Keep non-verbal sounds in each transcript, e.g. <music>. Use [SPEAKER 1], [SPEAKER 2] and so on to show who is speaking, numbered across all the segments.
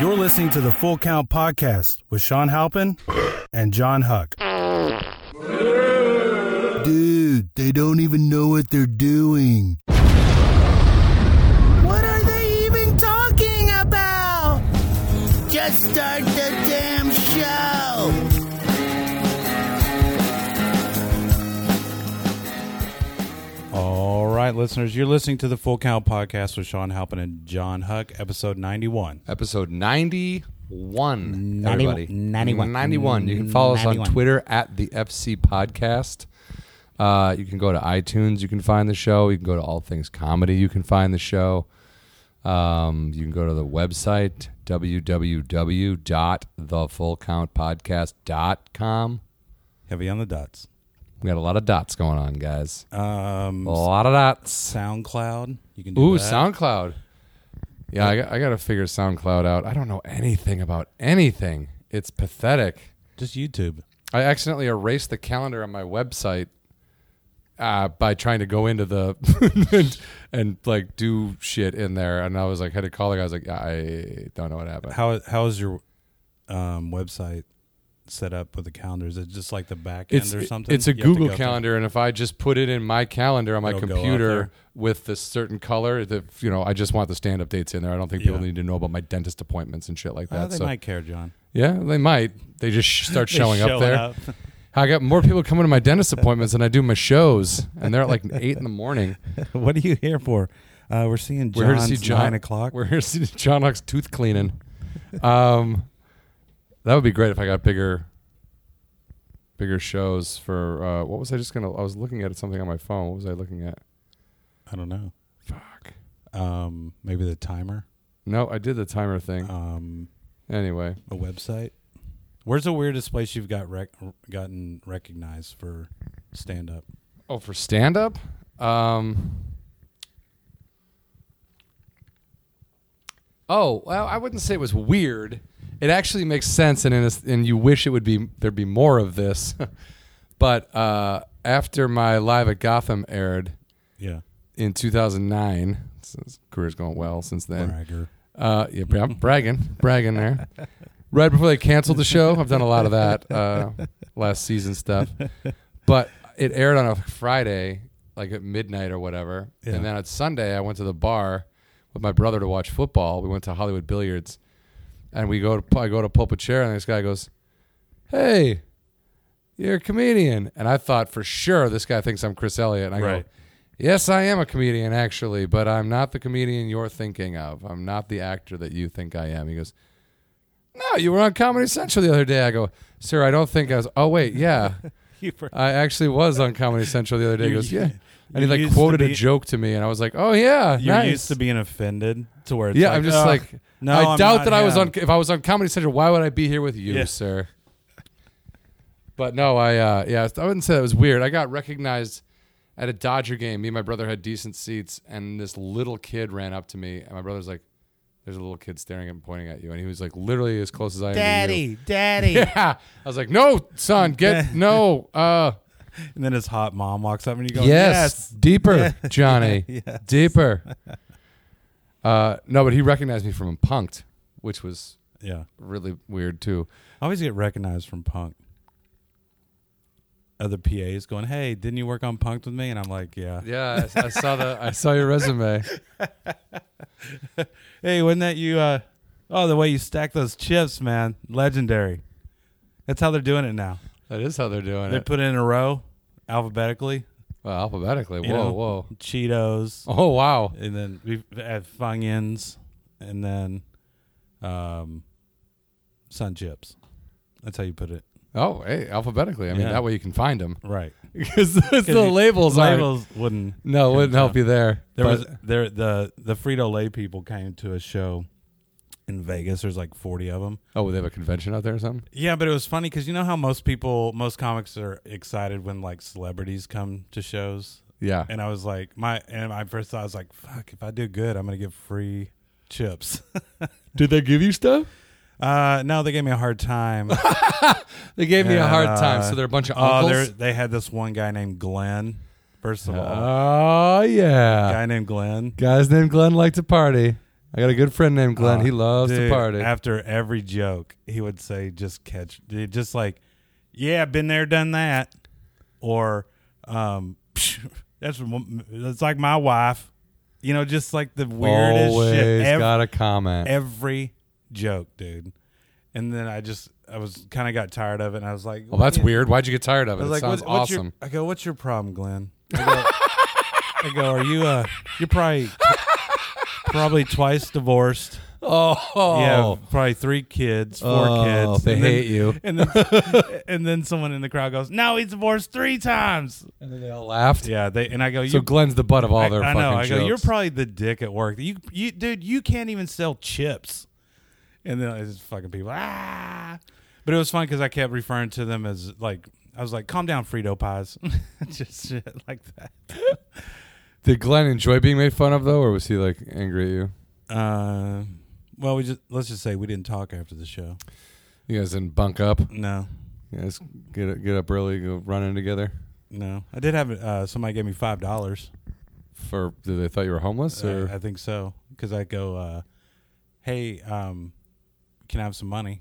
[SPEAKER 1] You're listening to the Full Count Podcast with Sean Halpin and John Huck.
[SPEAKER 2] Dude, they don't even know what they're doing. What are they even talking about? Just start the damn show.
[SPEAKER 1] All right, listeners, you're listening to the Full Count Podcast with Sean Halpin and John Huck, episode 91.
[SPEAKER 3] episode 91
[SPEAKER 4] Ninety-
[SPEAKER 3] everybody
[SPEAKER 4] 91.
[SPEAKER 3] 91 you can follow us on
[SPEAKER 4] 91.
[SPEAKER 3] twitter at the fc podcast uh, you can go to itunes you can find the show you can go to all things comedy you can find the show um, you can go to the website www.thefullcountpodcast.com
[SPEAKER 1] Heavy on the dots.
[SPEAKER 3] we got a lot of dots going on guys
[SPEAKER 1] Um,
[SPEAKER 3] a lot of dots
[SPEAKER 1] SoundCloud. You can do
[SPEAKER 3] Ooh,
[SPEAKER 1] that.
[SPEAKER 3] SoundCloud. Yeah, I, got- I got to figure SoundCloud out. I don't know anything about anything. It's pathetic.
[SPEAKER 1] Just YouTube.
[SPEAKER 3] I accidentally erased the calendar on my website uh, by trying to go into the <laughs> and, and, like do shit in there, and I was like had to call the guy. I was like, I don't know what happened.
[SPEAKER 1] How how is your um, website set up with the calendar? Is it just like the back end
[SPEAKER 3] it's
[SPEAKER 1] or
[SPEAKER 3] it-
[SPEAKER 1] something?
[SPEAKER 3] it's a
[SPEAKER 1] You have to
[SPEAKER 3] Google
[SPEAKER 1] go to-
[SPEAKER 3] calendar, and if I just put it in my calendar on my
[SPEAKER 1] It'll go out there.
[SPEAKER 3] computer with this certain color, that you know, I just want the stand up dates in there. I don't think people
[SPEAKER 1] Yeah.
[SPEAKER 3] need to know about my dentist appointments and shit like that.
[SPEAKER 1] Oh, they
[SPEAKER 3] so
[SPEAKER 1] might care, John.
[SPEAKER 3] Yeah, they might. They just sh-
[SPEAKER 1] <laughs>
[SPEAKER 3] start
[SPEAKER 1] They
[SPEAKER 3] <laughs> showing
[SPEAKER 1] show
[SPEAKER 3] up there.
[SPEAKER 1] up.
[SPEAKER 3] I got more people coming to my dentist appointments than I do my shows, and they're at like eight in
[SPEAKER 1] <laughs>
[SPEAKER 3] the morning.
[SPEAKER 1] what are you here for? Uh, we're seeing John's
[SPEAKER 3] We're here to see John.
[SPEAKER 1] nine o'clock.
[SPEAKER 3] We're here to see John Huck's tooth cleaning. Um, that would be great if I got bigger, bigger shows for. Uh, what was I just gonna? I was looking at something on my phone. What was I looking at?
[SPEAKER 1] I don't know.
[SPEAKER 3] Fuck.
[SPEAKER 1] Um, maybe the timer.
[SPEAKER 3] No, I did the timer thing.
[SPEAKER 1] Um,
[SPEAKER 3] Anyway,
[SPEAKER 1] a website. Where's the weirdest place you've got rec- gotten recognized for stand up?
[SPEAKER 3] Oh, for stand up? Um Oh, well, I wouldn't say it was weird. It actually makes sense and in a s and you wish it would be there'd be more of this. <laughs> but uh after my live at Gotham aired
[SPEAKER 1] Yeah,
[SPEAKER 3] in 2009, since career's going well since then.
[SPEAKER 1] bragger.
[SPEAKER 3] Uh, yeah, bra- I'm bragging, bragging there. Right before they canceled the show, I've done a lot of that uh, last season stuff. But it aired on a Friday, like at midnight or whatever.
[SPEAKER 1] Yeah.
[SPEAKER 3] And then on Sunday, I went to the bar with my brother to watch football. We went to Hollywood Billiards, and we go to I go to pull up a chair, and this guy goes, "Hey, you're a comedian." And I thought for sure this guy thinks I'm Chris Elliott, and I
[SPEAKER 1] Right.
[SPEAKER 3] go. Yes, I am a comedian, actually, but I'm not the comedian you're thinking of. I'm not the actor that you think I am. He goes, No, you were on Comedy Central the other day. I go, Sir, I don't think I was. Oh,
[SPEAKER 1] <laughs>
[SPEAKER 3] wait, yeah.
[SPEAKER 1] <laughs> You for-
[SPEAKER 3] I actually was on
[SPEAKER 1] <laughs>
[SPEAKER 3] Comedy Central the other day. He
[SPEAKER 1] You-
[SPEAKER 3] goes,
[SPEAKER 1] you-
[SPEAKER 3] Yeah. And he
[SPEAKER 1] you
[SPEAKER 3] like
[SPEAKER 1] used to
[SPEAKER 3] quoted a
[SPEAKER 1] be-
[SPEAKER 3] joke to me, and I was like, Oh, yeah.
[SPEAKER 1] You're
[SPEAKER 3] nice.
[SPEAKER 1] used to being offended to where it's
[SPEAKER 3] yeah,
[SPEAKER 1] like,
[SPEAKER 3] I'm just
[SPEAKER 1] "Ugh,
[SPEAKER 3] like,
[SPEAKER 1] no,
[SPEAKER 3] I
[SPEAKER 1] I'm
[SPEAKER 3] doubt
[SPEAKER 1] not
[SPEAKER 3] that I was
[SPEAKER 1] him."
[SPEAKER 3] on. If I was on Comedy Central, why would I be here with you,
[SPEAKER 1] Yeah.
[SPEAKER 3] sir? But no, I uh, yeah, I wouldn't say that was weird. I got recognized at a Dodger game. Me and my brother had decent seats, and this little kid ran up to me, and my brother's like, "There's a little kid staring and pointing at you," and he was like, literally as close as I am. to you. <laughs>
[SPEAKER 4] Daddy.
[SPEAKER 3] Yeah, I was like, "No, son, get no." Uh,
[SPEAKER 1] <laughs> and then his hot mom walks up and you go,
[SPEAKER 3] yes, deeper, Johnny, deeper. Uh, no, but he recognized me from Punked, which was
[SPEAKER 1] yeah."
[SPEAKER 3] really weird too.
[SPEAKER 1] I always get recognized from punk. Other PAs going, "Hey, didn't you work on Punked with me?" And I'm like, "Yeah."
[SPEAKER 3] Yeah, I, I saw the <laughs> I saw your resume.
[SPEAKER 1] Hey, wasn't that you? Uh, oh, the way you stack those chips, man, legendary. That's how they're doing it now.
[SPEAKER 3] <laughs> That is how they're doing
[SPEAKER 1] They
[SPEAKER 3] it.
[SPEAKER 1] put it in a row, alphabetically.
[SPEAKER 3] Well, alphabetically. Whoa,
[SPEAKER 1] you know,
[SPEAKER 3] whoa.
[SPEAKER 1] Cheetos,
[SPEAKER 3] Oh wow.
[SPEAKER 1] and then we have Funyuns, and then um, Sun Chips. That's how you put it,
[SPEAKER 3] Oh hey, alphabetically. I mean
[SPEAKER 1] Yeah.
[SPEAKER 3] that way you can find them
[SPEAKER 1] right?
[SPEAKER 3] because <laughs> the
[SPEAKER 1] you-
[SPEAKER 3] labels are
[SPEAKER 1] Labels wouldn't.
[SPEAKER 3] no wouldn't help you there.
[SPEAKER 1] There
[SPEAKER 3] But-
[SPEAKER 1] was there the the Frito Lay people came to a show in Vegas. There's like 40 of them.
[SPEAKER 3] oh, they have a convention out there or something.
[SPEAKER 1] Yeah, but it was funny because you know how most people, most comics are excited when like celebrities come to shows.
[SPEAKER 3] Yeah.
[SPEAKER 1] And I was like, my and my first thought was like, fuck, if I do good, I'm gonna get free chips. <laughs>
[SPEAKER 3] Did they give you stuff?
[SPEAKER 1] Uh, no, they gave me a hard time.
[SPEAKER 3] They gave me a
[SPEAKER 1] And,
[SPEAKER 3] hard time.
[SPEAKER 1] uh,
[SPEAKER 3] So they're a bunch of
[SPEAKER 1] oh, they're-
[SPEAKER 3] uncles.
[SPEAKER 1] they had this one guy named Glenn. First of all,
[SPEAKER 3] Oh yeah.
[SPEAKER 1] guy named Glenn,
[SPEAKER 3] Guys named Glenn like to party. I got a good friend named Glenn.
[SPEAKER 1] Uh,
[SPEAKER 3] he loves
[SPEAKER 1] dude,
[SPEAKER 3] to party.
[SPEAKER 1] After every joke, he would say, "Just catch," dude, just like, "Yeah, been there, done that," or, um, <laughs> "That's m- that's like my wife," you know, just like the weirdest
[SPEAKER 3] Always
[SPEAKER 1] shit. Ev-
[SPEAKER 3] got a comment.
[SPEAKER 1] every joke, dude. And then I just, I was kind of got tired of it, and I was like,
[SPEAKER 3] well, Oh, that's
[SPEAKER 1] "Yeah."
[SPEAKER 3] weird. Why'd you get tired of
[SPEAKER 1] I was
[SPEAKER 3] it? It
[SPEAKER 1] like,
[SPEAKER 3] sounds
[SPEAKER 1] "What- what's
[SPEAKER 3] awesome.
[SPEAKER 1] Your, I go, "What's your problem, Glenn?" I go, <laughs> I go "Are you uh, you're probably." Probably twice divorced.
[SPEAKER 3] <laughs> oh,
[SPEAKER 1] Yeah, probably three kids, four
[SPEAKER 3] Oh,
[SPEAKER 1] kids.
[SPEAKER 3] They
[SPEAKER 1] And then-
[SPEAKER 3] hate you.
[SPEAKER 1] <laughs> And then, and then someone in the crowd goes, "No, he's divorced three times."
[SPEAKER 3] And then they all laughed.
[SPEAKER 1] Yeah, they and I go, "You."
[SPEAKER 3] So Glenn's the butt of all
[SPEAKER 1] I,
[SPEAKER 3] their
[SPEAKER 1] I
[SPEAKER 3] fucking
[SPEAKER 1] know. I go,
[SPEAKER 3] jokes.
[SPEAKER 1] "You're probably the dick at work. You, you, dude, you can't even sell chips." And then it's just fucking people. Ah, but it was fun because I kept referring to them as like I was like, "Calm down, Frito <laughs> pies," just shit like that.
[SPEAKER 3] Did Glenn enjoy being made fun of though, or was he like angry at you?
[SPEAKER 1] Uh, well, we just let's just say we didn't talk after the show.
[SPEAKER 3] You guys didn't bunk up.
[SPEAKER 1] No,
[SPEAKER 3] You guys get get up early, go running together.
[SPEAKER 1] no, I did have uh, somebody gave me five dollars.
[SPEAKER 3] For did they thought you were homeless
[SPEAKER 1] I-
[SPEAKER 3] or
[SPEAKER 1] I, think so. Because I go, uh, hey, um, can I have some money?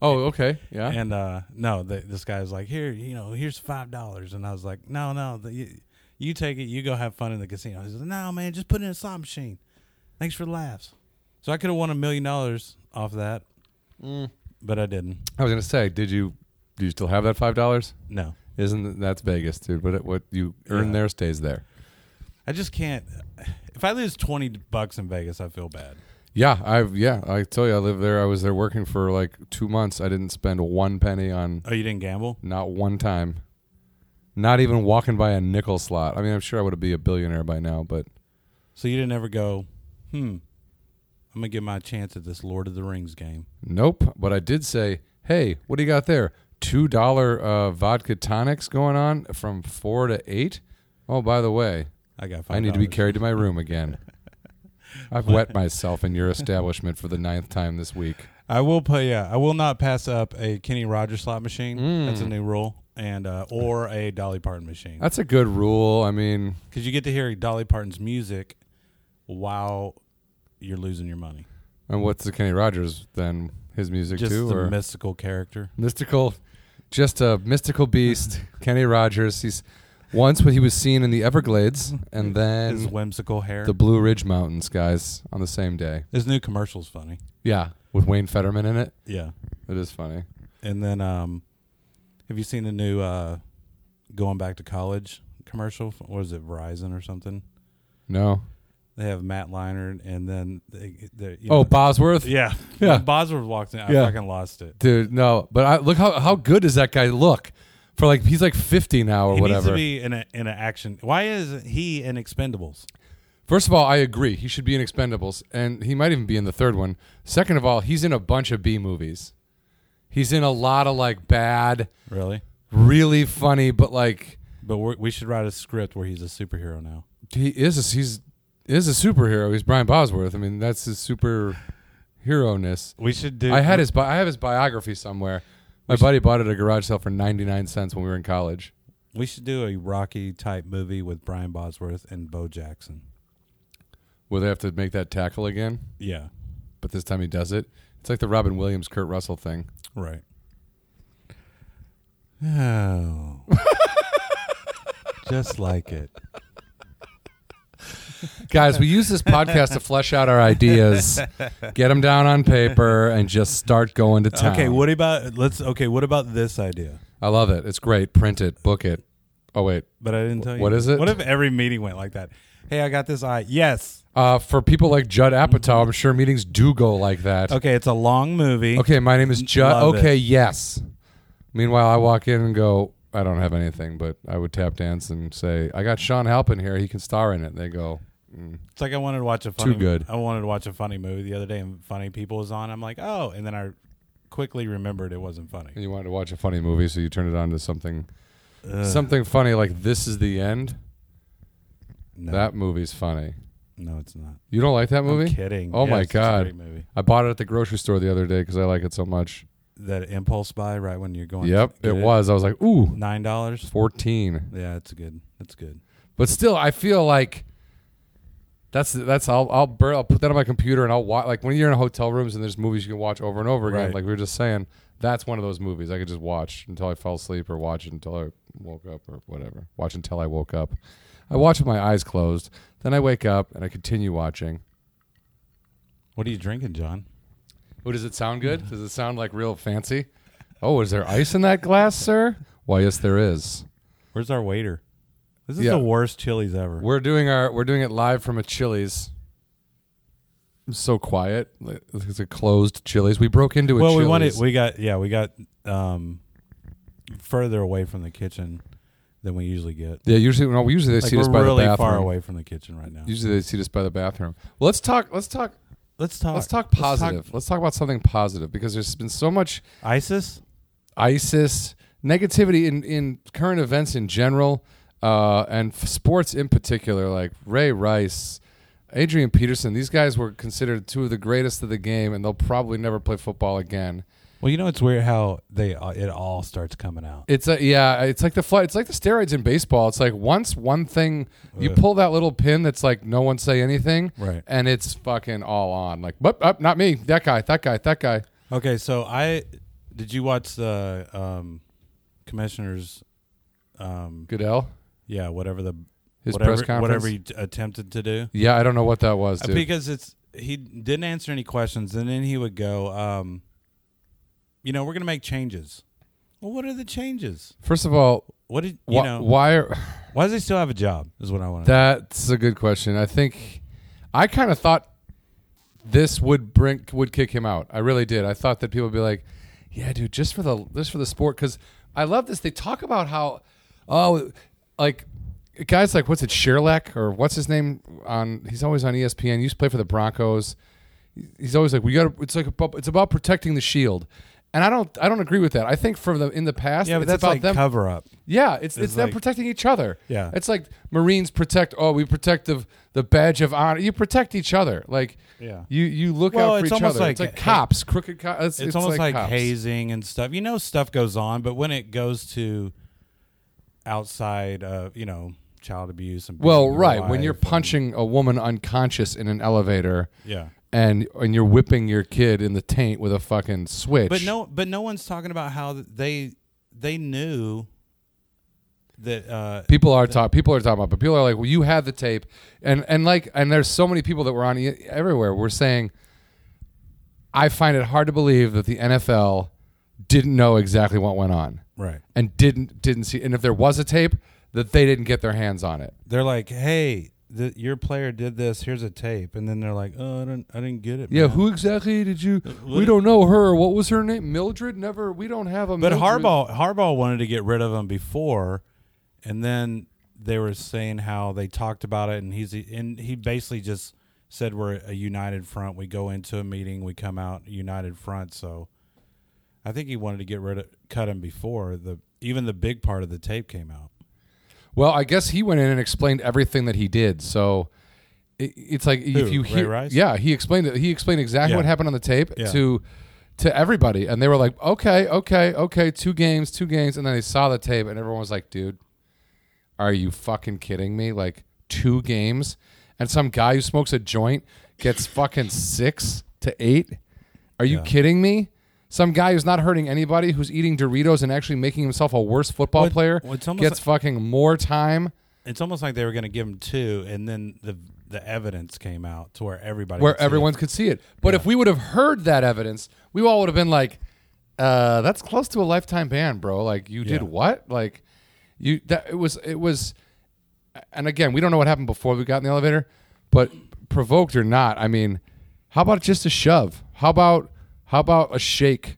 [SPEAKER 3] oh okay yeah
[SPEAKER 1] And uh, no, the, this guy's like, here, you know, here's five dollars. And I was like, no, no, the, you, you take it. You go have fun in the casino. He's like, no, man, just put it in a slot machine. Thanks for the laughs. So I could have won a million dollars off that,
[SPEAKER 3] Mm.
[SPEAKER 1] but I didn't.
[SPEAKER 3] I was gonna say did you do you still have that five dollars
[SPEAKER 1] No,
[SPEAKER 3] isn't th- that's Vegas dude what what you earn
[SPEAKER 1] Yeah.
[SPEAKER 3] there stays there
[SPEAKER 1] I just can't. If I lose twenty bucks in Vegas, I feel bad.
[SPEAKER 3] yeah I've yeah I tell you I lived there I was there working for like two months I didn't spend one penny on
[SPEAKER 1] Oh, you didn't gamble?
[SPEAKER 3] not one time not even walking by a nickel slot I mean I'm sure I would be a billionaire by now but
[SPEAKER 1] So you didn't ever go, hmm, I'm gonna get my chance at this Lord of the Rings game.
[SPEAKER 3] Nope. But I did say, hey, what do you got there? Two dollar uh, vodka tonics going on from four to eight. Oh, by the way,
[SPEAKER 1] I got. $5.
[SPEAKER 3] I need to be carried to my room again. I've wet myself in your establishment for the ninth time this week.
[SPEAKER 1] I will play. Yeah, I will not pass up a Kenny Rogers slot machine. That's a new rule, and uh, or a Dolly Parton machine
[SPEAKER 3] Mm. That's a good rule. I mean,
[SPEAKER 1] because you get to hear Dolly Parton's music while you're losing your money.
[SPEAKER 3] and what's the Kenny Rogers then? His music
[SPEAKER 1] Just
[SPEAKER 3] too,
[SPEAKER 1] the
[SPEAKER 3] or
[SPEAKER 1] mystical character.
[SPEAKER 3] mystical, just a
[SPEAKER 1] <laughs>
[SPEAKER 3] mystical beast, Kenny Rogers. He's once when he was seen in the Everglades,
[SPEAKER 1] <laughs>
[SPEAKER 3] and
[SPEAKER 1] His
[SPEAKER 3] then
[SPEAKER 1] whimsical hair.
[SPEAKER 3] the Blue Ridge Mountains, guys, on the same day.
[SPEAKER 1] His new commercial's funny.
[SPEAKER 3] Yeah, with Wayne Fetterman in it.
[SPEAKER 1] Yeah,
[SPEAKER 3] It is funny.
[SPEAKER 1] and then um, have you seen the new uh, going back to college commercial? Was it Verizon or something?
[SPEAKER 3] No.
[SPEAKER 1] They have Matt Leinart, and then they, they, you
[SPEAKER 3] oh,
[SPEAKER 1] know-
[SPEAKER 3] Bosworth.
[SPEAKER 1] yeah,
[SPEAKER 3] Yeah.
[SPEAKER 1] Bosworth walked in. I
[SPEAKER 3] Yeah.
[SPEAKER 1] fucking lost it.
[SPEAKER 3] Dude, no. But I look how how good does that guy look? For like he's like 50 now or
[SPEAKER 1] He needs
[SPEAKER 3] whatever.
[SPEAKER 1] to be in a in an action. Why is he in Expendables?
[SPEAKER 3] First of all, I agree. He should be in Expendables and he might even be in the third one. Second of all, he's in a bunch of B movies. He's in a lot of like bad,
[SPEAKER 1] Really?
[SPEAKER 3] really funny, but like
[SPEAKER 1] But we're, we should write a script where he's a superhero now.
[SPEAKER 3] he is a, he's is a superhero. He's Brian Bosworth. I mean, that's his superhero ness.
[SPEAKER 1] We should do.
[SPEAKER 3] I had his. Bi- I have his biography somewhere. My buddy bought it at a garage sale for ninety nine cents when we were in college.
[SPEAKER 1] We should do a Rocky type movie with Brian Bosworth and Bo Jackson.
[SPEAKER 3] Will they have to make that tackle again?
[SPEAKER 1] Yeah.
[SPEAKER 3] But this time he does it. It's like the Robin Williams, Kurt Russell thing.
[SPEAKER 1] Right. <laughs> Oh. Just like it.
[SPEAKER 3] Guys, we use this podcast to flesh out our ideas, get them down on paper, and just start going to town.
[SPEAKER 1] Okay. What about let's? Okay. What about this idea?
[SPEAKER 3] I love it. It's great. Print it. Book it. Oh wait.
[SPEAKER 1] But I didn't tell you.
[SPEAKER 3] What is it?
[SPEAKER 1] What if every meeting went like that? Hey, I got this. I yes.
[SPEAKER 3] Uh, for people like Judd Apatow, I'm sure meetings do go like that.
[SPEAKER 1] Okay, it's a long movie.
[SPEAKER 3] Okay, my name is Judd.
[SPEAKER 1] Love
[SPEAKER 3] Okay,
[SPEAKER 1] it.
[SPEAKER 3] yes. Meanwhile, I walk in and go, I don't have anything, but I would tap dance and say, I got Sean Halpin here. He can star in it. They go,
[SPEAKER 1] It's like I wanted to watch a funny.
[SPEAKER 3] good.
[SPEAKER 1] I wanted to watch a funny movie the other day, and Funny People was on. I'm like, oh, and then I quickly remembered it wasn't
[SPEAKER 3] and
[SPEAKER 1] funny.
[SPEAKER 3] you wanted to watch a funny movie, so you turned it on to something, Uh, something funny like This Is the End.
[SPEAKER 1] No,
[SPEAKER 3] That movie's funny.
[SPEAKER 1] no, it's not.
[SPEAKER 3] You don't like that movie?
[SPEAKER 1] I'm kidding.
[SPEAKER 3] Oh
[SPEAKER 1] Yes,
[SPEAKER 3] my
[SPEAKER 1] it's a
[SPEAKER 3] god!
[SPEAKER 1] great movie.
[SPEAKER 3] I bought it at the grocery store the other day because I like it so much.
[SPEAKER 1] That impulse buy right when you're going.
[SPEAKER 3] Yep,
[SPEAKER 1] to
[SPEAKER 3] it
[SPEAKER 1] get
[SPEAKER 3] was. I was like, ooh,
[SPEAKER 1] nine dollars.
[SPEAKER 3] fourteen.
[SPEAKER 1] Yeah, it's good. It's good.
[SPEAKER 3] But still, I feel like That's that's I'll I'll, bur- I'll put that on my computer and I'll watch. Like when you're in hotel rooms and there's movies you can watch over and over again.
[SPEAKER 1] Right.
[SPEAKER 3] Like we were just saying, that's one of those movies I could just watch until I fell asleep or watch it until I woke up or whatever. Watch until I woke up. I watch with my eyes closed. Then I wake up and I continue watching.
[SPEAKER 1] What are you drinking, John?
[SPEAKER 3] Oh, does it sound good? Does it sound like real fancy? Oh, is there ice in that glass, sir? Why, yes, there is.
[SPEAKER 1] Where's our waiter? This is
[SPEAKER 3] Yeah.
[SPEAKER 1] the worst Chili's ever.
[SPEAKER 3] We're doing our we're doing it live from a Chili's. It's so quiet. It's a closed Chili's. We broke into a
[SPEAKER 1] well,
[SPEAKER 3] Chili's.
[SPEAKER 1] we wanted we got yeah we got um further away from the kitchen than we usually get.
[SPEAKER 3] yeah, usually no, we usually they
[SPEAKER 1] Like
[SPEAKER 3] see us by
[SPEAKER 1] we're really
[SPEAKER 3] the bathroom.
[SPEAKER 1] far away from the kitchen right now.
[SPEAKER 3] Usually they see us by the bathroom. Well, let's talk. Let's talk.
[SPEAKER 1] Let's talk.
[SPEAKER 3] Let's talk positive. Let's talk, about something positive because there's been so much
[SPEAKER 1] ISIS.
[SPEAKER 3] ISIS negativity in in current events in general, uh, and f- sports in particular. Like Ray Rice, Adrian Peterson. These guys were considered two of the greatest of the game, and they'll probably never play football again.
[SPEAKER 1] Well, you know it's weird how they uh, it all starts coming out.
[SPEAKER 3] It's a, yeah, it's like the fly, it's like the steroids in baseball. It's like once one thing you
[SPEAKER 1] Ugh.
[SPEAKER 3] pull that little pin that's like no one say anything,
[SPEAKER 1] Right.
[SPEAKER 3] And it's fucking all on. Like, but up, not me. That guy, that guy, that guy.
[SPEAKER 1] Okay, so I did you watch the um commissioner's um
[SPEAKER 3] Goodell,
[SPEAKER 1] yeah whatever the
[SPEAKER 3] his
[SPEAKER 1] whatever,
[SPEAKER 3] press conference.
[SPEAKER 1] whatever he t- attempted to do
[SPEAKER 3] yeah, I don't know what that was,
[SPEAKER 1] Uh,
[SPEAKER 3] dude.
[SPEAKER 1] because it's he didn't answer any questions and then he would go um you know we're gonna make changes well what are the changes
[SPEAKER 3] First of all,
[SPEAKER 1] what did you
[SPEAKER 3] wh-
[SPEAKER 1] know
[SPEAKER 3] why are
[SPEAKER 1] why does he still have a job is what I want to know.
[SPEAKER 3] That's a good question. I think I kind of thought this would bring would kick him out. I really did. I thought that people would be like, "Yeah, dude, just for the just for the sport." Because I love this. They talk about how, oh, like guys like what's it Sherlock or what's his name on? He's always on E ESPN. He used to play for the Broncos. He's always like, "We got to." It's like about, it's about protecting the shield. And I don't, I don't agree with that. I think for the in the past,
[SPEAKER 1] yeah but
[SPEAKER 3] it's
[SPEAKER 1] that's
[SPEAKER 3] about
[SPEAKER 1] like
[SPEAKER 3] them
[SPEAKER 1] cover up
[SPEAKER 3] yeah, it's it's, them
[SPEAKER 1] like-
[SPEAKER 3] protecting each other.
[SPEAKER 1] Yeah.
[SPEAKER 3] it's like Marines protect. Oh, we protect the the badge of honor. You protect each other. Like
[SPEAKER 1] Yeah.
[SPEAKER 3] you you look
[SPEAKER 1] Well,
[SPEAKER 3] out for
[SPEAKER 1] it's
[SPEAKER 3] each
[SPEAKER 1] almost
[SPEAKER 3] other. it's
[SPEAKER 1] like-
[SPEAKER 3] like cops, crooked cops. It's,
[SPEAKER 1] it's, almost like,
[SPEAKER 3] cops.
[SPEAKER 1] hazing and stuff. You know, stuff goes on, but when it goes to outside of you know child abuse and
[SPEAKER 3] Well,
[SPEAKER 1] beating your
[SPEAKER 3] right when you're
[SPEAKER 1] wife and-
[SPEAKER 3] punching a woman unconscious in an elevator,
[SPEAKER 1] yeah.
[SPEAKER 3] and and you're whipping your kid in the taint with a fucking switch.
[SPEAKER 1] But no, but no one's talking about how they they knew that uh,
[SPEAKER 3] People are talk. People are talking about, but people are like, "Well, you had the tape," and and like, and there's so many people that were on e- everywhere. We're saying, I find it hard to believe that the NFL didn't know exactly what went on,
[SPEAKER 1] right.
[SPEAKER 3] and didn't didn't see, and if there was a tape, that they didn't get their hands on it.
[SPEAKER 1] They're like, hey, the, your player did this. Here's a tape, and then they're like, oh, I didn't, I didn't get it.
[SPEAKER 3] Yeah,
[SPEAKER 1] man."
[SPEAKER 3] who exactly did you? We don't know her. What was her name? Mildred. Never. We don't have a.
[SPEAKER 1] But
[SPEAKER 3] Mildred.
[SPEAKER 1] Harbaugh Harbaugh wanted to get rid of him before, and then they were saying how they talked about it, and he's and he basically just said we're a united front. We go into a meeting, we come out a united front. So I think he wanted to get rid of cut him before the even the big part of the tape came out.
[SPEAKER 3] Well, I guess he went in and explained everything that he did. So it, it's like
[SPEAKER 1] Who,
[SPEAKER 3] if you
[SPEAKER 1] Ray
[SPEAKER 3] hear,
[SPEAKER 1] Rice?
[SPEAKER 3] yeah, he explained it. He explained exactly
[SPEAKER 1] Yeah.
[SPEAKER 3] what happened on the tape
[SPEAKER 1] Yeah.
[SPEAKER 3] to to everybody, and they were like, "Okay, okay, okay, two games, two games," and then they saw the tape, and everyone was like, "Dude, are you fucking kidding me? Like two games, and some guy who smokes a joint gets fucking six to eight? Are you
[SPEAKER 1] Yeah.
[SPEAKER 3] kidding me?" Some guy who's not hurting anybody, who's eating Doritos and actually making himself a worse football
[SPEAKER 1] Well, it-
[SPEAKER 3] player,
[SPEAKER 1] well, it's almost
[SPEAKER 3] gets fucking more time.
[SPEAKER 1] It's almost like they were going to give him two, and then the the evidence came out to where everybody
[SPEAKER 3] where
[SPEAKER 1] could see it.
[SPEAKER 3] everyone could see it. But if we would have heard that evidence, we all would have been like, uh, "That's close to a lifetime ban, bro." Like you did
[SPEAKER 1] Yeah.
[SPEAKER 3] what? Like you that it was it was, and again, we don't know what happened before we got in the elevator, but provoked or not, I mean, how about just a shove? How about how about a shake?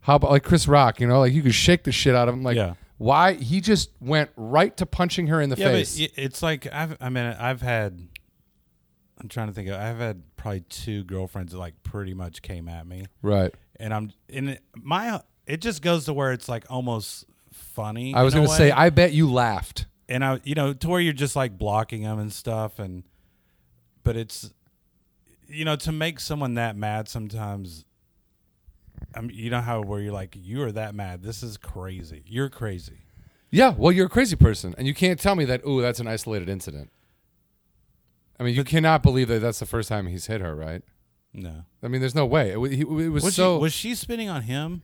[SPEAKER 3] How about like Chris Rock? You know, like you could shake the shit out of him. Like
[SPEAKER 1] Yeah.
[SPEAKER 3] why he just went right to punching her in the
[SPEAKER 1] Yeah,
[SPEAKER 3] face.
[SPEAKER 1] but i- it's like I've, I mean, I've had. I'm trying to think. Of, I've had probably two girlfriends that like pretty much came at me,
[SPEAKER 3] right.
[SPEAKER 1] and I'm in it, my. It just goes to where it's like almost funny.
[SPEAKER 3] I was
[SPEAKER 1] in a
[SPEAKER 3] gonna say,
[SPEAKER 1] way.
[SPEAKER 3] I bet you laughed.
[SPEAKER 1] and I, you know, to where you're just like blocking them and stuff, and but it's, you know, to make someone that mad sometimes. I mean, you know how where you're like you are that mad. This is crazy. You're crazy.
[SPEAKER 3] Yeah, well, you're a crazy person, and you can't tell me that. Ooh, that's an isolated incident. I mean, you cannot believe that that's the first time he's hit her, right?
[SPEAKER 1] No.
[SPEAKER 3] I mean, there's no way. It, wa- he- it was
[SPEAKER 1] Was,
[SPEAKER 3] so.
[SPEAKER 1] she, was she spitting on him?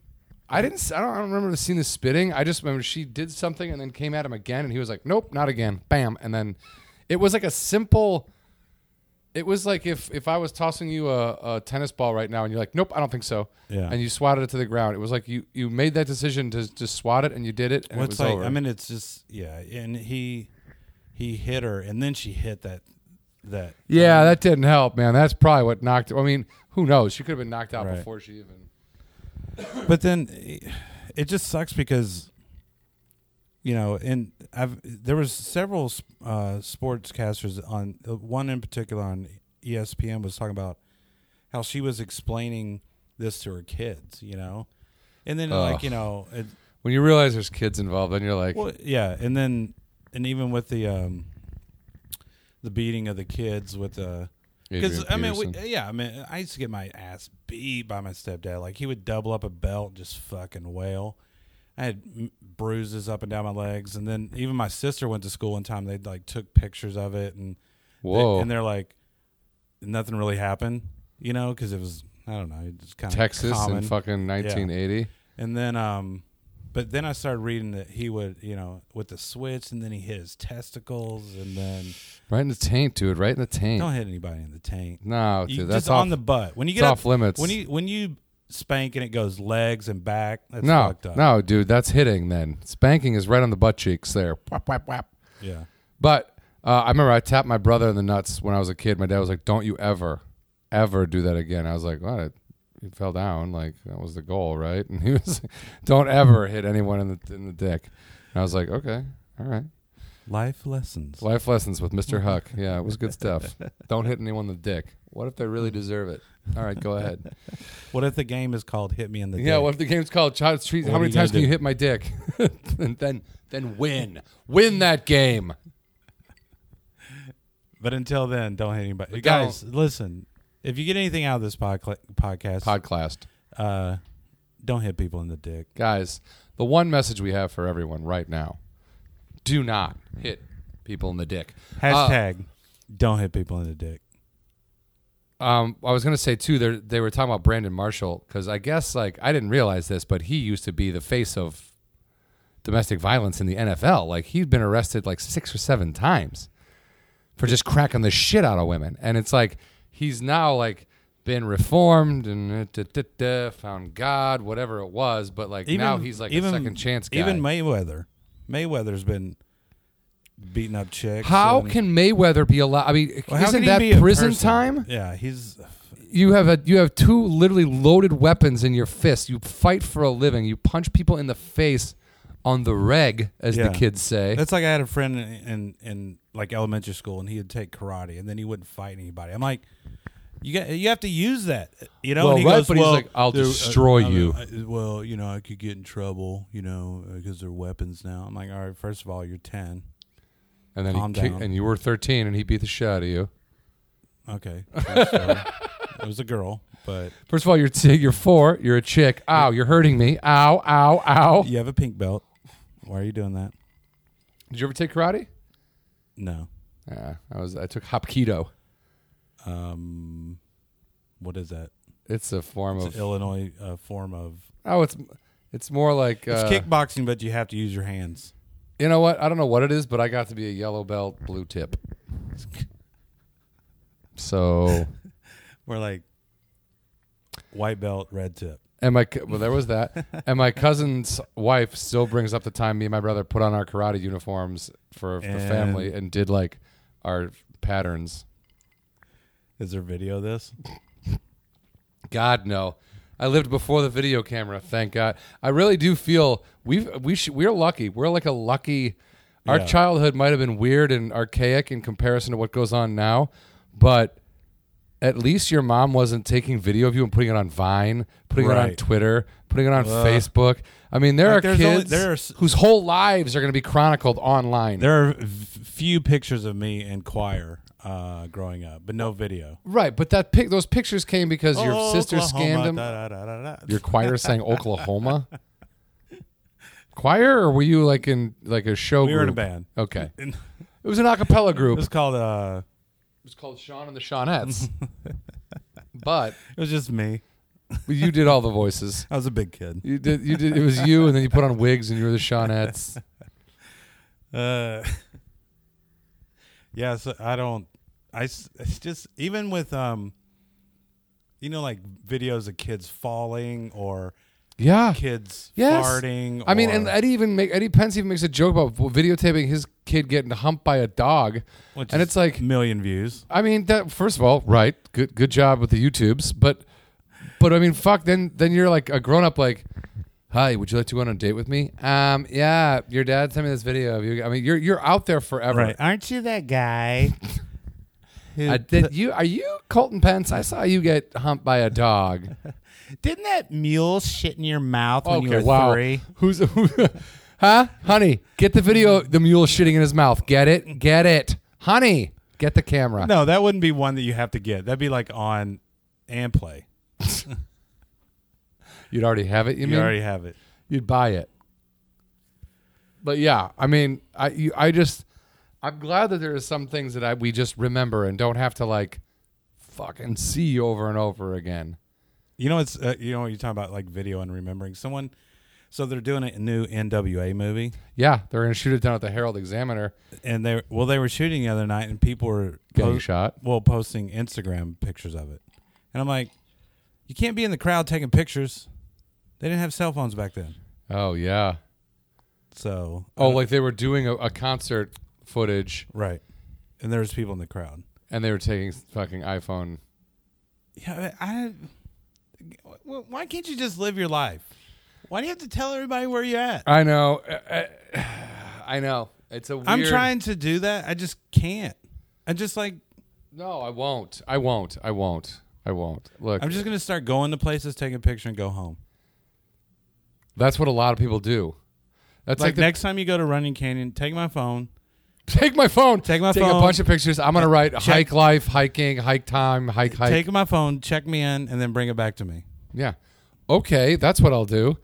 [SPEAKER 3] I didn't. s- I don't, I don't remember seeing the spitting. I just remember she did something and then came at him again, and he was like, "Nope, not again." Bam, and then it was like a simple. It was like if if I was tossing you a, a tennis ball right now, and you're like, "Nope, I don't think so,"
[SPEAKER 1] Yeah.
[SPEAKER 3] and you swatted it to the ground. It was like you you made that decision to just swat it, and you did it, and
[SPEAKER 1] Well,
[SPEAKER 3] it was
[SPEAKER 1] it's like
[SPEAKER 3] over.
[SPEAKER 1] I mean, it's just yeah, and he he hit her, and then she hit that that.
[SPEAKER 3] yeah, that didn't help, man. That's probably what knocked. I mean, who knows? She could have been knocked out
[SPEAKER 1] Right.
[SPEAKER 3] before she even.
[SPEAKER 1] But then eh, it just sucks because you know, and I've there was several uh, sportscasters on uh, one in particular on E ESPN was talking about how she was explaining this to her kids, you know, and then
[SPEAKER 3] Ugh.
[SPEAKER 1] like you know, it,
[SPEAKER 3] When you realize there's kids involved, then you're like,
[SPEAKER 1] Well, yeah, and then and even with the um the beating of the kids with uh, the because
[SPEAKER 3] Adrian
[SPEAKER 1] I mean we,
[SPEAKER 3] Peterson.
[SPEAKER 1] yeah I mean I used to get my ass beat by my stepdad like he would double up a belt just fucking wail. I had m- bruises up and down my legs, and then even my sister went to school one time. They like took pictures of it, and they-
[SPEAKER 3] "Whoa!"
[SPEAKER 1] and they're like, nothing really happened, you know, because it was I don't know, it's kind of
[SPEAKER 3] Texas
[SPEAKER 1] common.
[SPEAKER 3] in fucking 1980.
[SPEAKER 1] And then, um, but then I started reading that he would, you know, with the switch, and then he hit his testicles, and then
[SPEAKER 3] Right in the taint, dude. Right in the taint.
[SPEAKER 1] don't hit anybody in the taint.
[SPEAKER 3] no,
[SPEAKER 1] You-
[SPEAKER 3] dude.
[SPEAKER 1] just
[SPEAKER 3] That's off.
[SPEAKER 1] on the butt. When you
[SPEAKER 3] it's
[SPEAKER 1] get up-
[SPEAKER 3] off limits.
[SPEAKER 1] When you when you spank and it goes legs and back. That's
[SPEAKER 3] no,
[SPEAKER 1] fucked up.
[SPEAKER 3] no, dude. That's hitting. Then spanking is right on the butt cheeks there. Whap, whap, whap.
[SPEAKER 1] Yeah.
[SPEAKER 3] But uh, I remember I tapped my brother in the nuts when I was a kid. My dad was like, "Don't you ever, ever do that again." I was like, "What?" He fell down. Like that was the goal, right? <laughs> And he was, like, "Don't ever hit anyone in the in the dick." And I was like, "Okay, all right."
[SPEAKER 1] Life lessons.
[SPEAKER 3] Life lessons with Mr. Huck. Yeah, it was good stuff. Don't hit anyone in the dick. What if they really deserve it? All right, go ahead.
[SPEAKER 1] What if the game is called "Hit Me in the"?
[SPEAKER 3] Yeah,
[SPEAKER 1] Dick?
[SPEAKER 3] what if the game's called Child Street? How
[SPEAKER 1] What are
[SPEAKER 3] many
[SPEAKER 1] you gonna
[SPEAKER 3] times can you
[SPEAKER 1] do?
[SPEAKER 3] hit my dick? <laughs> and then then win. Win that game.
[SPEAKER 1] But until then, don't hit anybody.
[SPEAKER 3] But
[SPEAKER 1] Guys, listen. If you get anything out of this podca- podcast,
[SPEAKER 3] Podcast.
[SPEAKER 1] uh, don't hit people in the dick.
[SPEAKER 3] Guys, the one message we have for everyone right now. Do not hit people in the dick. Uh,
[SPEAKER 1] Hashtag don't hit people in the dick.
[SPEAKER 3] Um, I was gonna say too. They they were talking about Brandon Marshall because I guess like I didn't realize this, but he used to be the face of domestic violence in the NFL. Like he'd been arrested like six or seven times for just cracking the shit out of women, and it's like he's now like been reformed and uh, da, da, da, da, found God, whatever it was. But like now he's like a second chance guy.
[SPEAKER 1] Even Mayweather, Mayweather's been beating up chicks.
[SPEAKER 3] how
[SPEAKER 1] and-
[SPEAKER 3] can Mayweather be allowed? I mean,
[SPEAKER 1] Well, how can
[SPEAKER 3] isn't
[SPEAKER 1] he
[SPEAKER 3] that
[SPEAKER 1] be a
[SPEAKER 3] prison
[SPEAKER 1] person?
[SPEAKER 3] time?
[SPEAKER 1] Yeah, he's
[SPEAKER 3] you have a you have two literally loaded weapons in your fist. You fight for a living. You punch people in the face on the reg, as
[SPEAKER 1] Yeah.
[SPEAKER 3] the kids say.
[SPEAKER 1] that's like I had a friend in, in in like elementary school, and he'd take karate, and then he wouldn't fight anybody. I'm like. You got, you have to use that, you know.
[SPEAKER 3] Well,
[SPEAKER 1] and he
[SPEAKER 3] right,
[SPEAKER 1] goes,
[SPEAKER 3] but he's
[SPEAKER 1] "Well,
[SPEAKER 3] like, I'll
[SPEAKER 1] they're-
[SPEAKER 3] destroy
[SPEAKER 1] I- I-
[SPEAKER 3] you."
[SPEAKER 1] I- well, you know, I could get in trouble, you know, because they're weapons now. I'm like, all right, first of all, you're ten.
[SPEAKER 3] and then he
[SPEAKER 1] calm
[SPEAKER 3] kick-
[SPEAKER 1] down.
[SPEAKER 3] and you were thirteen, and he beat the shit out of you.
[SPEAKER 1] Okay, First of all, it was a girl, but
[SPEAKER 3] First of all, you're t- you're four. You're a chick. Ow, you're hurting me. Ow, ow, ow.
[SPEAKER 1] you have a pink belt. Why are you doing that?
[SPEAKER 3] Did you ever take karate?
[SPEAKER 1] No.
[SPEAKER 3] Yeah, I was. I took hapkido.
[SPEAKER 1] Um, what is that?
[SPEAKER 3] It's a form
[SPEAKER 1] It's
[SPEAKER 3] of
[SPEAKER 1] an Illinois uh, form of
[SPEAKER 3] oh, it's it's more like
[SPEAKER 1] it's
[SPEAKER 3] uh,
[SPEAKER 1] kickboxing, but you have to use your hands.
[SPEAKER 3] You know what? I don't know what it is, but I got to be a yellow belt, blue tip. So
[SPEAKER 1] We're like white belt, red tip.
[SPEAKER 3] And my cou- well, there was that. and my cousin's wife still brings up the time me and my brother put on our karate uniforms for the
[SPEAKER 1] And-
[SPEAKER 3] family and did like our patterns.
[SPEAKER 1] Is there video of this?
[SPEAKER 3] God no, I lived before the video camera. Thank God. I really do feel we've we sh- we're lucky. We're like a lucky. Our
[SPEAKER 1] Yeah.
[SPEAKER 3] childhood might have been weird and archaic in comparison to what goes on now, but at least your mom wasn't taking video of you and putting it on Vine, putting it on
[SPEAKER 1] Right.
[SPEAKER 3] Twitter, putting it on Facebook. I mean, there
[SPEAKER 1] Like,
[SPEAKER 3] are
[SPEAKER 1] there's
[SPEAKER 3] kids
[SPEAKER 1] only- there are s-
[SPEAKER 3] whose whole lives are going to be chronicled online.
[SPEAKER 1] There are v- few pictures of me in choir uh, growing up, but no video.
[SPEAKER 3] right, but that pic- those pictures came because
[SPEAKER 1] Oh,
[SPEAKER 3] your sister scanned them. Your
[SPEAKER 1] them.
[SPEAKER 3] choir sang Oklahoma. Choir, or were you like in like a show?
[SPEAKER 1] We were in a
[SPEAKER 3] group?
[SPEAKER 1] band. <laughs>
[SPEAKER 3] Okay, it was an a cappella
[SPEAKER 1] It
[SPEAKER 3] group.
[SPEAKER 1] was called uh,
[SPEAKER 3] was called Sean and
[SPEAKER 1] <laughs>
[SPEAKER 3] the Seanettes. but
[SPEAKER 1] It was just me.
[SPEAKER 3] you did all the voices.
[SPEAKER 1] I was a big kid.
[SPEAKER 3] You did. You did. It was you, and then you put on wigs, and you were the Seanettes.
[SPEAKER 1] Uh, <laughs> yeah, so I don't. I s- it's just even with um, you know, like videos of kids falling or
[SPEAKER 3] Yeah.
[SPEAKER 1] kids
[SPEAKER 3] Yes.
[SPEAKER 1] farting.
[SPEAKER 3] I mean,
[SPEAKER 1] or-
[SPEAKER 3] and Eddie even make Eddie Pence even makes a joke about videotaping his kid getting humped by a dog,
[SPEAKER 1] which
[SPEAKER 3] and
[SPEAKER 1] is
[SPEAKER 3] it's like,
[SPEAKER 1] million views.
[SPEAKER 3] I mean, that first of all, right? Good, good job with the YouTubes, but, but I mean, fuck. Then, then you're like a grown up, like, hi, would you like to go on a date with me? Um, yeah, your dad sent me this video of you. I mean, you're you're out there forever.
[SPEAKER 1] Right? Aren't you that guy?
[SPEAKER 3] <laughs>
[SPEAKER 1] who
[SPEAKER 3] I, did you are you Colton Pence? I saw you get humped by a dog.
[SPEAKER 1] Didn't that mule shit in your mouth <laughs> when
[SPEAKER 3] okay, wow. Who's who, <laughs> huh? Honey, get the video. of The mule shitting in his mouth. Get it? Get it? Honey, get the camera.
[SPEAKER 1] No, that wouldn't be one that you have to get. That'd be like on and play.
[SPEAKER 3] You'd already have it. You,
[SPEAKER 1] You
[SPEAKER 3] mean?
[SPEAKER 1] already have it.
[SPEAKER 3] You'd buy it. But yeah, I mean, I you, I just I'm glad that there is some things that I we just remember and don't have to like fucking see over and over again.
[SPEAKER 1] You know, it's uh, you know what you're talking about, like video and remembering someone. So they're doing a new NWA movie,
[SPEAKER 3] Yeah, they're gonna shoot it down at the Herald Examiner.
[SPEAKER 1] and they well they were shooting the other night, and people were
[SPEAKER 3] Getting shot.
[SPEAKER 1] Well, posting Instagram pictures of it, and I'm like, you can't be in the crowd taking pictures. They didn't have cell phones back then,
[SPEAKER 3] Oh yeah.
[SPEAKER 1] so uh,
[SPEAKER 3] Oh, like they were doing a, a concert footage
[SPEAKER 1] right. And there was people in the crowd.
[SPEAKER 3] and they were taking fucking iPhone
[SPEAKER 1] Yeah, I. Well, why can't you just live your life? Why do you have to tell everybody where you're at?
[SPEAKER 3] I know. I, <sighs> I know. It's a weird.
[SPEAKER 1] I'm trying to do that. I just can't. I just like
[SPEAKER 3] No, I won't. I won't. I won't. I won't. Look,
[SPEAKER 1] I'm just gonna start going to places, take a picture, and go home.
[SPEAKER 3] that's what a lot of people do. That's
[SPEAKER 1] Like,
[SPEAKER 3] like, the,
[SPEAKER 1] next time you go to Running Canyon, take my phone.
[SPEAKER 3] Take my phone.
[SPEAKER 1] Take my
[SPEAKER 3] Take a
[SPEAKER 1] phone.
[SPEAKER 3] bunch of pictures. I'm gonna write hike life, hiking, hike time, hike hike.
[SPEAKER 1] Take my phone, check me in, and then bring it back to me.
[SPEAKER 3] yeah. Okay, that's what I'll do.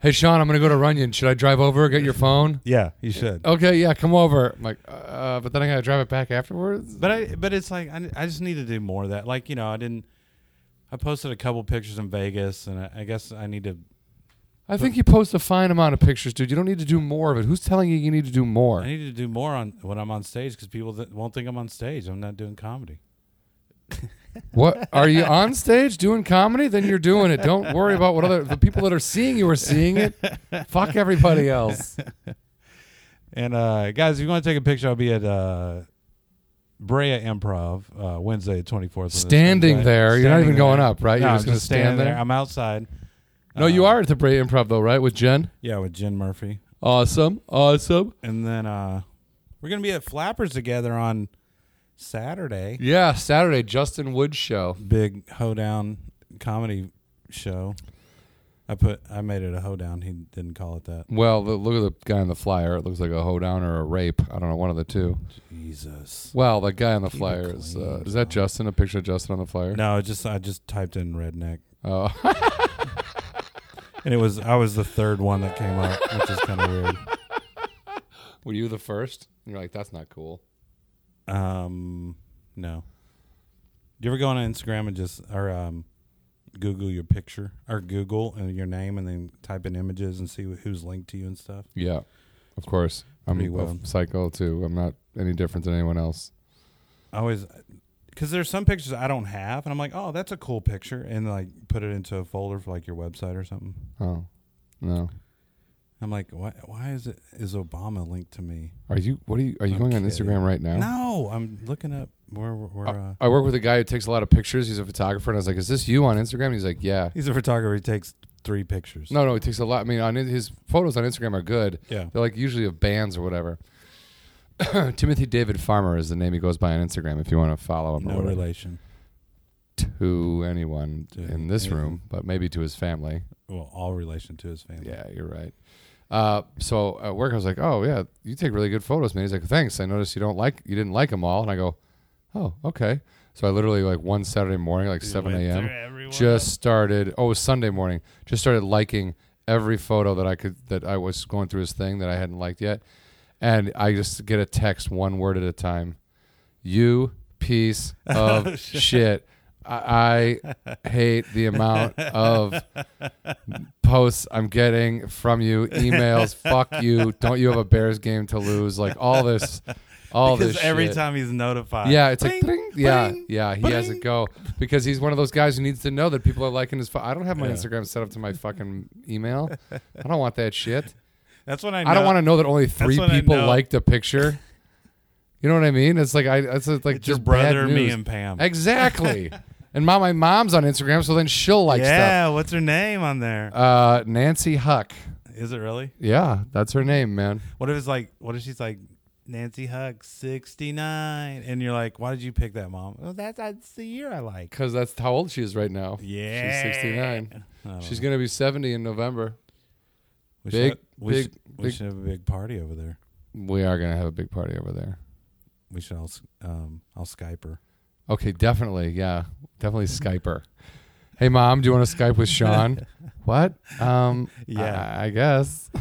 [SPEAKER 3] Hey Sean, I'm gonna go to Runyon. Should I drive over get your phone?
[SPEAKER 1] Yeah, you should.
[SPEAKER 3] Okay, yeah, Oh. come over. I'm like, uh, but then I gotta drive it back afterwards.
[SPEAKER 1] But I, but it's like I, I just need to do more of that. Like you know, I didn't. I posted a couple pictures in Vegas, and I, I guess I need to.
[SPEAKER 3] I think you post a fine amount of pictures, dude. You don't need to do more of it. Who's telling you you need to do more?
[SPEAKER 1] I need to do more on when I'm on stage because people th- won't think I'm on stage. I'm not doing comedy.
[SPEAKER 3] What are you on stage doing comedy? Then you're doing it. Don't worry about what other the people that are seeing you are seeing it. Fuck everybody else.
[SPEAKER 1] And uh, guys, if you want to take a picture, I'll be at uh, Brea Improv uh, Wednesday, the twenty fourth.
[SPEAKER 3] Standing there, you're not even going up, right?
[SPEAKER 1] No,
[SPEAKER 3] You're
[SPEAKER 1] I'm
[SPEAKER 3] just gonna stand
[SPEAKER 1] standing
[SPEAKER 3] there?
[SPEAKER 1] I'm outside. Um,
[SPEAKER 3] No, you are at the Bray Improv though, right? With Jen.
[SPEAKER 1] Yeah, with Jen Murphy,
[SPEAKER 3] Awesome, awesome.
[SPEAKER 1] and then uh, we're gonna be at Flappers together on Saturday.
[SPEAKER 3] Yeah, Saturday Justin Woods show.
[SPEAKER 1] Big hoedown comedy show. I put I made it a hoedown. He didn't call it that.
[SPEAKER 3] Well, the, look at the guy on the flyer. It looks like a hoedown or a rape. I don't know, one of the two.
[SPEAKER 1] Jesus.
[SPEAKER 3] Well, the guy on the
[SPEAKER 1] Keep it
[SPEAKER 3] flyer is uh,
[SPEAKER 1] clean,
[SPEAKER 3] is that
[SPEAKER 1] Tom.
[SPEAKER 3] Justin? A picture of Justin on the flyer?
[SPEAKER 1] No, it just I just typed in redneck,
[SPEAKER 3] Oh.
[SPEAKER 1] and it was I was the third one that came up, which is kind of weird.
[SPEAKER 3] Were you the first? And you're like, that's not cool.
[SPEAKER 1] Um, no. You ever go on Instagram and just or um, Google your picture or Google and your name and then type in images and see who's linked to you and stuff?
[SPEAKER 3] Yeah, of course. I'm
[SPEAKER 1] Pretty
[SPEAKER 3] a
[SPEAKER 1] well.
[SPEAKER 3] psycho too. I'm not any different than anyone else.
[SPEAKER 1] I always, because there's some pictures I don't have, and I'm like, oh, that's a cool picture, and like put it into a folder for like your website or something.
[SPEAKER 3] Oh, no.
[SPEAKER 1] I'm like, why? Why is it is Obama linked to me?
[SPEAKER 3] Are you? What are you? Are you
[SPEAKER 1] I'm
[SPEAKER 3] going on
[SPEAKER 1] kidding.
[SPEAKER 3] Instagram right now?
[SPEAKER 1] No, I'm looking up where we're.
[SPEAKER 3] I-
[SPEAKER 1] Uh,
[SPEAKER 3] I work with a guy who takes a lot of pictures. He's a photographer, and I was like, "Is this you on Instagram?" And he's like, "Yeah."
[SPEAKER 1] he's a photographer. He takes three pictures.
[SPEAKER 3] No, no, he takes a lot. I mean, on his- his photos on Instagram are good.
[SPEAKER 1] Yeah.
[SPEAKER 3] They're like usually of bands or whatever. <coughs> Timothy David Farmer is the name he goes by on Instagram. If you want to follow him, or
[SPEAKER 1] No
[SPEAKER 3] whatever.
[SPEAKER 1] relation.
[SPEAKER 3] to anyone
[SPEAKER 1] To
[SPEAKER 3] in this
[SPEAKER 1] anything.
[SPEAKER 3] room, but maybe to his family.
[SPEAKER 1] Well, all relation to his family.
[SPEAKER 3] Yeah, you're right. Uh, so at work, I was like, "Oh yeah, you take really good photos, man." He's like, "Thanks. I noticed you don't like you didn't like them all," and I go, "Oh, okay." So I literally like one Saturday morning, like seven a.m., just started. Oh, it was Sunday morning. Just started liking every photo that I could that I was going through his thing that I hadn't liked yet, and I just get a text one word at a time. You
[SPEAKER 1] <laughs>
[SPEAKER 3] piece
[SPEAKER 1] Oh,
[SPEAKER 3] of shit. I, I hate the amount of posts I'm getting from you, emails. Fuck you. Don't you have a Bears game to lose? Like all this,
[SPEAKER 1] <laughs>
[SPEAKER 3] all
[SPEAKER 1] Because
[SPEAKER 3] this.
[SPEAKER 1] every
[SPEAKER 3] shit.
[SPEAKER 1] time he's notified.
[SPEAKER 3] Yeah, it's like
[SPEAKER 1] Bling,
[SPEAKER 3] "Bling," yeah,
[SPEAKER 1] bling,
[SPEAKER 3] yeah. He has
[SPEAKER 1] bling.
[SPEAKER 3] it go because he's one of those guys who needs to know that people are liking his. Fo- I don't have my
[SPEAKER 1] Yeah.
[SPEAKER 3] Instagram set up to my fucking
[SPEAKER 1] <laughs>
[SPEAKER 3] email. I don't want that shit.
[SPEAKER 1] That's when I.
[SPEAKER 3] I don't want to know that only three
[SPEAKER 1] when I
[SPEAKER 3] people
[SPEAKER 1] know.
[SPEAKER 3] liked a picture. You know what I mean? It's like I. It's like
[SPEAKER 1] It's your
[SPEAKER 3] just bad
[SPEAKER 1] brother, me,
[SPEAKER 3] news.
[SPEAKER 1] and Pam. <laughs>
[SPEAKER 3] <laughs> Exactly. and mom, my mom's on Instagram, so then she'll like
[SPEAKER 1] yeah, what's her name on there? Is
[SPEAKER 3] stuff. Uh, Nancy Huck.
[SPEAKER 1] it really?
[SPEAKER 3] Yeah, that's her name, man.
[SPEAKER 1] What if it's like? What if she's like Nancy Huck, sixty nine, and you're like, why did you pick that, mom? Well, that's that's the year I like.
[SPEAKER 3] Because that's how old she is right now.
[SPEAKER 1] Yeah.
[SPEAKER 3] She's 69.
[SPEAKER 1] I don't
[SPEAKER 3] She's
[SPEAKER 1] know.
[SPEAKER 3] going to be 70 in November.
[SPEAKER 1] We
[SPEAKER 3] big-
[SPEAKER 1] should, we
[SPEAKER 3] big-
[SPEAKER 1] should, we
[SPEAKER 3] big-
[SPEAKER 1] should have a big party over there.
[SPEAKER 3] We are going to have a big party over there.
[SPEAKER 1] We should all s- um I'll Skype her.
[SPEAKER 3] Okay, definitely. Yeah, definitely Skyper. Hey, mom, do you want to Skype
[SPEAKER 1] <laughs>
[SPEAKER 3] with Sean? what? Um,
[SPEAKER 1] Yeah.
[SPEAKER 3] I, I guess.
[SPEAKER 1] Uh,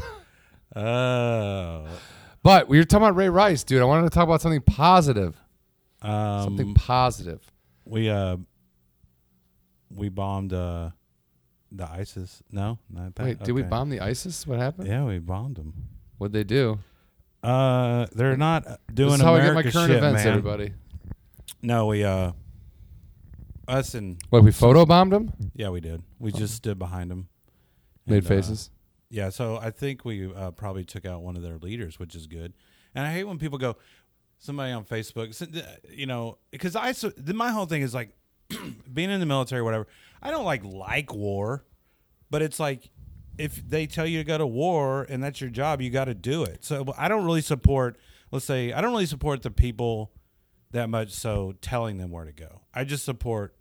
[SPEAKER 1] Oh,
[SPEAKER 3] But we were talking about Ray Rice, dude. I wanted to talk about something positive.
[SPEAKER 1] um,
[SPEAKER 3] Something positive.
[SPEAKER 1] we uh we bombed uh the ISIS. No, not that.
[SPEAKER 3] Wait, did we
[SPEAKER 1] Okay.
[SPEAKER 3] bomb the ISIS? What happened?
[SPEAKER 1] Yeah, we bombed them.
[SPEAKER 3] What'd they do?
[SPEAKER 1] Uh, they're not uh, doing
[SPEAKER 3] this is how
[SPEAKER 1] America
[SPEAKER 3] I get my current
[SPEAKER 1] shit,
[SPEAKER 3] events,
[SPEAKER 1] man.
[SPEAKER 3] everybody.
[SPEAKER 1] No, we uh, us and
[SPEAKER 3] What, we photobombed them?
[SPEAKER 1] yeah, we did. We just stood behind uh, them.
[SPEAKER 3] Oh. Made faces?
[SPEAKER 1] Yeah, so I think we uh, probably took out one of their leaders, which is good. And I hate when people go, somebody on Facebook, s- th- you know, because I so th- my whole thing is like <clears throat> being in the military, or whatever. I don't like like war, but it's like if they tell you to go to war and that's your job, you got to do it. So but I don't really support. Let's say I don't really support the people that much. So telling them where to go, I just support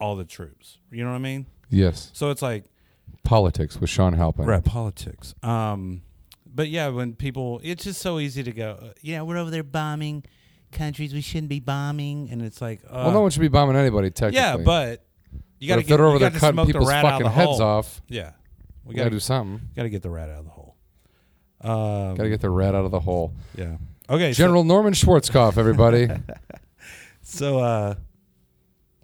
[SPEAKER 1] all the troops. You know what I mean?
[SPEAKER 3] Yes.
[SPEAKER 1] So it's like
[SPEAKER 3] Politics with Sean Halpin.
[SPEAKER 1] Right, politics. Um, but yeah, when people, it's just so easy to go. uh, Yeah, we're over there bombing countries we shouldn't be bombing, and it's like, uh,
[SPEAKER 3] Well, no one should be bombing anybody, technically.
[SPEAKER 1] yeah, but you got to
[SPEAKER 3] if
[SPEAKER 1] get
[SPEAKER 3] they're over
[SPEAKER 1] you
[SPEAKER 3] there
[SPEAKER 1] gotta
[SPEAKER 3] cutting
[SPEAKER 1] smoke the
[SPEAKER 3] people's
[SPEAKER 1] rat out of
[SPEAKER 3] fucking
[SPEAKER 1] the
[SPEAKER 3] heads
[SPEAKER 1] hole.
[SPEAKER 3] off,
[SPEAKER 1] Yeah, we
[SPEAKER 3] we got
[SPEAKER 1] got
[SPEAKER 3] to do
[SPEAKER 1] to
[SPEAKER 3] something.
[SPEAKER 1] got to get the rat out of the hole. Um,
[SPEAKER 3] Got to get the rat out of the hole.
[SPEAKER 1] yeah. Okay, so-
[SPEAKER 3] General Norman
[SPEAKER 1] <laughs>
[SPEAKER 3] Schwarzkopf, everybody.
[SPEAKER 1] So, uh,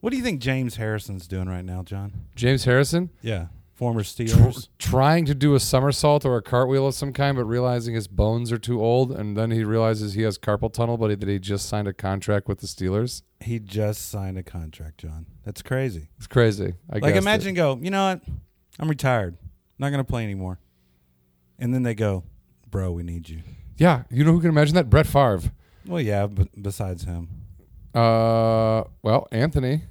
[SPEAKER 1] what do you think James Harrison's doing right now, John?
[SPEAKER 3] James Harrison
[SPEAKER 1] Yeah, former Steelers.
[SPEAKER 3] tr- trying to do a somersault or a cartwheel of some kind, but realizing his bones are too old, and then he realizes he has carpal tunnel, but he, that he just signed a contract with the Steelers.
[SPEAKER 1] He just signed a contract, John. That's crazy.
[SPEAKER 3] It's crazy. I
[SPEAKER 1] Like
[SPEAKER 3] guessed
[SPEAKER 1] imagine go, you know what? I'm retired. Not gonna play anymore. And then they go, Bro, we need you.
[SPEAKER 3] it. yeah, you know who can imagine that? Brett Favre.
[SPEAKER 1] Well yeah, but besides him.
[SPEAKER 3] Uh, well, Anthony.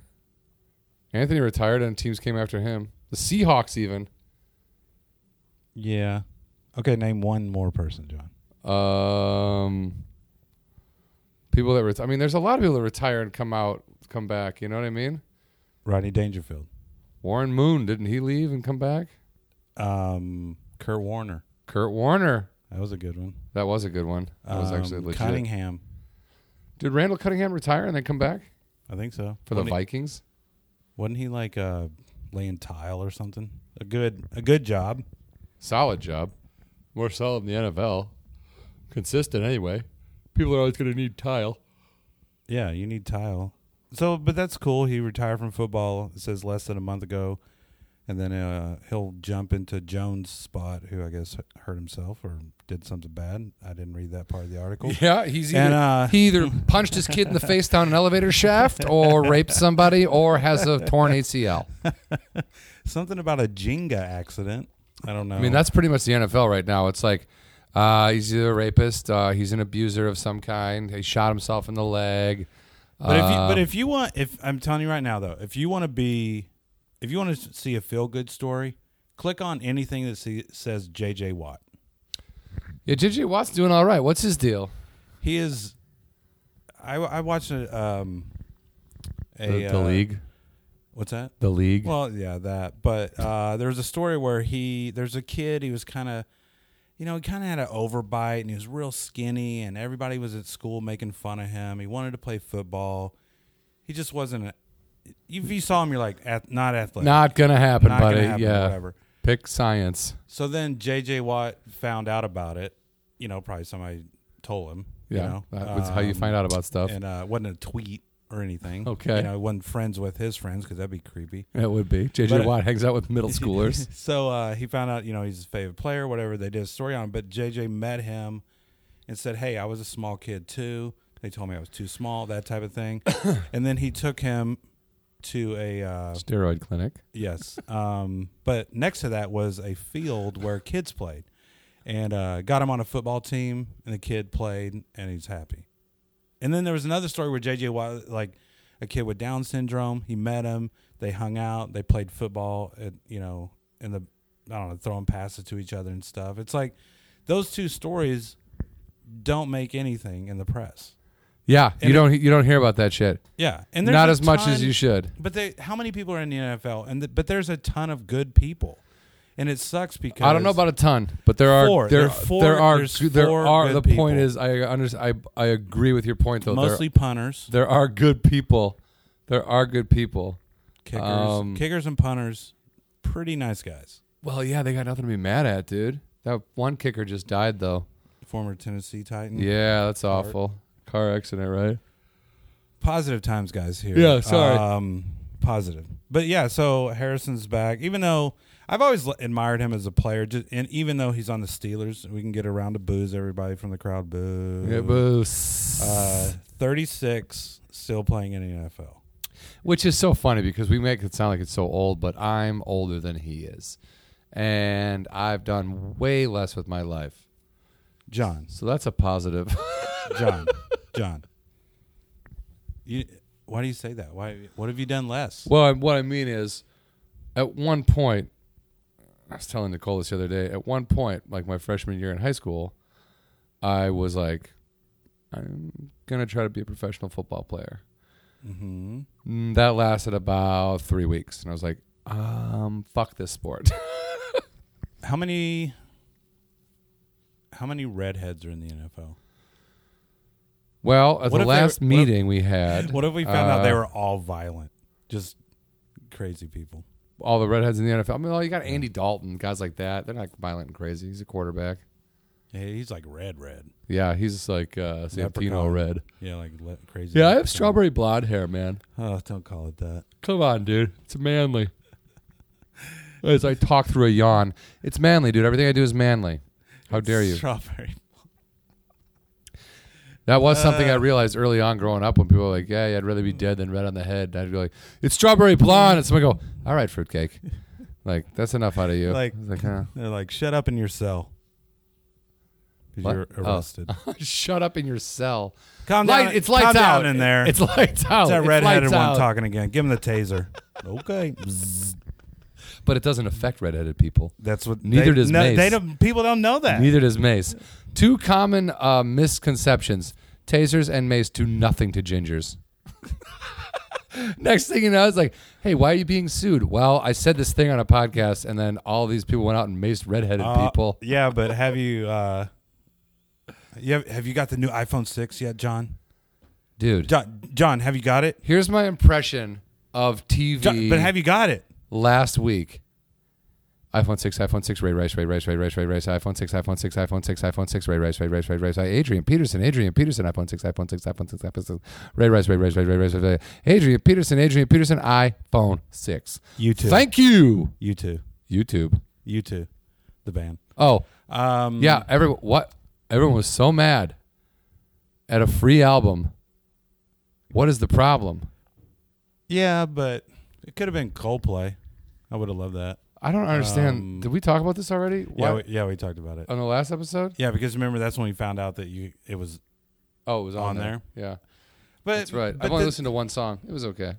[SPEAKER 3] Anthony retired, and teams came after him. The Seahawks, even.
[SPEAKER 1] Yeah. Okay, name one more person, John.
[SPEAKER 3] Um, people that retire. I mean, there's a lot of people that retire and come out, come back. You know what I mean?
[SPEAKER 1] Rodney Dangerfield.
[SPEAKER 3] Warren Moon didn't he leave and come back?
[SPEAKER 1] Um Kurt Warner.
[SPEAKER 3] Kurt Warner.
[SPEAKER 1] That was a good one.
[SPEAKER 3] That was a good one. That was
[SPEAKER 1] Um,
[SPEAKER 3] actually legit.
[SPEAKER 1] Cunningham.
[SPEAKER 3] Did Randall Cunningham retire and then come back
[SPEAKER 1] I think so.
[SPEAKER 3] for the
[SPEAKER 1] wasn't
[SPEAKER 3] Vikings?
[SPEAKER 1] He, wasn't he like uh laying tile or something? A good a good job.
[SPEAKER 3] Solid job. More solid in the NFL. Consistent anyway. People are always going to need tile.
[SPEAKER 1] Yeah, you need tile. So, but that's cool. He retired from football. It says less than a month ago, and then uh, he'll jump into Jones' spot, who I guess hurt himself or did something bad. I didn't read that part of the article.
[SPEAKER 3] <laughs> Yeah, he's either
[SPEAKER 1] And, uh,
[SPEAKER 3] he either punched his kid in the face down an elevator <laughs> shaft, or raped somebody, or has a torn <laughs> ACL.
[SPEAKER 1] Something about a Jenga accident. I don't know.
[SPEAKER 3] I mean, that's pretty much the NFL right now. It's like uh, he's either a rapist, uh, he's an abuser of some kind. He shot himself in the leg.
[SPEAKER 1] But if you, but
[SPEAKER 3] Um,
[SPEAKER 1] if you want, if I'm telling you right now though, if you want to be, if you want to see a feel good story, click on anything that see, says J.J. Watt.
[SPEAKER 3] yeah, JJ Watt's doing all right. What's his deal?
[SPEAKER 1] He is. I I watched a um a uh, What's that?
[SPEAKER 3] the league.
[SPEAKER 1] Well, yeah, that. But uh, there was a story where he, there's a kid. He was kind of, you know, he kind of had an overbite, and he was real skinny, and everybody was at school making fun of him. He wanted to play football. He just wasn't. A, if you saw him, you're like, ath- not athletic,
[SPEAKER 3] Not gonna happen,
[SPEAKER 1] Not gonna
[SPEAKER 3] buddy.
[SPEAKER 1] happen,
[SPEAKER 3] yeah,
[SPEAKER 1] whatever.
[SPEAKER 3] pick science.
[SPEAKER 1] So then J.J. Watt found out about it. You know, probably somebody told him.
[SPEAKER 3] Yeah,
[SPEAKER 1] you know?
[SPEAKER 3] that's how you
[SPEAKER 1] Um,
[SPEAKER 3] find out about stuff.
[SPEAKER 1] And uh, it wasn't a tweet. or anything.
[SPEAKER 3] Okay.
[SPEAKER 1] you know, I wasn't friends with his friends because that'd be creepy.
[SPEAKER 3] That would be. JJ
[SPEAKER 1] But, uh,
[SPEAKER 3] Watt hangs out with
[SPEAKER 1] <laughs>
[SPEAKER 3] middle schoolers.
[SPEAKER 1] So uh, he found out, you know, he's his favorite player, whatever. They did a story on him, but JJ met him and said, "Hey, I was a small kid too. They told me I was too small, that type of thing." <coughs> and then he took him to a uh,
[SPEAKER 3] Steroid clinic.
[SPEAKER 1] Yes. Um, but next to that was a field where kids played and uh, got him on a football team, and the kid played, and he's happy. And then there was another story where JJ Watt, like a kid with Down syndrome, he met him, they hung out, they played football, at, you know, in the, I don't know, throwing passes to each other and stuff. It's like those two stories don't make anything in the press.
[SPEAKER 3] Yeah, you
[SPEAKER 1] And
[SPEAKER 3] don't you don't hear about that shit.
[SPEAKER 1] Yeah, and there's
[SPEAKER 3] Not
[SPEAKER 1] a
[SPEAKER 3] as much as
[SPEAKER 1] ton-
[SPEAKER 3] you should.
[SPEAKER 1] but they, how many people are in the NFL? And the, but there's a ton of good people, and it sucks because
[SPEAKER 3] I don't know about a ton, but there are
[SPEAKER 1] Four.
[SPEAKER 3] there
[SPEAKER 1] There are four-
[SPEAKER 3] there are
[SPEAKER 1] there's
[SPEAKER 3] there
[SPEAKER 1] four
[SPEAKER 3] are
[SPEAKER 1] good
[SPEAKER 3] the point
[SPEAKER 1] people.
[SPEAKER 3] is I understand I I agree with your point though. There-
[SPEAKER 1] mostly punters,
[SPEAKER 3] there, are good people. There are good people.
[SPEAKER 1] kickers,
[SPEAKER 3] um,
[SPEAKER 1] kickers and punters, pretty nice guys.
[SPEAKER 3] Well, yeah, they got nothing to be mad at, dude. That one kicker just died though.
[SPEAKER 1] Former Tennessee Titan.
[SPEAKER 3] Yeah, that's awful. Car accident, right?
[SPEAKER 1] Positive times, guys. Here.
[SPEAKER 3] Yeah, sorry.
[SPEAKER 1] Um, positive. But yeah, so Harrison's back. Even though I've always l- admired him as a player, just, and even though he's on the Steelers, we can get around to booze. Everybody from the crowd, boo.
[SPEAKER 3] Yeah, boos.
[SPEAKER 1] Uh, Thirty-six, still playing in the NFL.
[SPEAKER 3] Which is so funny because we make it sound like it's so old, but I'm older than he is. And I've done way less with my life.
[SPEAKER 1] John.
[SPEAKER 3] So that's a positive.
[SPEAKER 1] John, John. You, why do you say that? Why? What have you done less?
[SPEAKER 3] well, I- what I mean is, at one point, I was telling Nicole this the other day, at one point, like my freshman year in high school, I was like, I'm going to try to be a professional football player.
[SPEAKER 1] Mm-hmm.
[SPEAKER 3] Mm, That lasted about three weeks. And I was like, um, fuck this sport. <laughs>
[SPEAKER 1] How many? How many redheads are in the NFL?
[SPEAKER 3] well,
[SPEAKER 1] What if
[SPEAKER 3] at
[SPEAKER 1] they were-
[SPEAKER 3] the
[SPEAKER 1] what if-
[SPEAKER 3] last meeting we
[SPEAKER 1] <laughs>
[SPEAKER 3] had.
[SPEAKER 1] What if we found out they
[SPEAKER 3] uh,
[SPEAKER 1] were all violent, just crazy people?
[SPEAKER 3] all the redheads in the NFL. I mean, well, you got Andy Dalton, guys like that. They're not violent and crazy. He's a quarterback.
[SPEAKER 1] Yeah, he's like red, red.
[SPEAKER 3] Yeah, he's like uh, Santino
[SPEAKER 1] Leprechaun.
[SPEAKER 3] red.
[SPEAKER 1] Yeah, like le- crazy.
[SPEAKER 3] Yeah, I have strawberry blonde hair, man.
[SPEAKER 1] Oh, don't call it that.
[SPEAKER 3] Come on, dude. It's manly. As I talk through a yawn, it's manly, dude. Everything I do is manly. How dare you?
[SPEAKER 1] Strawberry.
[SPEAKER 3] That was something I
[SPEAKER 1] Uh.
[SPEAKER 3] realized early on growing up when people were like, "Yeah, I'd rather be dead than red on the head." And I'd be like, "It's strawberry blonde," and someone go, "All right, fruitcake." Like that's enough out of you.
[SPEAKER 1] Like-
[SPEAKER 3] I was like huh. <laughs>
[SPEAKER 1] They're like, shut up in your cell. 'Cause
[SPEAKER 3] What?
[SPEAKER 1] You're
[SPEAKER 3] Oh. <laughs>
[SPEAKER 1] arrested.
[SPEAKER 3] shut up in your cell.
[SPEAKER 1] Calm down.
[SPEAKER 3] Light, it's lights
[SPEAKER 1] calm
[SPEAKER 3] out
[SPEAKER 1] down in there.
[SPEAKER 3] It's <laughs> lights out.
[SPEAKER 1] It's that
[SPEAKER 3] It's
[SPEAKER 1] redheaded
[SPEAKER 3] lights
[SPEAKER 1] one
[SPEAKER 3] out.
[SPEAKER 1] talking again. Give him the taser. <laughs> okay. Bzzz.
[SPEAKER 3] But it doesn't affect redheaded people.
[SPEAKER 1] That's what.
[SPEAKER 3] Neither
[SPEAKER 1] they,
[SPEAKER 3] does
[SPEAKER 1] no,
[SPEAKER 3] Mace.
[SPEAKER 1] They don't, people don't know that.
[SPEAKER 3] Neither does mace. Two common uh, misconceptions: tasers and mace do nothing to gingers. <laughs> Next thing you know, I was like, "Hey, why are you being sued?" Well, I said this thing on a podcast, and then all these people went out and maced redheaded
[SPEAKER 1] Uh,
[SPEAKER 3] people.
[SPEAKER 1] Yeah, but have you? Uh, you have, have you got the new iPhone six yet, John?
[SPEAKER 3] Dude,
[SPEAKER 1] John, John have you got it?
[SPEAKER 3] here's my impression of TV.
[SPEAKER 1] John, but have you got it?
[SPEAKER 3] last week. iPhone six, iPhone six, Ray Rice, Ray Rice, Ray Rice, Ray Rice, iPhone six, iPhone six, iPhone six, iPhone six, Ray Rice, Ray Rice, Ray Rice, Adrian Peterson, Adrian Peterson, iPhone six, iPhone six, iPhone six, iPhone six, Ray Rice, Ray Rice, Ray Rice, Ray Rice, Adrian Peterson, Adrian Peterson, iPhone six.
[SPEAKER 1] You too.
[SPEAKER 3] Thank you,
[SPEAKER 1] You too.
[SPEAKER 3] YouTube.
[SPEAKER 1] You too. The band.
[SPEAKER 3] Oh
[SPEAKER 1] Um,
[SPEAKER 3] yeah, everyone. What everyone was so mad at a free album. What is the problem?
[SPEAKER 1] yeah, but it could have been Coldplay. I would have loved that.
[SPEAKER 3] I don't understand.
[SPEAKER 1] Um,
[SPEAKER 3] Did we talk about this already?
[SPEAKER 1] Yeah, we,
[SPEAKER 3] What- Oh.
[SPEAKER 1] yeah, we talked about it.
[SPEAKER 3] on the last episode.
[SPEAKER 1] yeah, because remember that's when we found out that you it was.
[SPEAKER 3] Oh, it was on,
[SPEAKER 1] On
[SPEAKER 3] Yeah.
[SPEAKER 1] But
[SPEAKER 3] That's right.
[SPEAKER 1] But
[SPEAKER 3] I've only
[SPEAKER 1] the-
[SPEAKER 3] listened to one song. It was okay.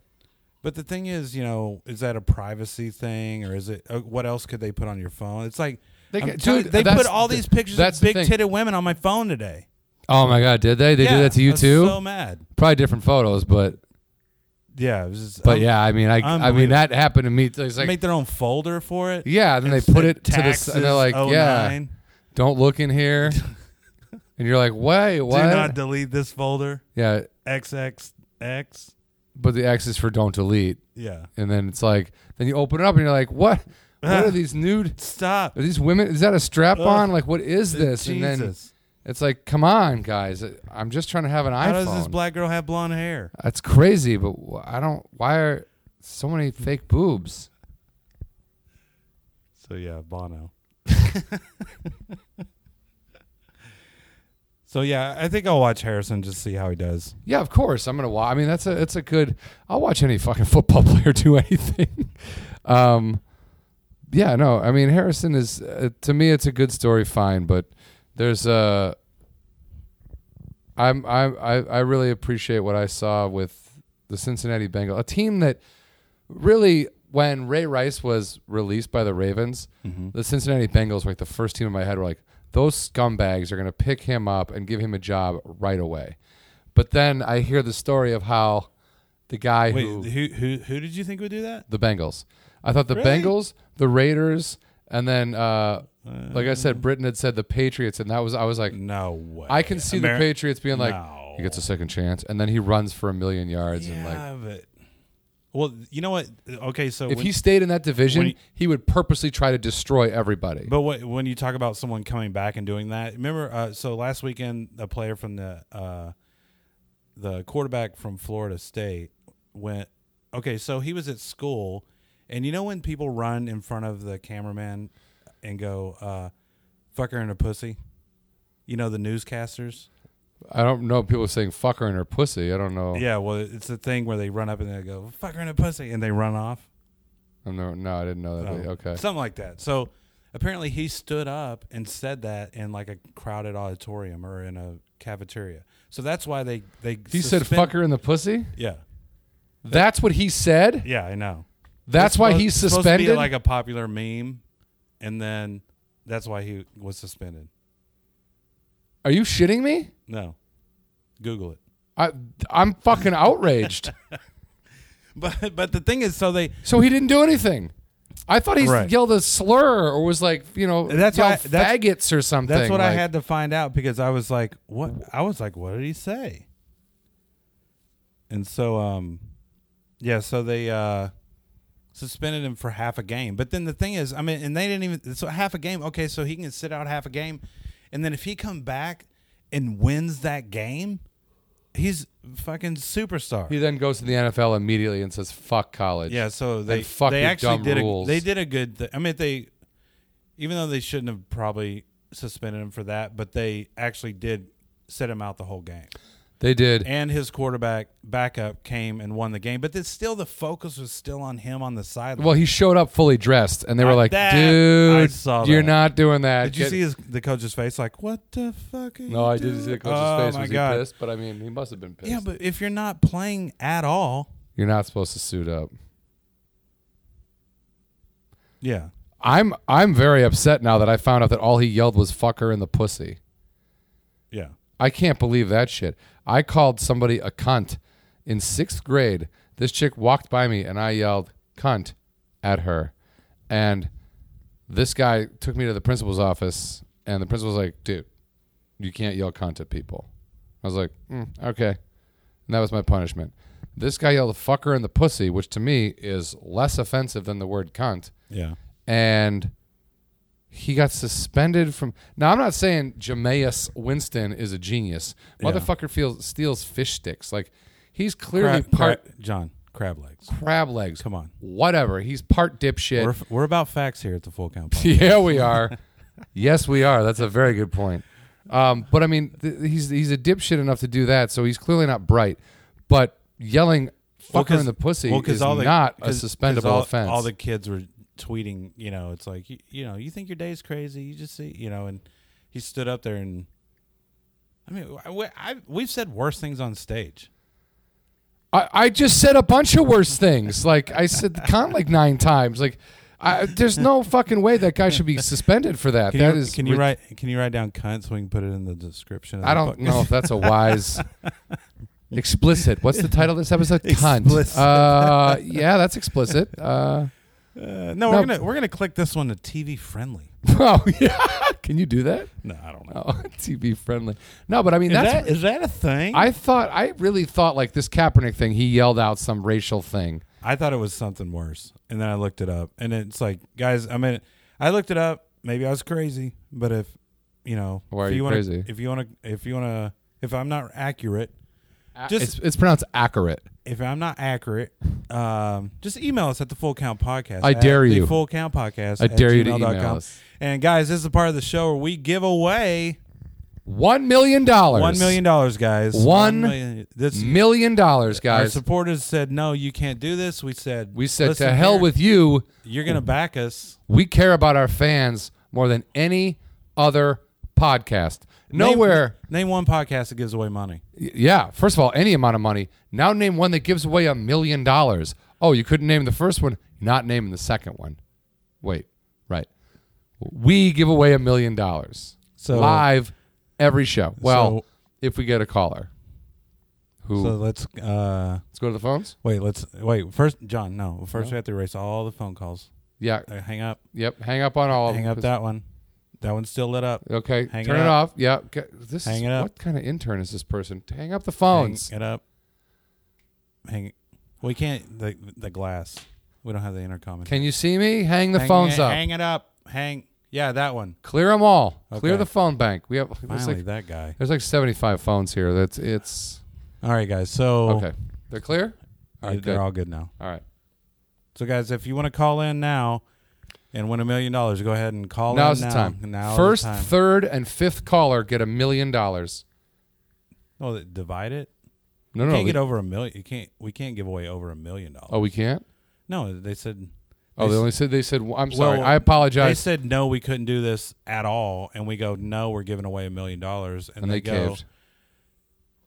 [SPEAKER 1] But the thing is, you know, is that a privacy thing or is it uh, what else could they put on your phone? It's like
[SPEAKER 3] They
[SPEAKER 1] they,
[SPEAKER 3] ca- dude,
[SPEAKER 1] they
[SPEAKER 3] that's
[SPEAKER 1] put all
[SPEAKER 3] the-
[SPEAKER 1] these pictures
[SPEAKER 3] that's
[SPEAKER 1] of
[SPEAKER 3] the
[SPEAKER 1] big
[SPEAKER 3] thing.
[SPEAKER 1] titted women on my phone today.
[SPEAKER 3] Oh my god, did they? They
[SPEAKER 1] Yeah,
[SPEAKER 3] do that to
[SPEAKER 1] I
[SPEAKER 3] you
[SPEAKER 1] was
[SPEAKER 3] too?
[SPEAKER 1] So mad.
[SPEAKER 3] Probably different photos, but
[SPEAKER 1] Yeah, it was just,
[SPEAKER 3] but
[SPEAKER 1] um,
[SPEAKER 3] yeah, I mean, I I mean
[SPEAKER 1] unbelievable.
[SPEAKER 3] that happened to me. It's like
[SPEAKER 1] make their own folder for it.
[SPEAKER 3] yeah, then they
[SPEAKER 1] It's
[SPEAKER 3] put
[SPEAKER 1] like
[SPEAKER 3] it to the s- and they're like,
[SPEAKER 1] taxes,
[SPEAKER 3] yeah,
[SPEAKER 1] 09.
[SPEAKER 3] don't look
[SPEAKER 1] <laughs>
[SPEAKER 3] in here. and you're like, wait,
[SPEAKER 1] do not
[SPEAKER 3] what?
[SPEAKER 1] delete this folder.
[SPEAKER 3] Yeah,
[SPEAKER 1] XXX.
[SPEAKER 3] but the X is for don't delete.
[SPEAKER 1] Yeah,
[SPEAKER 3] And then it's like, then you open it up and you're like, what?
[SPEAKER 1] <laughs>
[SPEAKER 3] What are these nude?
[SPEAKER 1] stop.
[SPEAKER 3] Are these women? Is that a strap on?
[SPEAKER 1] Ugh.
[SPEAKER 3] Like, what is this?
[SPEAKER 1] Jesus.
[SPEAKER 3] And then It's like, come on, guys. I'm just trying to have an
[SPEAKER 1] How
[SPEAKER 3] iPhone.
[SPEAKER 1] does this black girl have blonde hair?
[SPEAKER 3] That's crazy, but wh- I don't. Why are so many fake boobs?
[SPEAKER 1] So yeah, Bono. <laughs> so yeah, I think I'll watch Harrison just see how he does.
[SPEAKER 3] Yeah, of course I'm gonna watch. I mean, that's a it's a good. I'll watch any fucking football <laughs> player do anything. um, yeah, no, I mean Harrison is uh, to me it's a good story, fine, but there's Uh, I'm I I I really appreciate what I saw with the Cincinnati Bengals, a team that really when Ray Rice was released by the Ravens, the Cincinnati Bengals were like the first team in my head were like those scumbags are going to pick him up and give him a job right away. But then I hear the story of how the guy
[SPEAKER 1] Wait,
[SPEAKER 3] who
[SPEAKER 1] who who who did you think would do that?
[SPEAKER 3] the Bengals. I thought the
[SPEAKER 1] Really?
[SPEAKER 3] Bengals, the Raiders, and then uh, like I said, Britain had said the Patriots, and that was I was like,
[SPEAKER 1] No way.
[SPEAKER 3] I can see
[SPEAKER 1] Ameri-
[SPEAKER 3] the Patriots being like,
[SPEAKER 1] No.
[SPEAKER 3] he gets a second chance, and then he runs for a million yards, and like
[SPEAKER 1] Yeah, but well, you know what? Okay, so
[SPEAKER 3] if
[SPEAKER 1] when,
[SPEAKER 3] he stayed in that division,
[SPEAKER 1] when he-
[SPEAKER 3] he, would purposely try to destroy everybody.
[SPEAKER 1] but what, when you talk about someone coming back and doing that, remember? Uh, so last weekend, a player from the uh, the quarterback from Florida State went. Okay, so he was at school, and you know when people run in front of the cameraman and go, uh, "Fuck her in a pussy," you know the newscasters.
[SPEAKER 3] I don't know people saying fuck her and her pussy. I don't know.
[SPEAKER 1] Yeah, well, it's the thing where they run up and they go, "Fuck her in a pussy," and they run off.
[SPEAKER 3] I'm no, no, I didn't know that. but
[SPEAKER 1] Oh,
[SPEAKER 3] okay.
[SPEAKER 1] Something like that. So apparently he stood up and said that in like a crowded auditorium or in a cafeteria. So that's why they they
[SPEAKER 3] He said
[SPEAKER 1] suspend-
[SPEAKER 3] fuck her in the pussy?
[SPEAKER 1] Yeah.
[SPEAKER 3] That's what he said?
[SPEAKER 1] Yeah, I know.
[SPEAKER 3] That's
[SPEAKER 1] It's
[SPEAKER 3] why
[SPEAKER 1] supposed-
[SPEAKER 3] he's
[SPEAKER 1] it's supposed to be
[SPEAKER 3] suspended?
[SPEAKER 1] like a popular meme and then that's why he was suspended.
[SPEAKER 3] Are you shitting me?
[SPEAKER 1] No. Google it. <laughs>
[SPEAKER 3] I, I'm fucking outraged.
[SPEAKER 1] But but the thing is so they
[SPEAKER 3] so he didn't do anything. I thought he
[SPEAKER 1] Right.
[SPEAKER 3] yelled a slur or was like, you know,
[SPEAKER 1] That's
[SPEAKER 3] yelled
[SPEAKER 1] why- that's-
[SPEAKER 3] faggots or something.
[SPEAKER 1] That's what I
[SPEAKER 3] like-
[SPEAKER 1] had to find out because I was like, what? I was like, what did he say? And so, um, yeah, so they uh, suspended him for half a game. But then the thing is, I mean, and they didn't even so half a game. Okay, so he can sit out half a game, and then if he come back and wins that game, he's fucking superstar.
[SPEAKER 3] He then goes to the NFL immediately and says, fuck college.
[SPEAKER 1] Yeah, so they
[SPEAKER 3] And fuck
[SPEAKER 1] they
[SPEAKER 3] your
[SPEAKER 1] actually
[SPEAKER 3] dumb
[SPEAKER 1] did
[SPEAKER 3] rules.
[SPEAKER 1] A, they did a good. Th- I mean, they even though they shouldn't have probably suspended him for that, but they actually did sit him out the whole game.
[SPEAKER 3] They did.
[SPEAKER 1] And his quarterback backup came and won the game, but it's still the focus was still on him on the sideline.
[SPEAKER 3] Well, he showed up fully dressed, and they were
[SPEAKER 1] Uh,
[SPEAKER 3] like,
[SPEAKER 1] that- I
[SPEAKER 3] "Dude,
[SPEAKER 1] saw
[SPEAKER 3] you're
[SPEAKER 1] that.
[SPEAKER 3] not doing that."
[SPEAKER 1] did you
[SPEAKER 3] Get-
[SPEAKER 1] see his, the coach's face? Like, what the fuck? Are you
[SPEAKER 3] No, I didn't see the
[SPEAKER 1] doing?"
[SPEAKER 3] coach's
[SPEAKER 1] oh,
[SPEAKER 3] face.
[SPEAKER 1] My
[SPEAKER 3] Was
[SPEAKER 1] God.
[SPEAKER 3] he pissed? But I mean, he must have been pissed.
[SPEAKER 1] Yeah, but if you're not playing at all,
[SPEAKER 3] you're not supposed to suit up.
[SPEAKER 1] yeah,
[SPEAKER 3] I'm I'm very upset now that I found out that all he yelled was "fucker" and the pussy.
[SPEAKER 1] yeah.
[SPEAKER 3] I can't believe that shit. I called somebody a cunt in sixth grade. This chick walked by me and I yelled cunt at her. And this guy took me to the principal's office and the principal was like, dude, you can't yell cunt at people. I was like, mm, okay. And that was my punishment. This guy yelled fucker and the pussy, which to me is less offensive than the word cunt
[SPEAKER 1] Yeah.
[SPEAKER 3] and he got suspended from. Now I'm not saying Jameis Winston is a genius. Motherfucker feels steals fish sticks. Like he's clearly
[SPEAKER 1] Crab-
[SPEAKER 3] part
[SPEAKER 1] crab- John, crab legs.
[SPEAKER 3] crab legs.
[SPEAKER 1] Come on.
[SPEAKER 3] whatever. He's part dipshit. <laughs>
[SPEAKER 1] We're, we're about facts here at the full count. Podcast.
[SPEAKER 3] yeah,
[SPEAKER 1] <laughs>
[SPEAKER 3] we are. yes, we are. That's a very good point. Um, but I mean, th- he's he's a dipshit enough to do that, so he's clearly not bright. But yelling
[SPEAKER 1] Well,
[SPEAKER 3] "fucker"
[SPEAKER 1] 'cause-
[SPEAKER 3] in the pussy
[SPEAKER 1] well, 'cause
[SPEAKER 3] is
[SPEAKER 1] all the-
[SPEAKER 3] not a
[SPEAKER 1] 'cause- 'cause
[SPEAKER 3] suspendable
[SPEAKER 1] all,
[SPEAKER 3] offense.
[SPEAKER 1] All the kids were tweeting, you know, it's like you, you know, you think your day's crazy, you just see, you know, and he stood up there and I mean, I, I- we've said worse things on stage.
[SPEAKER 3] I, I just said a bunch of worse things. Like I said the con like nine times. Like I, there's no fucking way that guy should be suspended for that.
[SPEAKER 1] Can
[SPEAKER 3] That
[SPEAKER 1] you,
[SPEAKER 3] is
[SPEAKER 1] can you
[SPEAKER 3] rid-
[SPEAKER 1] write can you write down cunt so we can put it in the description? Of
[SPEAKER 3] I
[SPEAKER 1] the
[SPEAKER 3] don't
[SPEAKER 1] podcast?
[SPEAKER 3] know if that's
[SPEAKER 1] <laughs>
[SPEAKER 3] a wise explicit. What's the title of this episode? Cunt.
[SPEAKER 1] Explicit.
[SPEAKER 3] Uh, yeah, that's explicit. Uh, <laughs>
[SPEAKER 1] Uh, <laughs> no,
[SPEAKER 3] No.
[SPEAKER 1] we're gonna we're gonna click this one to TV friendly. <laughs>
[SPEAKER 3] oh yeah, can you do that?
[SPEAKER 1] No, I don't know.
[SPEAKER 3] Oh, <laughs> TV friendly. No, but I mean
[SPEAKER 1] Is
[SPEAKER 3] that's
[SPEAKER 1] that is that a thing?
[SPEAKER 3] I thought I really thought like this Kaepernick thing. He yelled out some racial thing.
[SPEAKER 1] I thought it was something worse, and then I looked it up, and it's like, guys, I mean, I looked it up. Maybe I was crazy, but if you know,
[SPEAKER 3] Why are
[SPEAKER 1] if
[SPEAKER 3] you
[SPEAKER 1] wanna,
[SPEAKER 3] crazy?
[SPEAKER 1] If you want to, if you want to, if I'm not accurate, Just-
[SPEAKER 3] it's, it's pronounced accurate.
[SPEAKER 1] if I'm not accurate, um, just email us at the Full Count Podcast.
[SPEAKER 3] I
[SPEAKER 1] at
[SPEAKER 3] dare you.
[SPEAKER 1] The Full Count Podcast.
[SPEAKER 3] I
[SPEAKER 1] at
[SPEAKER 3] dare you to
[SPEAKER 1] gmail.com.
[SPEAKER 3] email us.
[SPEAKER 1] And guys, this is the part of the show where we give away
[SPEAKER 3] One million dollars.
[SPEAKER 1] one million dollars, guys.
[SPEAKER 3] One
[SPEAKER 1] million. This,
[SPEAKER 3] Million dollars,
[SPEAKER 1] our
[SPEAKER 3] guys.
[SPEAKER 1] supporters said no, you can't do this. We said
[SPEAKER 3] we said
[SPEAKER 1] "Listen
[SPEAKER 3] to hell
[SPEAKER 1] here,
[SPEAKER 3] with you.
[SPEAKER 1] you're gonna back us.
[SPEAKER 3] We care about our fans more than any other podcast. Nowhere.
[SPEAKER 1] Name, name one podcast that gives away money.
[SPEAKER 3] y- yeah. First of all, any amount of money. Now name one that gives away a million dollars. Oh, you couldn't name the first one. You're not naming the second one. Wait. Right. We give away a million dollars
[SPEAKER 1] So-
[SPEAKER 3] live every show. Well,
[SPEAKER 1] So-
[SPEAKER 3] if we get a caller. Who?
[SPEAKER 1] So let's uh,
[SPEAKER 3] let's go to the phones.
[SPEAKER 1] wait. Let's wait. First, John. No, first we have to erase all the phone calls.
[SPEAKER 3] Yeah.
[SPEAKER 1] Uh, hang up.
[SPEAKER 3] Yep. Hang up on all of them.
[SPEAKER 1] Hang up
[SPEAKER 3] 'cause-
[SPEAKER 1] that one. That one's still lit up.
[SPEAKER 3] Okay,
[SPEAKER 1] Hang it
[SPEAKER 3] turn it,
[SPEAKER 1] up.
[SPEAKER 3] off. Yeah, okay. this
[SPEAKER 1] Hang
[SPEAKER 3] is
[SPEAKER 1] it up.
[SPEAKER 3] what kind of intern is this person? Hang up the
[SPEAKER 1] Hang
[SPEAKER 3] phones.
[SPEAKER 1] it up. Hang. We can't the the glass. We don't have the intercom.
[SPEAKER 3] Can you see me? Hang the
[SPEAKER 1] hang
[SPEAKER 3] phones
[SPEAKER 1] it,
[SPEAKER 3] up.
[SPEAKER 1] Hang it up. Hang. Yeah, that one.
[SPEAKER 3] Clear them all. Clear
[SPEAKER 1] Okay.
[SPEAKER 3] the phone bank. We have there's
[SPEAKER 1] Finally,
[SPEAKER 3] like,
[SPEAKER 1] that guy.
[SPEAKER 3] there's like 75 phones here. That's it's
[SPEAKER 1] All right, guys. So
[SPEAKER 3] okay. They're clear. All right,
[SPEAKER 1] they're
[SPEAKER 3] good.
[SPEAKER 1] all good now.
[SPEAKER 3] all right.
[SPEAKER 1] So, guys, if you want to call in now and win a million dollars, go ahead and call in
[SPEAKER 3] Now's
[SPEAKER 1] now.
[SPEAKER 3] the time.
[SPEAKER 1] Now is
[SPEAKER 3] First,
[SPEAKER 1] the time.
[SPEAKER 3] third, and fifth caller get a million dollars.
[SPEAKER 1] oh, th- divide it.
[SPEAKER 3] No,
[SPEAKER 1] You
[SPEAKER 3] no.
[SPEAKER 1] can't
[SPEAKER 3] we-
[SPEAKER 1] get over a million. You can't. We can't give away over a million dollars.
[SPEAKER 3] oh, we can't.
[SPEAKER 1] No, they said.
[SPEAKER 3] Oh,
[SPEAKER 1] they
[SPEAKER 3] they
[SPEAKER 1] s-
[SPEAKER 3] only said they said. I'm sorry.
[SPEAKER 1] Well,
[SPEAKER 3] I
[SPEAKER 1] They
[SPEAKER 3] apologize.
[SPEAKER 1] said no, we couldn't do this at all, and we go no, we're giving away a million dollars, and,
[SPEAKER 3] and they,
[SPEAKER 1] go
[SPEAKER 3] caved.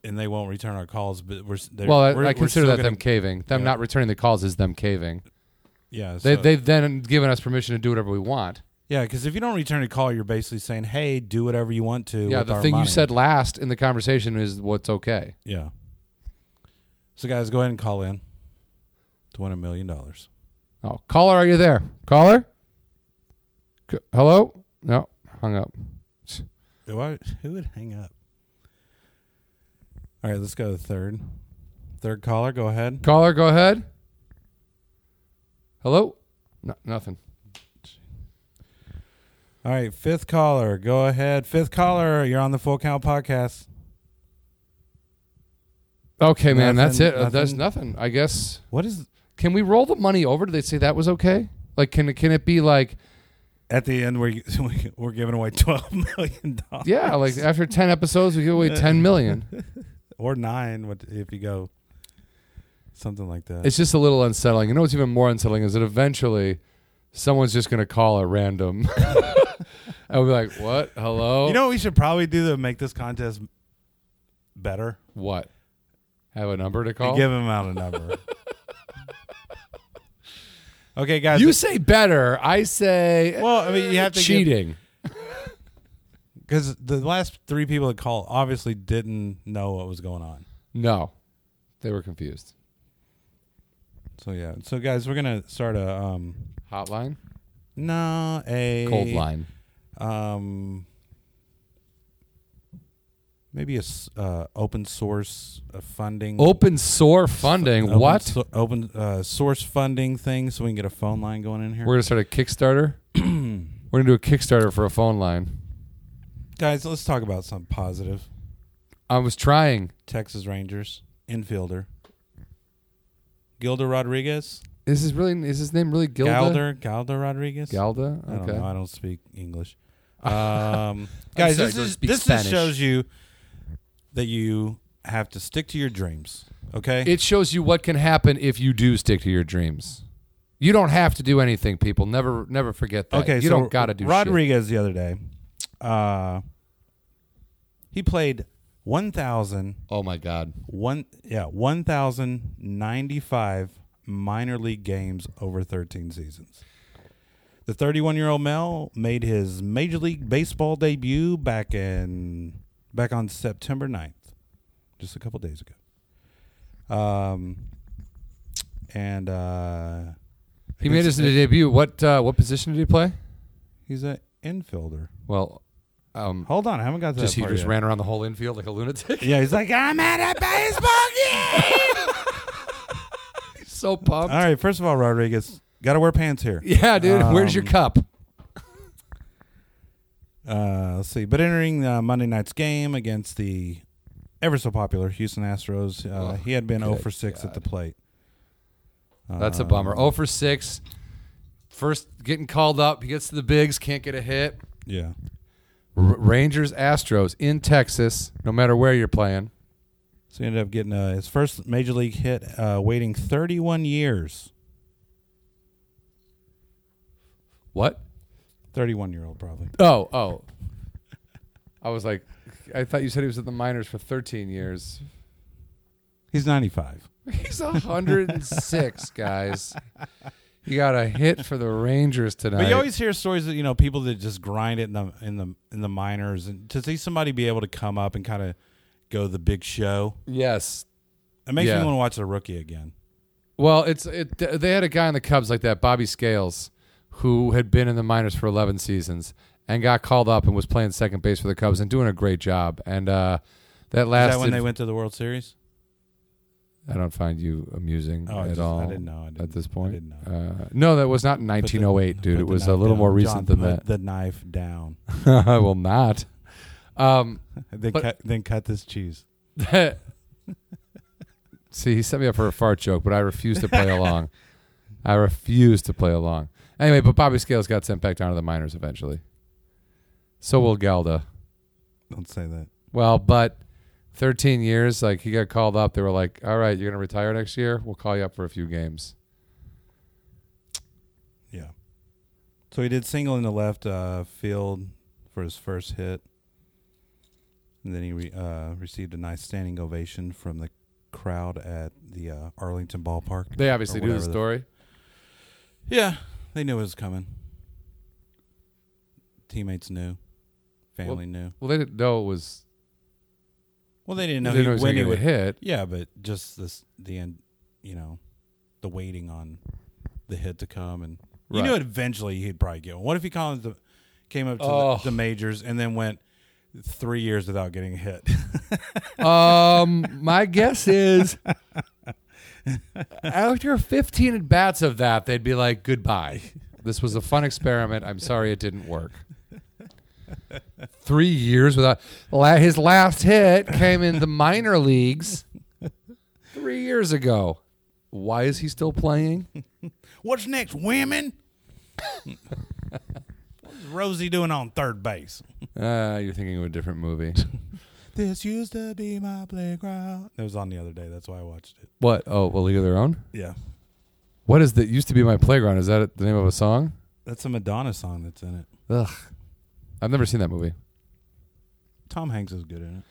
[SPEAKER 1] and they won't return our calls. But we're s- they're-
[SPEAKER 3] Well,
[SPEAKER 1] we're,
[SPEAKER 3] I, I
[SPEAKER 1] we're
[SPEAKER 3] consider
[SPEAKER 1] still
[SPEAKER 3] that
[SPEAKER 1] gonna-
[SPEAKER 3] them caving. Them
[SPEAKER 1] yeah.
[SPEAKER 3] not returning the calls is them caving.
[SPEAKER 1] Yeah, so,
[SPEAKER 3] They, they've then given us permission to do whatever we want.
[SPEAKER 1] yeah, because if you don't return a call, you're basically saying, hey, do whatever you want to.
[SPEAKER 3] Yeah,
[SPEAKER 1] with
[SPEAKER 3] the
[SPEAKER 1] our
[SPEAKER 3] thing you
[SPEAKER 1] money.
[SPEAKER 3] said last in the conversation is what's okay.
[SPEAKER 1] Yeah. So, guys, go ahead and call in to win a million dollars.
[SPEAKER 3] Oh, caller, are you there? Caller? C- Hello? No, hung up.
[SPEAKER 1] Do I- Who would hang up? All right, let's go to the third. Third caller, go ahead.
[SPEAKER 3] Caller, go ahead. Hello? No, nothing.
[SPEAKER 1] All right, fifth caller, go ahead. Fifth caller, you're on the Full Count Podcast.
[SPEAKER 3] Okay, man, that's it.
[SPEAKER 1] Nothing,
[SPEAKER 3] Uh, That's nothing. I guess.
[SPEAKER 1] What is
[SPEAKER 3] Can we roll the money over? Did they say that was okay? Like, can it- can it be like,
[SPEAKER 1] at the end where you, we're <laughs> giving away twelve <laughs> million dollars?
[SPEAKER 3] yeah, like uh, after ten episodes we give away ten million?
[SPEAKER 1] or nine, what if you go something like that?
[SPEAKER 3] It's just a little unsettling. You know what's even more unsettling is that eventually someone's just going to call at random. <laughs> I'll be like, what? Hello?
[SPEAKER 1] you know what we should probably do to make this contest better?
[SPEAKER 3] what? Have a number to
[SPEAKER 1] We
[SPEAKER 3] call?
[SPEAKER 1] give him out a
[SPEAKER 3] <laughs>
[SPEAKER 1] number. okay, guys.
[SPEAKER 3] you say better. I say
[SPEAKER 1] well, I mean, you have to
[SPEAKER 3] cheating.
[SPEAKER 1] because the last three people that called obviously didn't know what was going on.
[SPEAKER 3] No. They were confused.
[SPEAKER 1] So yeah. So guys, we're gonna start a um
[SPEAKER 3] Hotline?
[SPEAKER 1] no a
[SPEAKER 3] Cold line.
[SPEAKER 1] um maybe a s- uh, open source uh, funding
[SPEAKER 3] Open sore funding.
[SPEAKER 1] open
[SPEAKER 3] what?
[SPEAKER 1] so- open uh, source funding thing so we can get a phone line going in here
[SPEAKER 3] we're going to start
[SPEAKER 1] <clears throat>
[SPEAKER 3] a Kickstarter. we're going to do a Kickstarter for a phone line.
[SPEAKER 1] guys let's talk about something positive
[SPEAKER 3] I was trying.
[SPEAKER 1] texas rangers infielder gilda rodriguez
[SPEAKER 3] Is his really is his name really Gilda?
[SPEAKER 1] galder galder rodriguez
[SPEAKER 3] Galda?
[SPEAKER 1] i don't
[SPEAKER 3] Okay.
[SPEAKER 1] know i don't speak
[SPEAKER 3] <laughs>
[SPEAKER 1] english um, guys
[SPEAKER 3] sorry,
[SPEAKER 1] this
[SPEAKER 3] don't
[SPEAKER 1] is
[SPEAKER 3] speak
[SPEAKER 1] this
[SPEAKER 3] Spanish.
[SPEAKER 1] just shows you that you have to stick to your dreams okay
[SPEAKER 3] it shows you what can happen if you do stick to your dreams. You don't have to do anything, people. Never, never forget that.
[SPEAKER 1] Okay,
[SPEAKER 3] uh, you
[SPEAKER 1] so
[SPEAKER 3] don't gotta do shit.
[SPEAKER 1] Rodriguez the other day. Uh, he played one thousand
[SPEAKER 3] Oh my god,
[SPEAKER 1] one yeah one thousand ninety five minor league games over thirteen seasons. The thirty one year old Mel made his major league baseball debut back in back on September 9th, just a couple days ago. Um, and uh,
[SPEAKER 3] he made his debut. What uh, what position did he play?
[SPEAKER 1] he's an infielder.
[SPEAKER 3] Well, um,
[SPEAKER 1] Hold on, I haven't got to
[SPEAKER 3] just
[SPEAKER 1] that
[SPEAKER 3] he
[SPEAKER 1] part
[SPEAKER 3] just
[SPEAKER 1] yet.
[SPEAKER 3] ran around the whole infield like a lunatic. <laughs>
[SPEAKER 1] Yeah, he's like, I'm at a baseball game.
[SPEAKER 3] so pumped.
[SPEAKER 1] All right, first of all, Rodriguez, got to wear pants here.
[SPEAKER 3] Yeah, dude. where's your
[SPEAKER 1] Um,
[SPEAKER 3] cup?
[SPEAKER 1] Uh, let's see. But entering uh, Monday night's game against the ever so popular Houston Astros, uh,
[SPEAKER 3] Oh,
[SPEAKER 1] he had been 0
[SPEAKER 3] good
[SPEAKER 1] for 6 at the plate.
[SPEAKER 3] That's a
[SPEAKER 1] um,
[SPEAKER 3] bummer. Oh for six. First getting called up. He gets to the bigs, can't get a hit.
[SPEAKER 1] Yeah.
[SPEAKER 3] R- Rangers, Astros in Texas, no matter where you're playing.
[SPEAKER 1] So he ended up getting uh, his first major league hit, uh, waiting 31 years.
[SPEAKER 3] What?
[SPEAKER 1] 31 year old, probably.
[SPEAKER 3] Oh, oh. I was like, I thought you said he was at the minors for 13 years. <laughs>
[SPEAKER 1] He's 95.
[SPEAKER 3] He's 106, guys. He got a hit for the Rangers tonight.
[SPEAKER 1] But you always hear stories that you know people that just grind it in the in the in the minors, and to see somebody be able to come up and kind of go the big show,
[SPEAKER 3] yes.
[SPEAKER 1] it makes
[SPEAKER 3] Yeah.
[SPEAKER 1] me want to watch the rookie again.
[SPEAKER 3] Well, it's it. They had a guy in the Cubs like that, Bobby Scales, who had been in the minors for 11 seasons and got called up and was playing second base for the Cubs and doing a great job. And uh, that
[SPEAKER 1] Is
[SPEAKER 3] lasted.
[SPEAKER 1] that when they went to the World Series?
[SPEAKER 3] I don't find you amusing
[SPEAKER 1] Oh, I
[SPEAKER 3] at
[SPEAKER 1] just- I
[SPEAKER 3] all.
[SPEAKER 1] didn't know. I
[SPEAKER 3] at
[SPEAKER 1] didn't-
[SPEAKER 3] this
[SPEAKER 1] I
[SPEAKER 3] point.
[SPEAKER 1] didn't
[SPEAKER 3] Uh, no, that was not in
[SPEAKER 1] Put the-
[SPEAKER 3] 1908, dude.
[SPEAKER 1] put
[SPEAKER 3] It
[SPEAKER 1] the
[SPEAKER 3] was a
[SPEAKER 1] knife
[SPEAKER 3] little
[SPEAKER 1] down.
[SPEAKER 3] more recent
[SPEAKER 1] John,
[SPEAKER 3] than
[SPEAKER 1] put
[SPEAKER 3] that.
[SPEAKER 1] The knife down. <laughs>
[SPEAKER 3] <laughs> I will not. Um, <laughs>
[SPEAKER 1] then
[SPEAKER 3] But-
[SPEAKER 1] cut. Then cut this cheese.
[SPEAKER 3] see, he set me up for a fart joke, but I refuse to play along. I refuse to play along. Anyway, but Bobby Scales got sent back down to the minors eventually. So will Gelda.
[SPEAKER 1] Don't say that.
[SPEAKER 3] Well, but 13 years, like he got called up. They were like, all right, you're going to retire next year. We'll call you up for a few games.
[SPEAKER 1] Yeah. So he did single in the left uh, field for his first hit, and then he re- uh, received a nice standing ovation from the crowd at the uh, Arlington Ballpark.
[SPEAKER 3] They obviously
[SPEAKER 1] or
[SPEAKER 3] knew the
[SPEAKER 1] whatever
[SPEAKER 3] story.
[SPEAKER 1] Yeah, they knew it was coming. Teammates knew, family knew.
[SPEAKER 3] Well, they didn't know it was.
[SPEAKER 1] Well, they didn't know
[SPEAKER 3] they
[SPEAKER 1] he,
[SPEAKER 3] didn't know it was
[SPEAKER 1] when
[SPEAKER 3] gonna
[SPEAKER 1] he
[SPEAKER 3] get
[SPEAKER 1] would
[SPEAKER 3] a hit.
[SPEAKER 1] Yeah, but just this the end, you know, the waiting on the hit to come, and you knew
[SPEAKER 3] Right.
[SPEAKER 1] eventually he'd probably get one. What if he called the, came up to
[SPEAKER 3] Oh.
[SPEAKER 1] the, the majors and then went three years without getting a hit? <laughs>
[SPEAKER 3] Um, my guess is after 15 at bats of that, they'd be like, goodbye. This was a fun experiment. I'm sorry it didn't work. Three years without la- his last hit came in the minor leagues three years ago. Why is he still playing?
[SPEAKER 1] What's next, women? What's Rosie doing on third base?
[SPEAKER 3] Uh, you're thinking of a different movie.
[SPEAKER 1] This used to be my playground. It was on the other day. That's why I watched it.
[SPEAKER 3] What? Oh, well, League of Their Own?
[SPEAKER 1] Yeah,
[SPEAKER 3] What is that? Used to be my playground. Is that the name of a song?
[SPEAKER 1] that's a Madonna song that's in it.
[SPEAKER 3] Ugh. I've never seen that movie.
[SPEAKER 1] Tom Hanks is good in it.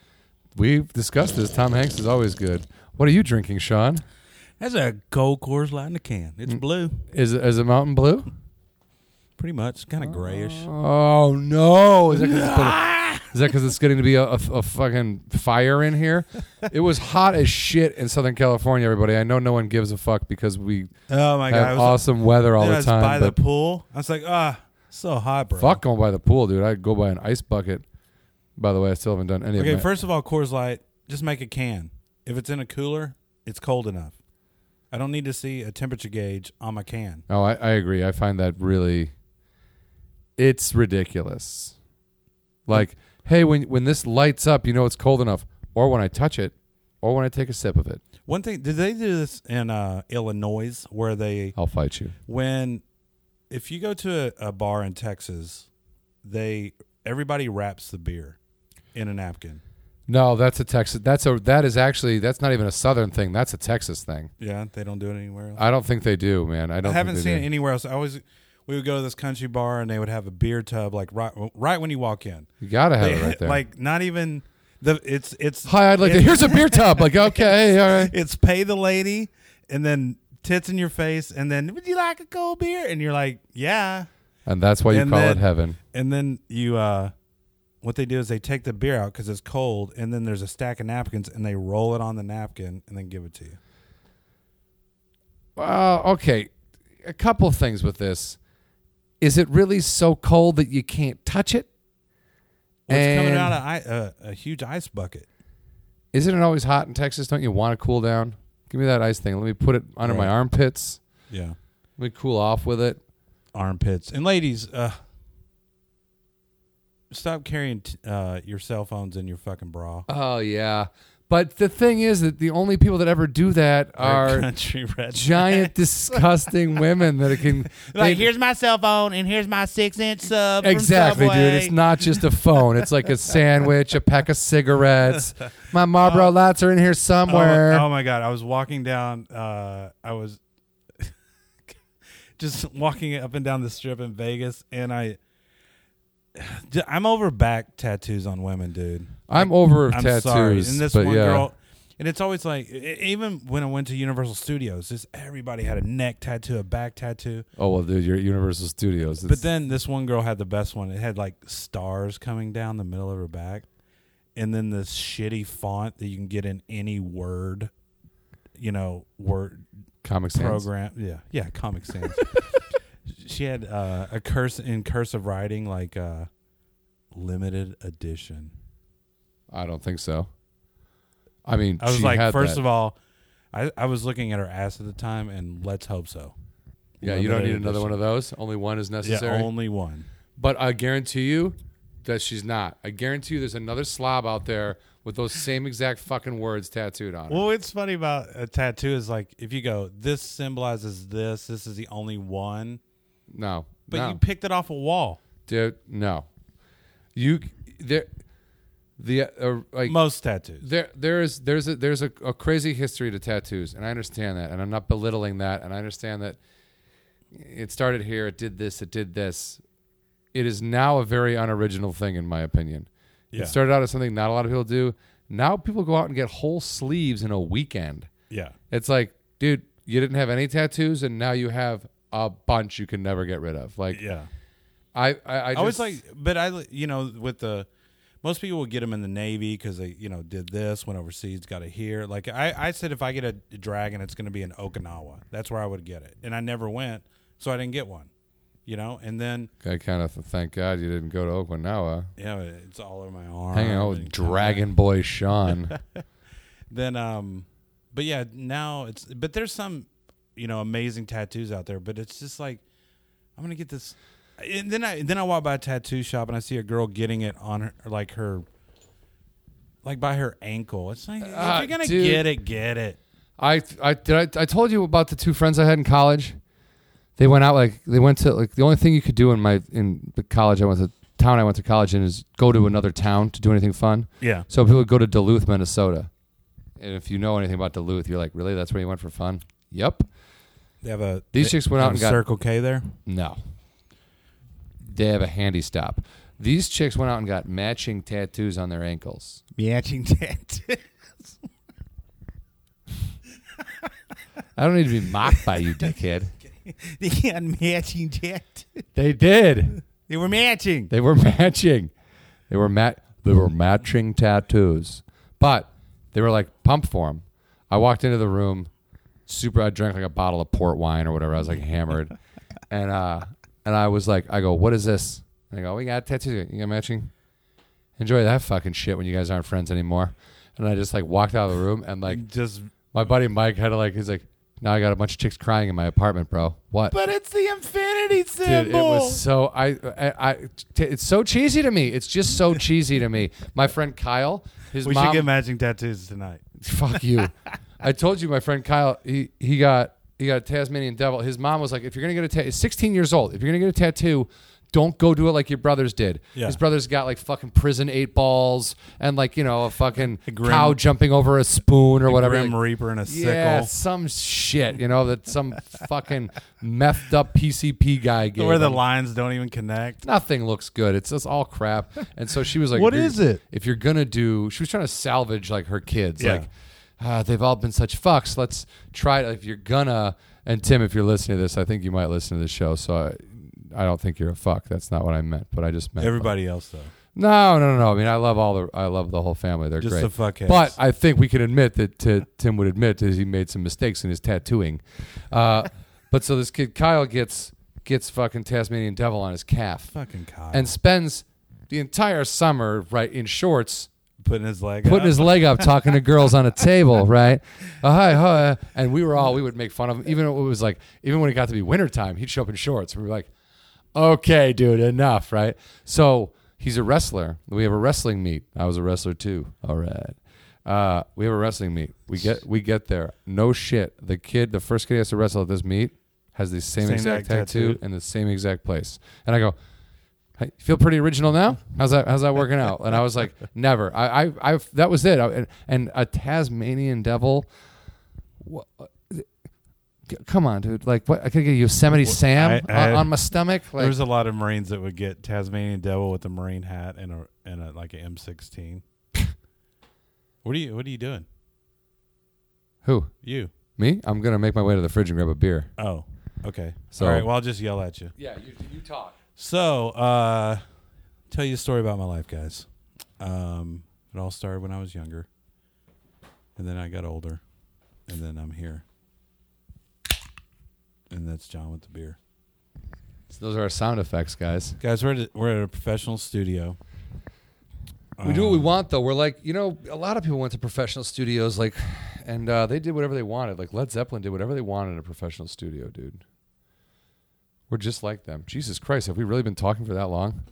[SPEAKER 3] We've discussed this. Tom Hanks is always good. What are you drinking, Sean?
[SPEAKER 1] That's a cold Coors Light in a can. It's blue,
[SPEAKER 3] Is it, is it Mountain Blue?
[SPEAKER 1] Mm. pretty much, kind of grayish.
[SPEAKER 3] Oh no! Is that
[SPEAKER 1] <laughs>
[SPEAKER 3] because it's, getting to be a, a, a fucking fire in here? It was hot as shit in Southern California. Everybody, I know no one gives a fuck because we
[SPEAKER 1] Oh my god! I
[SPEAKER 3] have
[SPEAKER 1] was,
[SPEAKER 3] awesome weather all
[SPEAKER 1] dude, I
[SPEAKER 3] the
[SPEAKER 1] was
[SPEAKER 3] time.
[SPEAKER 1] by the
[SPEAKER 3] but
[SPEAKER 1] pool. I was like, ah, so hot, bro.
[SPEAKER 3] fuck going by the pool, dude. I'd go by an ice bucket. By the way, I still haven't done any
[SPEAKER 1] Okay,
[SPEAKER 3] of my.
[SPEAKER 1] first of all, Coors Light, just make a can. If it's in a cooler, it's cold enough. I don't need to see a temperature gauge on my can.
[SPEAKER 3] oh, I, I agree. I find that really, it's ridiculous. Like, hey, when when this lights up, you know it's cold enough, or when I touch it, or when I take a sip of it,
[SPEAKER 1] One thing, did they do this in uh, Illinois where they
[SPEAKER 3] I'll fight you.
[SPEAKER 1] when if you go to a, a bar in Texas, they everybody wraps the beer in a napkin.
[SPEAKER 3] No, that's a Texas. That's a that is actually that's not even a Southern thing. That's a Texas thing.
[SPEAKER 1] Yeah, they don't do it anywhere else.
[SPEAKER 3] I don't think they do, man. I don't.
[SPEAKER 1] I haven't
[SPEAKER 3] think they
[SPEAKER 1] seen
[SPEAKER 3] do.
[SPEAKER 1] it anywhere else. I always we would go to this country bar and they would have a beer tub like right right when you walk in.
[SPEAKER 3] You gotta have
[SPEAKER 1] They- <laughs>
[SPEAKER 3] it right there.
[SPEAKER 1] Like not even the it's it's
[SPEAKER 3] hi, I'd like to.
[SPEAKER 1] it-
[SPEAKER 3] Here's a beer
[SPEAKER 1] <laughs>
[SPEAKER 3] tub. Like, okay, all right.
[SPEAKER 1] It's pay the lady and then tits in your face and then would you like a cold beer and you're like yeah
[SPEAKER 3] And that's why you
[SPEAKER 1] And
[SPEAKER 3] call
[SPEAKER 1] then-
[SPEAKER 3] it heaven.
[SPEAKER 1] and then you uh what they do is they take the beer out because it's cold and then there's a stack of napkins and they roll it on the napkin and then give it to you.
[SPEAKER 3] Well, okay. A couple things with this. Is it really so cold that you can't touch it?
[SPEAKER 1] Well, it's coming
[SPEAKER 3] And-
[SPEAKER 1] out of I, uh, a huge ice bucket.
[SPEAKER 3] Isn't it always hot in Texas? Don't you want to cool down? Give me that ice thing. Let me put it under my
[SPEAKER 1] Right.
[SPEAKER 3] armpits.
[SPEAKER 1] Yeah.
[SPEAKER 3] Let me cool off with it.
[SPEAKER 1] armpits. And ladies, uh stop carrying t- uh, your cell phones in your fucking bra.
[SPEAKER 3] Oh yeah. But the thing is that the only people that ever do that
[SPEAKER 1] <laughs>
[SPEAKER 3] are <laughs>
[SPEAKER 1] country red.
[SPEAKER 3] giant, disgusting women that
[SPEAKER 1] <laughs>
[SPEAKER 3] it can.
[SPEAKER 1] like
[SPEAKER 3] they-
[SPEAKER 1] here's my cell phone and here's my six inch sub. from
[SPEAKER 3] exactly, dude. It's
[SPEAKER 1] Subway.
[SPEAKER 3] not just a phone.
[SPEAKER 1] <laughs>
[SPEAKER 3] It's like a sandwich, a pack of cigarettes. My Marlboro lights are in here
[SPEAKER 1] Oh my-
[SPEAKER 3] somewhere.
[SPEAKER 1] Um, Oh, my god! I was walking down. Uh, I was <laughs> just walking up and down the strip in Vegas, and I, <sighs> I'm over back tattoos on women, dude.
[SPEAKER 3] I'm over
[SPEAKER 1] I'm
[SPEAKER 3] tattoos.
[SPEAKER 1] sorry. And this
[SPEAKER 3] but
[SPEAKER 1] one
[SPEAKER 3] yeah.
[SPEAKER 1] girl, and it's always like, e- even when I went to Universal Studios, just everybody had a neck tattoo, a back tattoo.
[SPEAKER 3] Oh well, dude, you're at Universal Studios.
[SPEAKER 1] But then this one girl had the best one. It had like stars coming down the middle of her back, and then this shitty font that you can get in any word, you know, word
[SPEAKER 3] comic
[SPEAKER 1] program. Yeah, yeah, Comic
[SPEAKER 3] <laughs>
[SPEAKER 1] Sans. she had uh, a curse in cursive writing, like uh, limited edition.
[SPEAKER 3] I don't think so. I mean,
[SPEAKER 1] I was
[SPEAKER 3] she
[SPEAKER 1] like,
[SPEAKER 3] had
[SPEAKER 1] first
[SPEAKER 3] that.
[SPEAKER 1] of all, I, I was looking at her ass at the time, and let's hope so.
[SPEAKER 3] yeah, you don't need
[SPEAKER 1] limited
[SPEAKER 3] another one of those. Only one is
[SPEAKER 1] Yeah,
[SPEAKER 3] necessary.
[SPEAKER 1] only one.
[SPEAKER 3] But I guarantee you that she's not. I guarantee you there's another slob out there with those same exact fucking words tattooed on. her.
[SPEAKER 1] Well, what's funny about a tattoo is like if you go, this symbolizes this. This is the only one,
[SPEAKER 3] no,
[SPEAKER 1] but
[SPEAKER 3] no,
[SPEAKER 1] you picked it off a wall.
[SPEAKER 3] dude, no. You there, the uh, like
[SPEAKER 1] Most tattoos.
[SPEAKER 3] there there is there's a there's a, a crazy history to tattoos, and I understand that, and I'm not belittling that, and I understand that it started here, it did this, it did this. It is now a very unoriginal thing, in my opinion.
[SPEAKER 1] Yeah.
[SPEAKER 3] It started out as something not a lot of people do. Now people go out and get whole sleeves in a weekend.
[SPEAKER 1] Yeah,
[SPEAKER 3] It's like, dude, you didn't have any tattoos, and now you have a bunch you can never get rid of. Like,
[SPEAKER 1] yeah.
[SPEAKER 3] I, I, I,
[SPEAKER 1] I was
[SPEAKER 3] just-
[SPEAKER 1] like, but I, li- you know, with the most people will get them in the Navy because they, you know, did this, went overseas, got it here. Like I, I said, if I get a dragon, it's going to be in Okinawa. That's where I would get it, and I never went, so I didn't get one. You know, and then
[SPEAKER 3] I kind of thank God you didn't go to Okinawa.
[SPEAKER 1] you know, it's all over my arm.
[SPEAKER 3] Hanging out with
[SPEAKER 1] and-
[SPEAKER 3] Dragon Boy
[SPEAKER 1] <laughs>
[SPEAKER 3] Sean.
[SPEAKER 1] Then, um, but yeah, now it's but there's some, you know, amazing tattoos out there, but it's just like I'm gonna get this. And then I then I walk by a tattoo shop and I see a girl getting it on her like her like by her ankle. It's like if
[SPEAKER 3] Ah,
[SPEAKER 1] you're gonna
[SPEAKER 3] dude.
[SPEAKER 1] get it, get it.
[SPEAKER 3] I, I did. I, I told you about the two friends I had in college. They went out like they went to like the only thing you could do in my in the college I went to town I went to college in is go to another town to do anything fun.
[SPEAKER 1] Yeah.
[SPEAKER 3] So people would go to Duluth, Minnesota, and if you know anything about Duluth, you're like, really? That's where you went for fun? Yep.
[SPEAKER 1] They have a
[SPEAKER 3] These
[SPEAKER 1] they
[SPEAKER 3] chicks went out
[SPEAKER 1] have
[SPEAKER 3] and
[SPEAKER 1] a
[SPEAKER 3] got-
[SPEAKER 1] Circle K there.
[SPEAKER 3] No. They have a handy stop. These chicks went out and got matching tattoos on their ankles.
[SPEAKER 1] Matching <laughs> tattoo.
[SPEAKER 3] I don't need to be mocked by you, dickhead.
[SPEAKER 1] they had matching tattoo.
[SPEAKER 3] They did.
[SPEAKER 1] They were matching.
[SPEAKER 3] They were <laughs> matching. They were mat. They were matching tattoos, but they were like pump form. I walked into the room, super. I drank like a bottle of port wine or whatever. I was like hammered, and uh, and I was like, I go, what is this? And I go, we got tattoos. You got matching. Enjoy that fucking shit when you guys aren't friends anymore. And I just like walked out of the room and like
[SPEAKER 1] Just
[SPEAKER 3] my buddy Mike had to like he's like, now I got a bunch of chicks crying in my apartment, bro. What?
[SPEAKER 1] But it's the infinity symbol.
[SPEAKER 3] Dude, it was so I, I, I t- it's so cheesy to me. It's just
[SPEAKER 1] <laughs>
[SPEAKER 3] so cheesy to me. My friend Kyle, his
[SPEAKER 1] we should
[SPEAKER 3] mom,
[SPEAKER 1] get matching tattoos tonight.
[SPEAKER 3] <laughs> fuck you.
[SPEAKER 1] <laughs>
[SPEAKER 3] I told you, my friend Kyle, he he got he got a Tasmanian devil. His mom was like, if you're gonna get a tattoo, he's 16 years old. If you're gonna get a tattoo, don't go do it like your brothers did.
[SPEAKER 1] Yeah.
[SPEAKER 3] His brothers got like fucking prison eight balls and like you know a fucking
[SPEAKER 1] grim-
[SPEAKER 3] cow jumping over a spoon or whatever.
[SPEAKER 1] Grim
[SPEAKER 3] Like,
[SPEAKER 1] Reaper and a
[SPEAKER 3] yeah,
[SPEAKER 1] sickle.
[SPEAKER 3] some shit, you know, that some fucking methed up PCP guy
[SPEAKER 1] <laughs>
[SPEAKER 3] gave.
[SPEAKER 1] Where the
[SPEAKER 3] him
[SPEAKER 1] lines don't even connect.
[SPEAKER 3] nothing looks good. It's just all crap. And so she was
[SPEAKER 1] <laughs>
[SPEAKER 3] like,
[SPEAKER 1] What
[SPEAKER 3] "If you're-
[SPEAKER 1] is it?"
[SPEAKER 3] If you're gonna do, she was trying to salvage like her kids.
[SPEAKER 1] Yeah.
[SPEAKER 3] Like, ah, they've all been such fucks. Let's try it. If you're gonna, and Tim, if you're listening to this, I think you might listen to this show. So I, I don't think you're a fuck. That's not what I meant. But I just meant
[SPEAKER 1] Everybody else though.
[SPEAKER 3] No, no, no, no. I mean, I love all the, I love the whole family. They're
[SPEAKER 1] Just
[SPEAKER 3] great.
[SPEAKER 1] the fuckheads.
[SPEAKER 3] But I think we can admit that to, Tim would admit that he made some mistakes in his tattooing. Uh, <laughs> but so this kid Kyle gets gets fucking Tasmanian devil on his calf
[SPEAKER 1] Fucking Kyle.
[SPEAKER 3] and spends the entire summer right in shorts
[SPEAKER 1] putting his leg
[SPEAKER 3] putting
[SPEAKER 1] up.
[SPEAKER 3] his leg up talking to girls
[SPEAKER 1] <laughs>
[SPEAKER 3] on a table right uh, hi, hi. and we were all we would make fun of him even when it was like even when it got to be wintertime he'd show up in shorts we were like okay dude enough right so He's a wrestler. We have a wrestling meet. I was a wrestler too. All right. Uh, we have a wrestling meet. We get we get there. No shit. The kid, the first kid he has to wrestle at this meet, has the same,
[SPEAKER 1] Same
[SPEAKER 3] exact
[SPEAKER 1] exact
[SPEAKER 3] tattoo,
[SPEAKER 1] tattoo.
[SPEAKER 3] in the same exact place. And I go, hey, feel pretty original now. How's that? How's that working out? And I was <laughs> like, never. I I, I that was it. I, and, and a Tasmanian devil. What? Come on, dude! Like, what? I could get Yosemite Sam
[SPEAKER 1] I- I-
[SPEAKER 3] on, on my stomach. Like,
[SPEAKER 1] There's a lot of Marines that would get Tasmanian Devil with a Marine hat and a and a like an
[SPEAKER 3] <laughs>
[SPEAKER 1] M16. what are you What are you doing?
[SPEAKER 3] who?
[SPEAKER 1] You?
[SPEAKER 3] Me? I'm gonna make my way to the fridge and grab a beer.
[SPEAKER 1] Oh, okay.
[SPEAKER 3] So-
[SPEAKER 1] All right. Well, I'll just yell at you.
[SPEAKER 3] Yeah, you, you talk.
[SPEAKER 1] So, uh, tell you a story about my life, guys. Um, it all started when I was younger, and then I got older, and then I'm here. And that's John with the beer.
[SPEAKER 3] those are our sound effects, guys.
[SPEAKER 1] Guys, we're at a, we're at a professional studio.
[SPEAKER 3] We do what we
[SPEAKER 1] Um,
[SPEAKER 3] want, though. We're like, you know, a lot of people went to professional studios, like, and uh, they did whatever they wanted. Like Led Zeppelin did whatever they wanted in a professional studio, dude. We're just like them. Jesus Christ, have we really been talking for that long?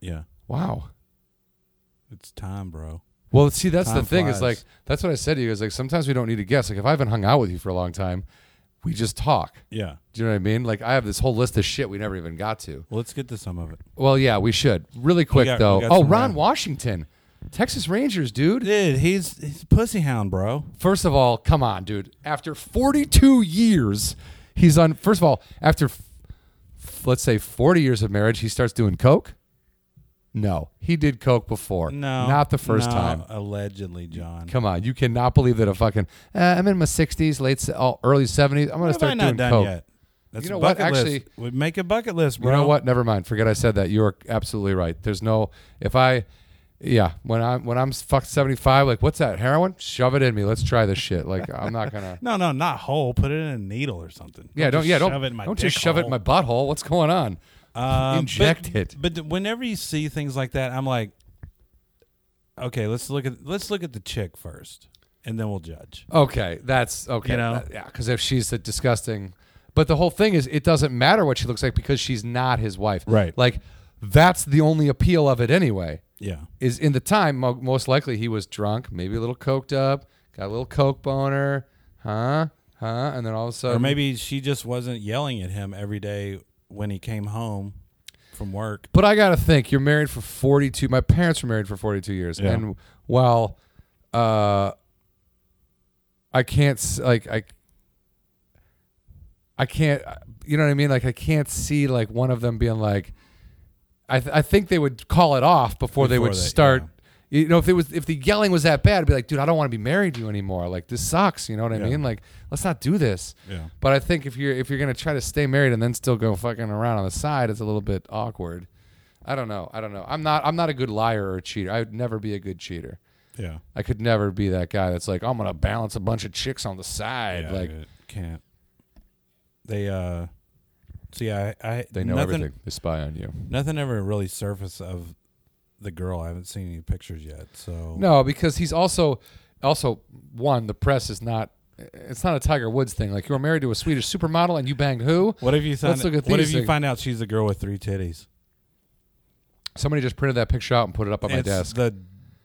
[SPEAKER 1] Yeah,
[SPEAKER 3] Wow.
[SPEAKER 1] it's time, bro.
[SPEAKER 3] Well, see, that's the
[SPEAKER 1] Time
[SPEAKER 3] thing is
[SPEAKER 1] flies.
[SPEAKER 3] like that's what I said to you is like sometimes we don't need to guess. Like if I haven't hung out with you for a long time, we just talk.
[SPEAKER 1] Yeah.
[SPEAKER 3] Do you know what I mean? Like I have this whole list of shit we never even got to.
[SPEAKER 1] Well, let's get to some of it.
[SPEAKER 3] Well, yeah, we should. Really quick
[SPEAKER 1] got-
[SPEAKER 3] though.
[SPEAKER 1] we got
[SPEAKER 3] Oh,
[SPEAKER 1] some uh,
[SPEAKER 3] Ron
[SPEAKER 1] Ron.
[SPEAKER 3] Washington, Texas Rangers, dude.
[SPEAKER 1] Dude, he's he's a pussy hound, bro.
[SPEAKER 3] First of all, come on, dude. After 42 years, he's on. First of all, after f- f- let's say 40 years of marriage, he starts doing coke. No, he did coke before.
[SPEAKER 1] No.
[SPEAKER 3] not the first
[SPEAKER 1] no,
[SPEAKER 3] time.
[SPEAKER 1] Allegedly, John.
[SPEAKER 3] Come on, you cannot believe that a fucking. Uh, I'm in my 60s, late, se- oh, early 70s. I'm gonna
[SPEAKER 1] What have I
[SPEAKER 3] start
[SPEAKER 1] not
[SPEAKER 3] doing
[SPEAKER 1] done
[SPEAKER 3] coke.
[SPEAKER 1] yet? That's
[SPEAKER 3] You
[SPEAKER 1] a
[SPEAKER 3] know what?
[SPEAKER 1] bucket list.
[SPEAKER 3] Actually-
[SPEAKER 1] we make a bucket list, bro.
[SPEAKER 3] You know what? Never mind. Forget I said that. You're absolutely right. There's no if I yeah, when I'm when I'm fucked 75, like what's that? Heroin? Shove it in me. Let's try this shit. Like I'm not going to
[SPEAKER 1] No, no, not whole. Put it in a needle or something.
[SPEAKER 3] Yeah, don't
[SPEAKER 1] just
[SPEAKER 3] yeah, don't
[SPEAKER 1] shove it in my
[SPEAKER 3] don't just
[SPEAKER 1] dick
[SPEAKER 3] shove it in my
[SPEAKER 1] hole.
[SPEAKER 3] butthole. What's going on?
[SPEAKER 1] Um,
[SPEAKER 3] inject
[SPEAKER 1] but,
[SPEAKER 3] it.
[SPEAKER 1] But th- whenever you see things like that, I'm like, okay, let's look at let's look at the chick first, and then we'll judge.
[SPEAKER 3] Okay, that's okay.
[SPEAKER 1] You know?
[SPEAKER 3] That- yeah, cuz if she's a disgusting but the whole thing is it doesn't matter what she looks like because she's not his wife.
[SPEAKER 1] Right.
[SPEAKER 3] Like that's the only appeal of it anyway.
[SPEAKER 1] Yeah,
[SPEAKER 3] is in the time mo- most likely he was drunk, maybe a little coked up, got a little coke boner, huh, huh, and then all of a sudden,
[SPEAKER 1] or maybe she just wasn't yelling at him every day when he came home from work.
[SPEAKER 3] But I gotta think, you're married for 42. My parents were married for 42 years,
[SPEAKER 1] Yeah.
[SPEAKER 3] and while uh, I can't s- like I. I can't, you know what I mean? Like, I can't see like one of them being like, I, th- I think they would call it off before, they
[SPEAKER 1] Before
[SPEAKER 3] would
[SPEAKER 1] they-
[SPEAKER 3] start. You know, if it was if the yelling was that bad, I'd be like, dude, I don't want to be married to you anymore. Like, this sucks. You know what I
[SPEAKER 1] Yeah.
[SPEAKER 3] mean? Like, let's not do this.
[SPEAKER 1] Yeah.
[SPEAKER 3] But I think if you're if you're gonna try to stay married and then still go fucking around on the side, it's a little bit awkward. I don't know. I don't know. I'm not. I'm not a good liar or a cheater. I would never be a good cheater.
[SPEAKER 1] Yeah,
[SPEAKER 3] I could never be that guy that's like, I'm gonna balance a bunch of chicks on the side.
[SPEAKER 1] yeah
[SPEAKER 3] like
[SPEAKER 1] I can't. They uh, see, I, I
[SPEAKER 3] they know
[SPEAKER 1] nothing,
[SPEAKER 3] everything. They spy on you.
[SPEAKER 1] Nothing ever really surfaced of the girl. I haven't seen any pictures yet, so
[SPEAKER 3] No, because he's also also one. The press is not. It's not a Tiger Woods thing. Like you were married to a Swedish supermodel and you banged who?
[SPEAKER 1] What if you find,
[SPEAKER 3] Let's look at
[SPEAKER 1] What
[SPEAKER 3] these
[SPEAKER 1] if you
[SPEAKER 3] things.
[SPEAKER 1] find out she's the girl with three titties?
[SPEAKER 3] Somebody just printed that picture out and put it up on my
[SPEAKER 1] it's
[SPEAKER 3] desk.
[SPEAKER 1] the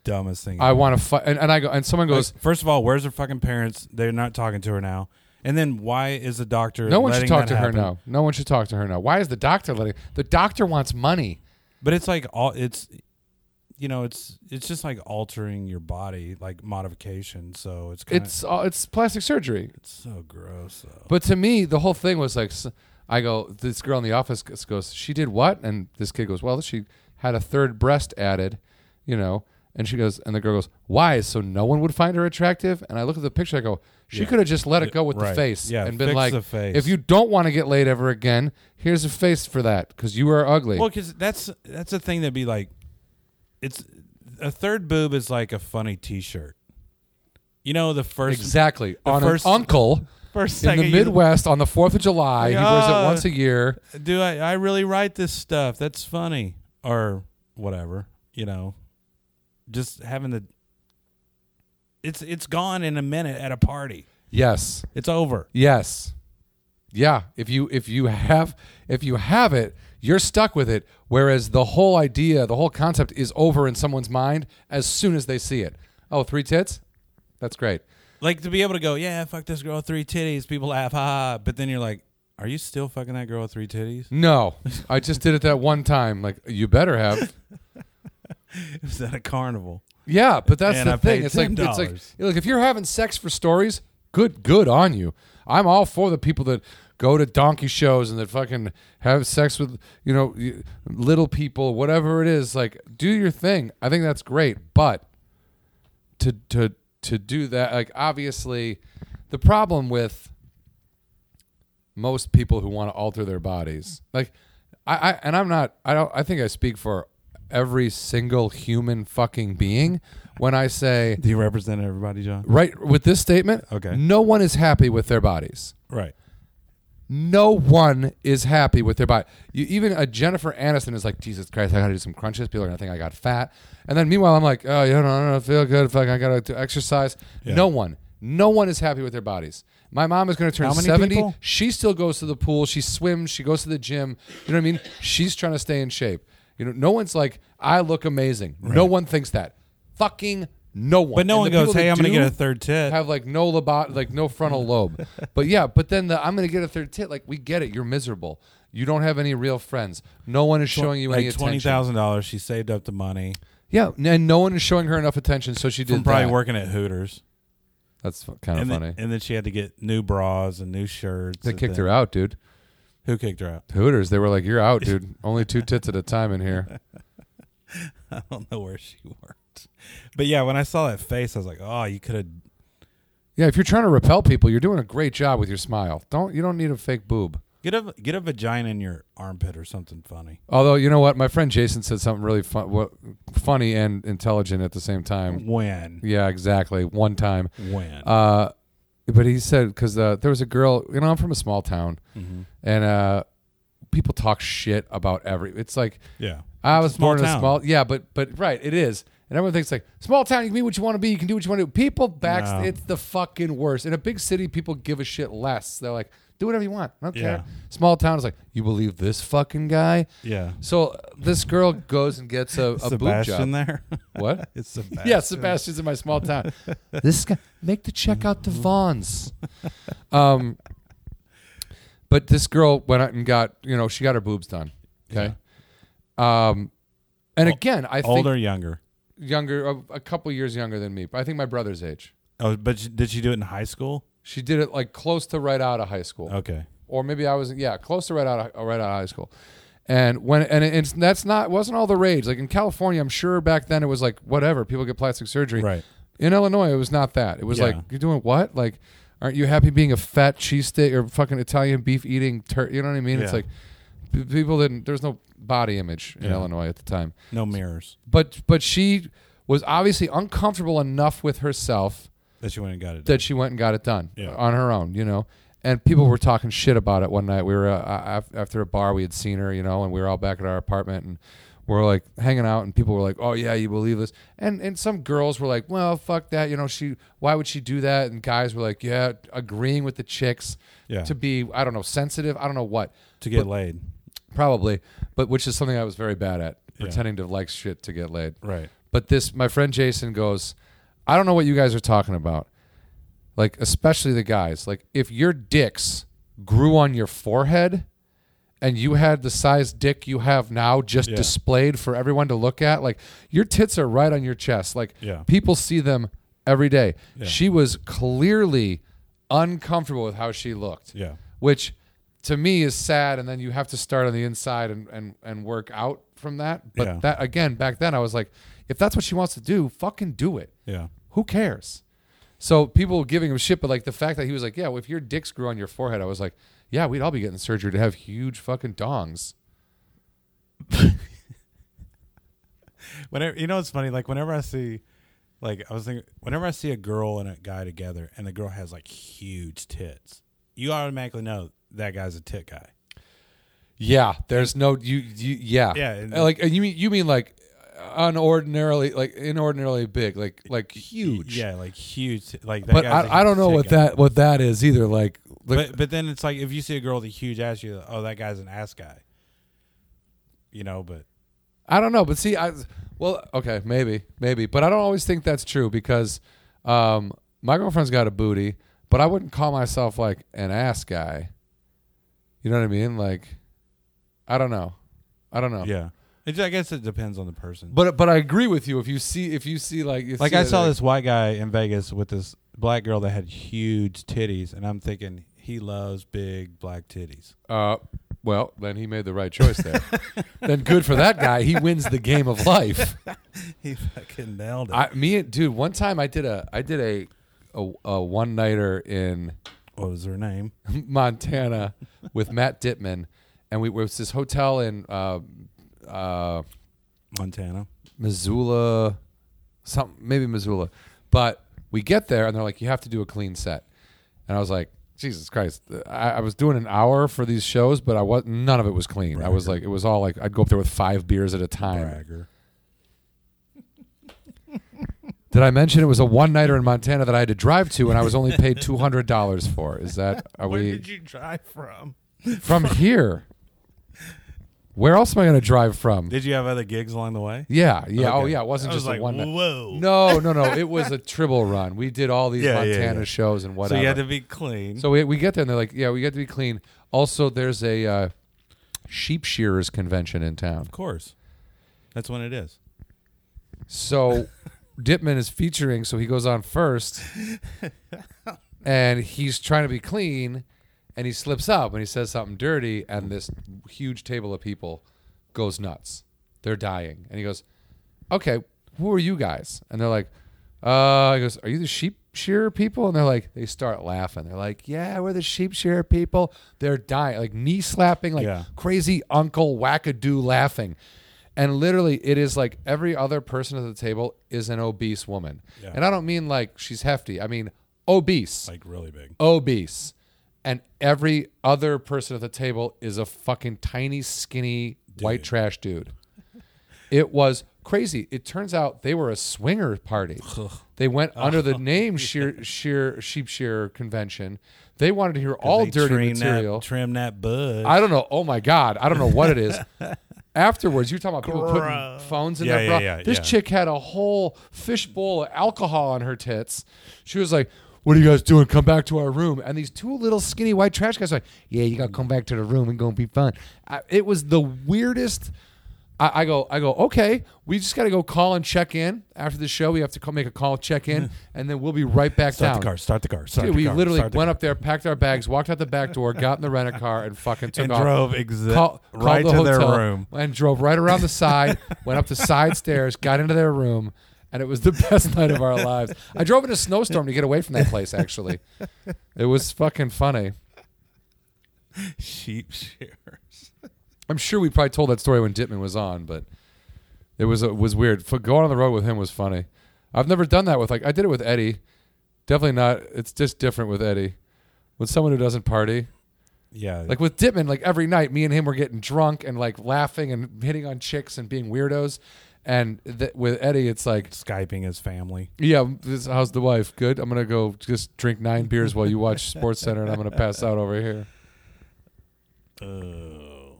[SPEAKER 1] dumbest thing.
[SPEAKER 3] I want to fight, and, and I go, and someone
[SPEAKER 1] Like,
[SPEAKER 3] goes,
[SPEAKER 1] first of all, where's her fucking parents? They're not talking to her now. And then why is the doctor?
[SPEAKER 3] No one should
[SPEAKER 1] letting
[SPEAKER 3] talk
[SPEAKER 1] that
[SPEAKER 3] to her
[SPEAKER 1] happen?
[SPEAKER 3] now. No one should talk to her now. Why is the doctor letting? The doctor wants money.
[SPEAKER 1] But it's like all it's, you know, it's it's just like altering your body, like modification. So it's kinda,
[SPEAKER 3] It's all it's plastic surgery.
[SPEAKER 1] it's so gross. Though.
[SPEAKER 3] But to me, the whole thing was like, s- I go, this girl in the office g- goes, she did what? And this kid goes, well, she had a third breast added, you know. And she goes, and the girl goes, why? So no one would find her attractive. And I look at the picture. I go, she could have just let it go with the
[SPEAKER 1] right.
[SPEAKER 3] face
[SPEAKER 1] Yeah,
[SPEAKER 3] and been
[SPEAKER 1] fix
[SPEAKER 3] like,
[SPEAKER 1] the face.
[SPEAKER 3] if you don't want to get laid ever again, here's a face for that because you are ugly.
[SPEAKER 1] Well, because that's that's a thing that'd be like, it's a third boob is like a funny T-shirt. You know the first
[SPEAKER 3] exactly. On
[SPEAKER 1] first-
[SPEAKER 3] an uncle.
[SPEAKER 1] first
[SPEAKER 3] in
[SPEAKER 1] second
[SPEAKER 3] the
[SPEAKER 1] you-
[SPEAKER 3] Midwest on the Fourth of July.
[SPEAKER 1] Like,
[SPEAKER 3] he wears it
[SPEAKER 1] "Oh."
[SPEAKER 3] once a year.
[SPEAKER 1] do I, I really write this stuff? That's funny. Or whatever, you know. Just having the it's it's gone in a minute at a party.
[SPEAKER 3] Yes,
[SPEAKER 1] It's over.
[SPEAKER 3] yes, Yeah, if you if you have if you have it, you're stuck with it. Whereas the whole idea, the whole concept is over in someone's mind as soon as they see it. Oh, three tits? That's great.
[SPEAKER 1] Like to be able to go, yeah, fuck this girl with three titties. People laugh, ha. ha," But then you're like, are you still fucking that girl with three
[SPEAKER 3] <laughs>
[SPEAKER 1] titties?
[SPEAKER 3] No. I just did it that one time. Like you better have.
[SPEAKER 1] It was at a carnival.
[SPEAKER 3] Yeah, but that's
[SPEAKER 1] And
[SPEAKER 3] the
[SPEAKER 1] I
[SPEAKER 3] thing.
[SPEAKER 1] paid
[SPEAKER 3] It's like it's like
[SPEAKER 1] $10.
[SPEAKER 3] look, if you're having sex for stories, good good on you. I'm all for the people that go to donkey shows and that fucking have sex with you know y- little people, whatever it is. Like do your thing. I think that's great, but to to to do that, like obviously, the problem with most people who want to alter their bodies. Like I, I and I'm not I don't I think I speak for every single human fucking being when I say
[SPEAKER 1] Do you represent everybody, John?
[SPEAKER 3] right with this statement,
[SPEAKER 1] Okay.
[SPEAKER 3] no one is happy with their bodies.
[SPEAKER 1] Right.
[SPEAKER 3] No one is happy with their body. You, even a Jennifer Aniston is like, Jesus Christ, I gotta do some crunches. People are gonna think I got fat. And then meanwhile, I'm like, oh, you know, I don't feel good. Fuck, I gotta do exercise.
[SPEAKER 1] Yeah.
[SPEAKER 3] No one, no one is happy with their bodies. My mom is gonna turn
[SPEAKER 1] How many
[SPEAKER 3] 70.
[SPEAKER 1] people?
[SPEAKER 3] She still goes to the pool. She swims. She goes to the gym. You know what I mean? She's trying to stay in shape. You know, no one's like, I look amazing. No one thinks that. Fucking no one.
[SPEAKER 1] But no
[SPEAKER 3] And
[SPEAKER 1] one
[SPEAKER 3] the
[SPEAKER 1] goes,
[SPEAKER 3] people
[SPEAKER 1] hey,
[SPEAKER 3] that
[SPEAKER 1] I'm going to
[SPEAKER 3] do-
[SPEAKER 1] get a third tit.
[SPEAKER 3] have like no lobot, like no frontal lobe. But yeah, but then the I'm gonna get a third tit. Like we get it. You're miserable. You don't have any real friends. No one is showing you any
[SPEAKER 1] like
[SPEAKER 3] attention.
[SPEAKER 1] twenty thousand dollars. She saved up the money
[SPEAKER 3] Yeah, and no one is showing her enough attention, so she did
[SPEAKER 1] from probably
[SPEAKER 3] that.
[SPEAKER 1] working at Hooters,
[SPEAKER 3] That's kind of
[SPEAKER 1] and
[SPEAKER 3] funny.
[SPEAKER 1] then, and then she had to get new bras and new shirts.
[SPEAKER 3] they kicked her out, dude.
[SPEAKER 1] Who kicked her out? <laughs>
[SPEAKER 3] Hooters, they were like, "You're out, dude. Only two tits at a time in
[SPEAKER 1] <laughs>
[SPEAKER 3] here."
[SPEAKER 1] I don't know where she worked, but yeah, when I saw that face, I was like, oh, you could have.
[SPEAKER 3] Yeah, if you're trying to repel people, you're doing a great job with your smile. Don't you don't need a fake boob.
[SPEAKER 1] Get a get a vagina in your armpit or something funny.
[SPEAKER 3] Although you know what, my friend Jason said something really fun, what, funny and intelligent at the same
[SPEAKER 1] <laughs>
[SPEAKER 3] time.
[SPEAKER 1] When
[SPEAKER 3] Yeah, exactly. One time,
[SPEAKER 1] when
[SPEAKER 3] Uh, but he said because uh, there was a girl. You know, I'm from a small town,
[SPEAKER 1] Mm-hmm.
[SPEAKER 3] and uh, people talk shit about every. It's like
[SPEAKER 1] yeah,
[SPEAKER 3] I
[SPEAKER 1] It's a
[SPEAKER 3] was
[SPEAKER 1] small
[SPEAKER 3] born in a
[SPEAKER 1] town.
[SPEAKER 3] small. Yeah, but but right, it is. And everyone thinks like small town. You can be what you want to be. You can do what you want to do. People backs.
[SPEAKER 1] No.
[SPEAKER 3] It's the fucking worst. In a big city, people give a shit less. They're like, do whatever you want. I don't care.
[SPEAKER 1] Yeah.
[SPEAKER 3] Small town is like, you believe this fucking guy.
[SPEAKER 1] yeah.
[SPEAKER 3] So uh, this girl goes and gets a, a boob
[SPEAKER 1] Sebastian
[SPEAKER 3] job. <laughs>
[SPEAKER 1] there. <laughs>
[SPEAKER 3] What?
[SPEAKER 1] it's Sebastian.
[SPEAKER 3] Yeah, Sebastian's in my
[SPEAKER 1] <laughs>
[SPEAKER 3] small town. this guy make the check out to Vaughn's. Um, but this girl went out and got you know she got her boobs done. Okay. Um, and again, I think
[SPEAKER 1] Older, or younger.
[SPEAKER 3] younger, uh, a, a couple years younger than me. But I think my brother's age.
[SPEAKER 1] Oh, but she, did she do it in high school?
[SPEAKER 3] She did it like close to right out of high school,
[SPEAKER 1] Okay.
[SPEAKER 3] or maybe I was yeah close to right out of, right out of high school. And when and it's that's not wasn't all the rage. Like in California, I'm sure back then it was like whatever people get plastic surgery.
[SPEAKER 1] Right.
[SPEAKER 3] In Illinois, it was not that. It was like
[SPEAKER 1] Yeah.
[SPEAKER 3] you're doing what? Like, aren't you happy being a fat cheesesteak or fucking Italian beef eating? Tur- you know what I mean? It's
[SPEAKER 1] Yeah.
[SPEAKER 3] like p- people didn't. There's no body image in
[SPEAKER 1] Yeah.
[SPEAKER 3] Illinois at the time.
[SPEAKER 1] No mirrors.
[SPEAKER 3] But but she was obviously uncomfortable enough with herself
[SPEAKER 1] That she went and got it.
[SPEAKER 3] that she went and got it done
[SPEAKER 1] Yeah.
[SPEAKER 3] on her own. You know. And people were talking shit about it one night. We were uh, af- after a bar. We had seen her, you know, and we were all back at our apartment, and we're like hanging out, and people were like, "Oh yeah, you believe this?" And and some girls were like, "Well, fuck that, you know, she why would she do that?" And guys were like, "Yeah, agreeing with the chicks
[SPEAKER 1] Yeah.
[SPEAKER 3] to be I don't know sensitive, I don't know what,
[SPEAKER 1] to get laid.
[SPEAKER 3] probably, but which is something I was very bad at, pretending to like shit to get laid.
[SPEAKER 1] Right.
[SPEAKER 3] But this, my friend Jason goes, I don't know what you guys are talking about. Like, especially the guys. Like, if your dicks grew on your forehead and you had the size dick you have now just
[SPEAKER 1] Yeah.
[SPEAKER 3] displayed for everyone to look at, like, your tits are right on your chest. Like,
[SPEAKER 1] Yeah.
[SPEAKER 3] people see them every day. She was clearly uncomfortable with how she looked
[SPEAKER 1] Yeah.
[SPEAKER 3] which to me is sad and then you have to start on the inside and and, and work out from that but
[SPEAKER 1] Yeah.
[SPEAKER 3] that again back then i was like if that's what she wants to do fucking do it
[SPEAKER 1] Yeah.
[SPEAKER 3] who cares so people were giving him shit but like the fact that he was like yeah well, if your dicks grew on your forehead i was like yeah we'd all be getting surgery to have huge fucking dongs
[SPEAKER 1] Whenever you know, it's funny. Like whenever I see, like I was thinking, whenever I see a girl and a guy together, and the girl has like huge tits, you automatically know that guy's a tit guy.
[SPEAKER 3] yeah there's no you, you yeah
[SPEAKER 1] Yeah, and-
[SPEAKER 3] Uh, like and you mean you mean like unordinarily like inordinarily big like like huge
[SPEAKER 1] Yeah, like huge. Like, that
[SPEAKER 3] but
[SPEAKER 1] guy's a
[SPEAKER 3] I, I don't know
[SPEAKER 1] tit
[SPEAKER 3] what
[SPEAKER 1] guy.
[SPEAKER 3] that what that is either. Like Like,
[SPEAKER 1] but but then it's like if you see a girl with a huge ass, you like, oh that guy's an ass guy. You know, but
[SPEAKER 3] I don't know, but see, I well, okay, maybe, maybe, but I don't always think that's true because um, my girlfriend's got a booty, but I wouldn't call myself like an ass guy. You know what I mean? Like, I don't know, I don't know.
[SPEAKER 1] yeah, it, I guess it depends on the person.
[SPEAKER 3] Um, But but I agree with you. If you see if you see like you
[SPEAKER 1] like
[SPEAKER 3] see
[SPEAKER 1] I
[SPEAKER 3] it,
[SPEAKER 1] saw this white guy in Vegas with this black girl that had huge titties, and I'm thinking he loves big black titties.
[SPEAKER 3] Uh, well, then he made the right choice
[SPEAKER 1] <laughs>
[SPEAKER 3] there. then good for that guy. He wins the game of
[SPEAKER 1] <laughs>
[SPEAKER 3] life.
[SPEAKER 1] He fucking nailed it.
[SPEAKER 3] I, me, and- dude. One time I did a I did a a, a one nighter in
[SPEAKER 1] what was her name?
[SPEAKER 3] <laughs> Montana with Matt Dittman, and we it was this hotel in uh, uh,
[SPEAKER 1] Montana.
[SPEAKER 3] Missoula, some maybe Missoula, but we get there and they're like, you have to do a clean set, and I was like, Jesus Christ, I, I was doing an hour for these shows, but I was none of it was clean. I was like, it was all like I'd go up there with five beers at a time.
[SPEAKER 1] Bragger.
[SPEAKER 3] Did I mention it was a one nighter in Montana that I had to drive to, and I was only paid two hundred dollars for? Is that are we
[SPEAKER 1] you drive from?
[SPEAKER 3] from here? Where else am I going to drive from?
[SPEAKER 1] Did you have other gigs along the way?
[SPEAKER 3] Yeah, yeah. Oh,
[SPEAKER 1] Okay.
[SPEAKER 3] yeah. It wasn't
[SPEAKER 1] I was
[SPEAKER 3] just
[SPEAKER 1] like,
[SPEAKER 3] a one. night.
[SPEAKER 1] whoa.
[SPEAKER 3] No, no, no. It was a triple run. We did all
[SPEAKER 1] <laughs>
[SPEAKER 3] these
[SPEAKER 1] Yeah, yeah,
[SPEAKER 3] Montana
[SPEAKER 1] yeah.
[SPEAKER 3] shows and
[SPEAKER 1] so
[SPEAKER 3] whatever.
[SPEAKER 1] you had to be clean.
[SPEAKER 3] So we, we get there and they're like, yeah, we got to be clean. Also, there's a uh, sheep shearers convention in town.
[SPEAKER 1] of course, that's when it is.
[SPEAKER 3] So Dipman is featuring, so he goes on first, and he's trying to be clean, and he slips up and he says something dirty, and this huge table of people goes nuts. They're dying, and he goes, "Okay, who are you guys?" And they're like, "Uh," he goes, "Are you the sheep shearer people?" And they're like, they start laughing. They're like, "Yeah, we're the sheep shearer people." They're dying, like knee slapping, like
[SPEAKER 1] Yeah.
[SPEAKER 3] crazy uncle wackadoo laughing. And literally, it is like every other person at the table is an obese woman.
[SPEAKER 1] Yeah.
[SPEAKER 3] And I don't mean like she's hefty, I mean obese.
[SPEAKER 1] Like really big.
[SPEAKER 3] obese. And every other person at the table is a fucking tiny, skinny, white trash dude. <laughs> It was crazy. It turns out they were a swinger party. they went
[SPEAKER 1] <laughs>
[SPEAKER 3] under
[SPEAKER 1] Oh.
[SPEAKER 3] the name sheer, sheer, sheep shearer convention. They
[SPEAKER 1] <laughs>
[SPEAKER 3] wanted to hear all
[SPEAKER 1] They
[SPEAKER 3] dirty
[SPEAKER 1] trim
[SPEAKER 3] material.
[SPEAKER 1] That, trim that bud.
[SPEAKER 3] I don't know. Oh my god, I don't know what
[SPEAKER 1] <laughs>
[SPEAKER 3] it is. Afterwards, you're talking about people
[SPEAKER 1] Gross.
[SPEAKER 3] putting phones in
[SPEAKER 1] Yeah,
[SPEAKER 3] their
[SPEAKER 1] yeah,
[SPEAKER 3] bra.
[SPEAKER 1] yeah,
[SPEAKER 3] this
[SPEAKER 1] yeah.
[SPEAKER 3] chick had a whole fishbowl of alcohol on her tits. She was like, "What are you guys doing? Come back to our room." And these two little skinny white trash guys are like, "Yeah, you gotta come back to the room and gonna be fun." I, it was the weirdest. I, I go, I go. Okay, we just gotta go call and check in after the show. We have to call, make a call, check in, and then we'll be right back
[SPEAKER 1] start
[SPEAKER 3] down.
[SPEAKER 1] the car. Start the car. Start
[SPEAKER 3] Dude,
[SPEAKER 1] the
[SPEAKER 3] we
[SPEAKER 1] car,
[SPEAKER 3] literally
[SPEAKER 1] start
[SPEAKER 3] went
[SPEAKER 1] the car.
[SPEAKER 3] up there, packed our bags, walked out the back door, got in the rent a car, and fucking took
[SPEAKER 1] and
[SPEAKER 3] off.
[SPEAKER 1] drove exa-
[SPEAKER 3] Call- called
[SPEAKER 1] right
[SPEAKER 3] the
[SPEAKER 1] to their
[SPEAKER 3] hotel <laughs>
[SPEAKER 1] room.
[SPEAKER 3] and drove right around
[SPEAKER 1] <laughs>
[SPEAKER 3] the side, went up the side stairs, got into their room, and it was the <laughs> best night of our lives. I drove in a snowstorm to get away from that place. Actually, it was fucking funny.
[SPEAKER 1] Sheep shears.
[SPEAKER 3] I'm sure we probably told that story when Dittman was on, but it was it was weird. For going on the road with him was funny. I've never done that with like I did it with Eddie. Definitely not. It's just different with Eddie. With someone who doesn't party,
[SPEAKER 1] Yeah.
[SPEAKER 3] Like with Dittman, like every night, me and him were getting drunk and like laughing and hitting on chicks and being weirdos. And th- with Eddie, it's like,
[SPEAKER 1] Skyping his family.
[SPEAKER 3] yeah, this, how's the wife? Good. I'm gonna go just drink nine beers while you watch Sports Center, and I'm gonna pass out over here.
[SPEAKER 1] Oh.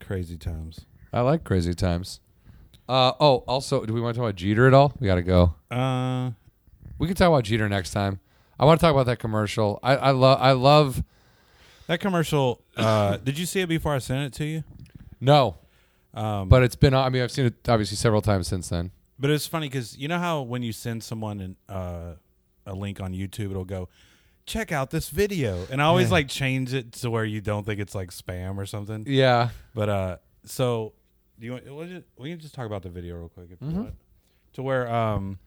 [SPEAKER 1] Crazy times.
[SPEAKER 3] I like crazy times. Uh, oh, also, do we want to talk about Jeter at all? We gotta go.
[SPEAKER 1] Uh,
[SPEAKER 3] We can talk about Jeter next time. I want to talk about that commercial. I, I love. I love.
[SPEAKER 1] that commercial. Uh, <laughs> did you see it before I sent it to you?
[SPEAKER 3] No,
[SPEAKER 1] Um,
[SPEAKER 3] but it's been. on- I mean, I've seen it obviously several times since then.
[SPEAKER 1] But it's funny because you know how when you send someone an, uh, a link on YouTube, it'll go, check out this video, and I always like change it to where you don't think it's like spam or something.
[SPEAKER 3] Yeah.
[SPEAKER 1] But uh, so do you want? we'll ju- We can just talk about the video real quick if
[SPEAKER 3] Mm-hmm.
[SPEAKER 1] you want. To where um,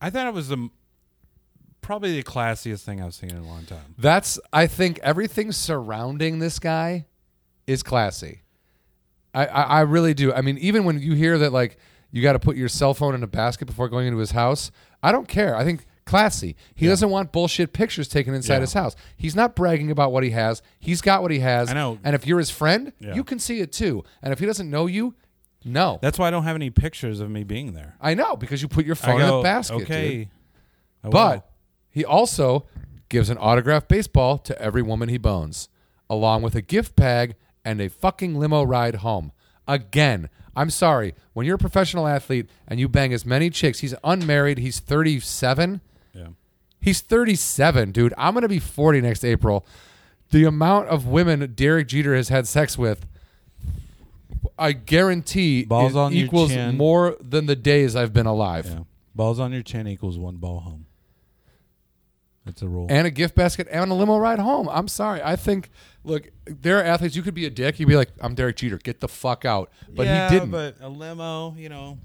[SPEAKER 1] I thought it was the m- probably the classiest thing I've seen in a long time.
[SPEAKER 3] That's I think everything surrounding this guy is classy. I I, I really do. I mean, even when you hear that like you got to put your cell phone in a basket before going into his house, I don't care. I think classy. He doesn't want bullshit pictures taken inside
[SPEAKER 1] Yeah.
[SPEAKER 3] his house. He's not bragging about what he has. He's got what he has.
[SPEAKER 1] I know.
[SPEAKER 3] And if you're his friend,
[SPEAKER 1] Yeah.
[SPEAKER 3] you can see it too. And if he doesn't know you, no.
[SPEAKER 1] That's why I don't have any pictures of me being there.
[SPEAKER 3] I know because you put your
[SPEAKER 1] I oh,
[SPEAKER 3] phone in a basket. dude.
[SPEAKER 1] okay, I will."
[SPEAKER 3] But he also gives an autographed baseball to every woman he bones, along with a gift bag and a fucking limo ride home. Again, I'm sorry. When you're a professional athlete and you bang as many chicks, he's unmarried. He's 37.
[SPEAKER 1] Yeah.
[SPEAKER 3] He's 37, dude. I'm going to be 40 next April. The amount of women Derek Jeter has had sex with, I guarantee,
[SPEAKER 1] Balls
[SPEAKER 3] is-
[SPEAKER 1] on your
[SPEAKER 3] equals
[SPEAKER 1] chin.
[SPEAKER 3] more than the days I've been alive.
[SPEAKER 1] Yeah. Balls on your chin equals one ball home. That's a rule.
[SPEAKER 3] and a gift basket and a limo ride home. I'm sorry. I think look, there are athletes you could be a dick. You'd be like, I'm Derek Jeter. Get the fuck out. But he didn't.
[SPEAKER 1] But a limo, you know,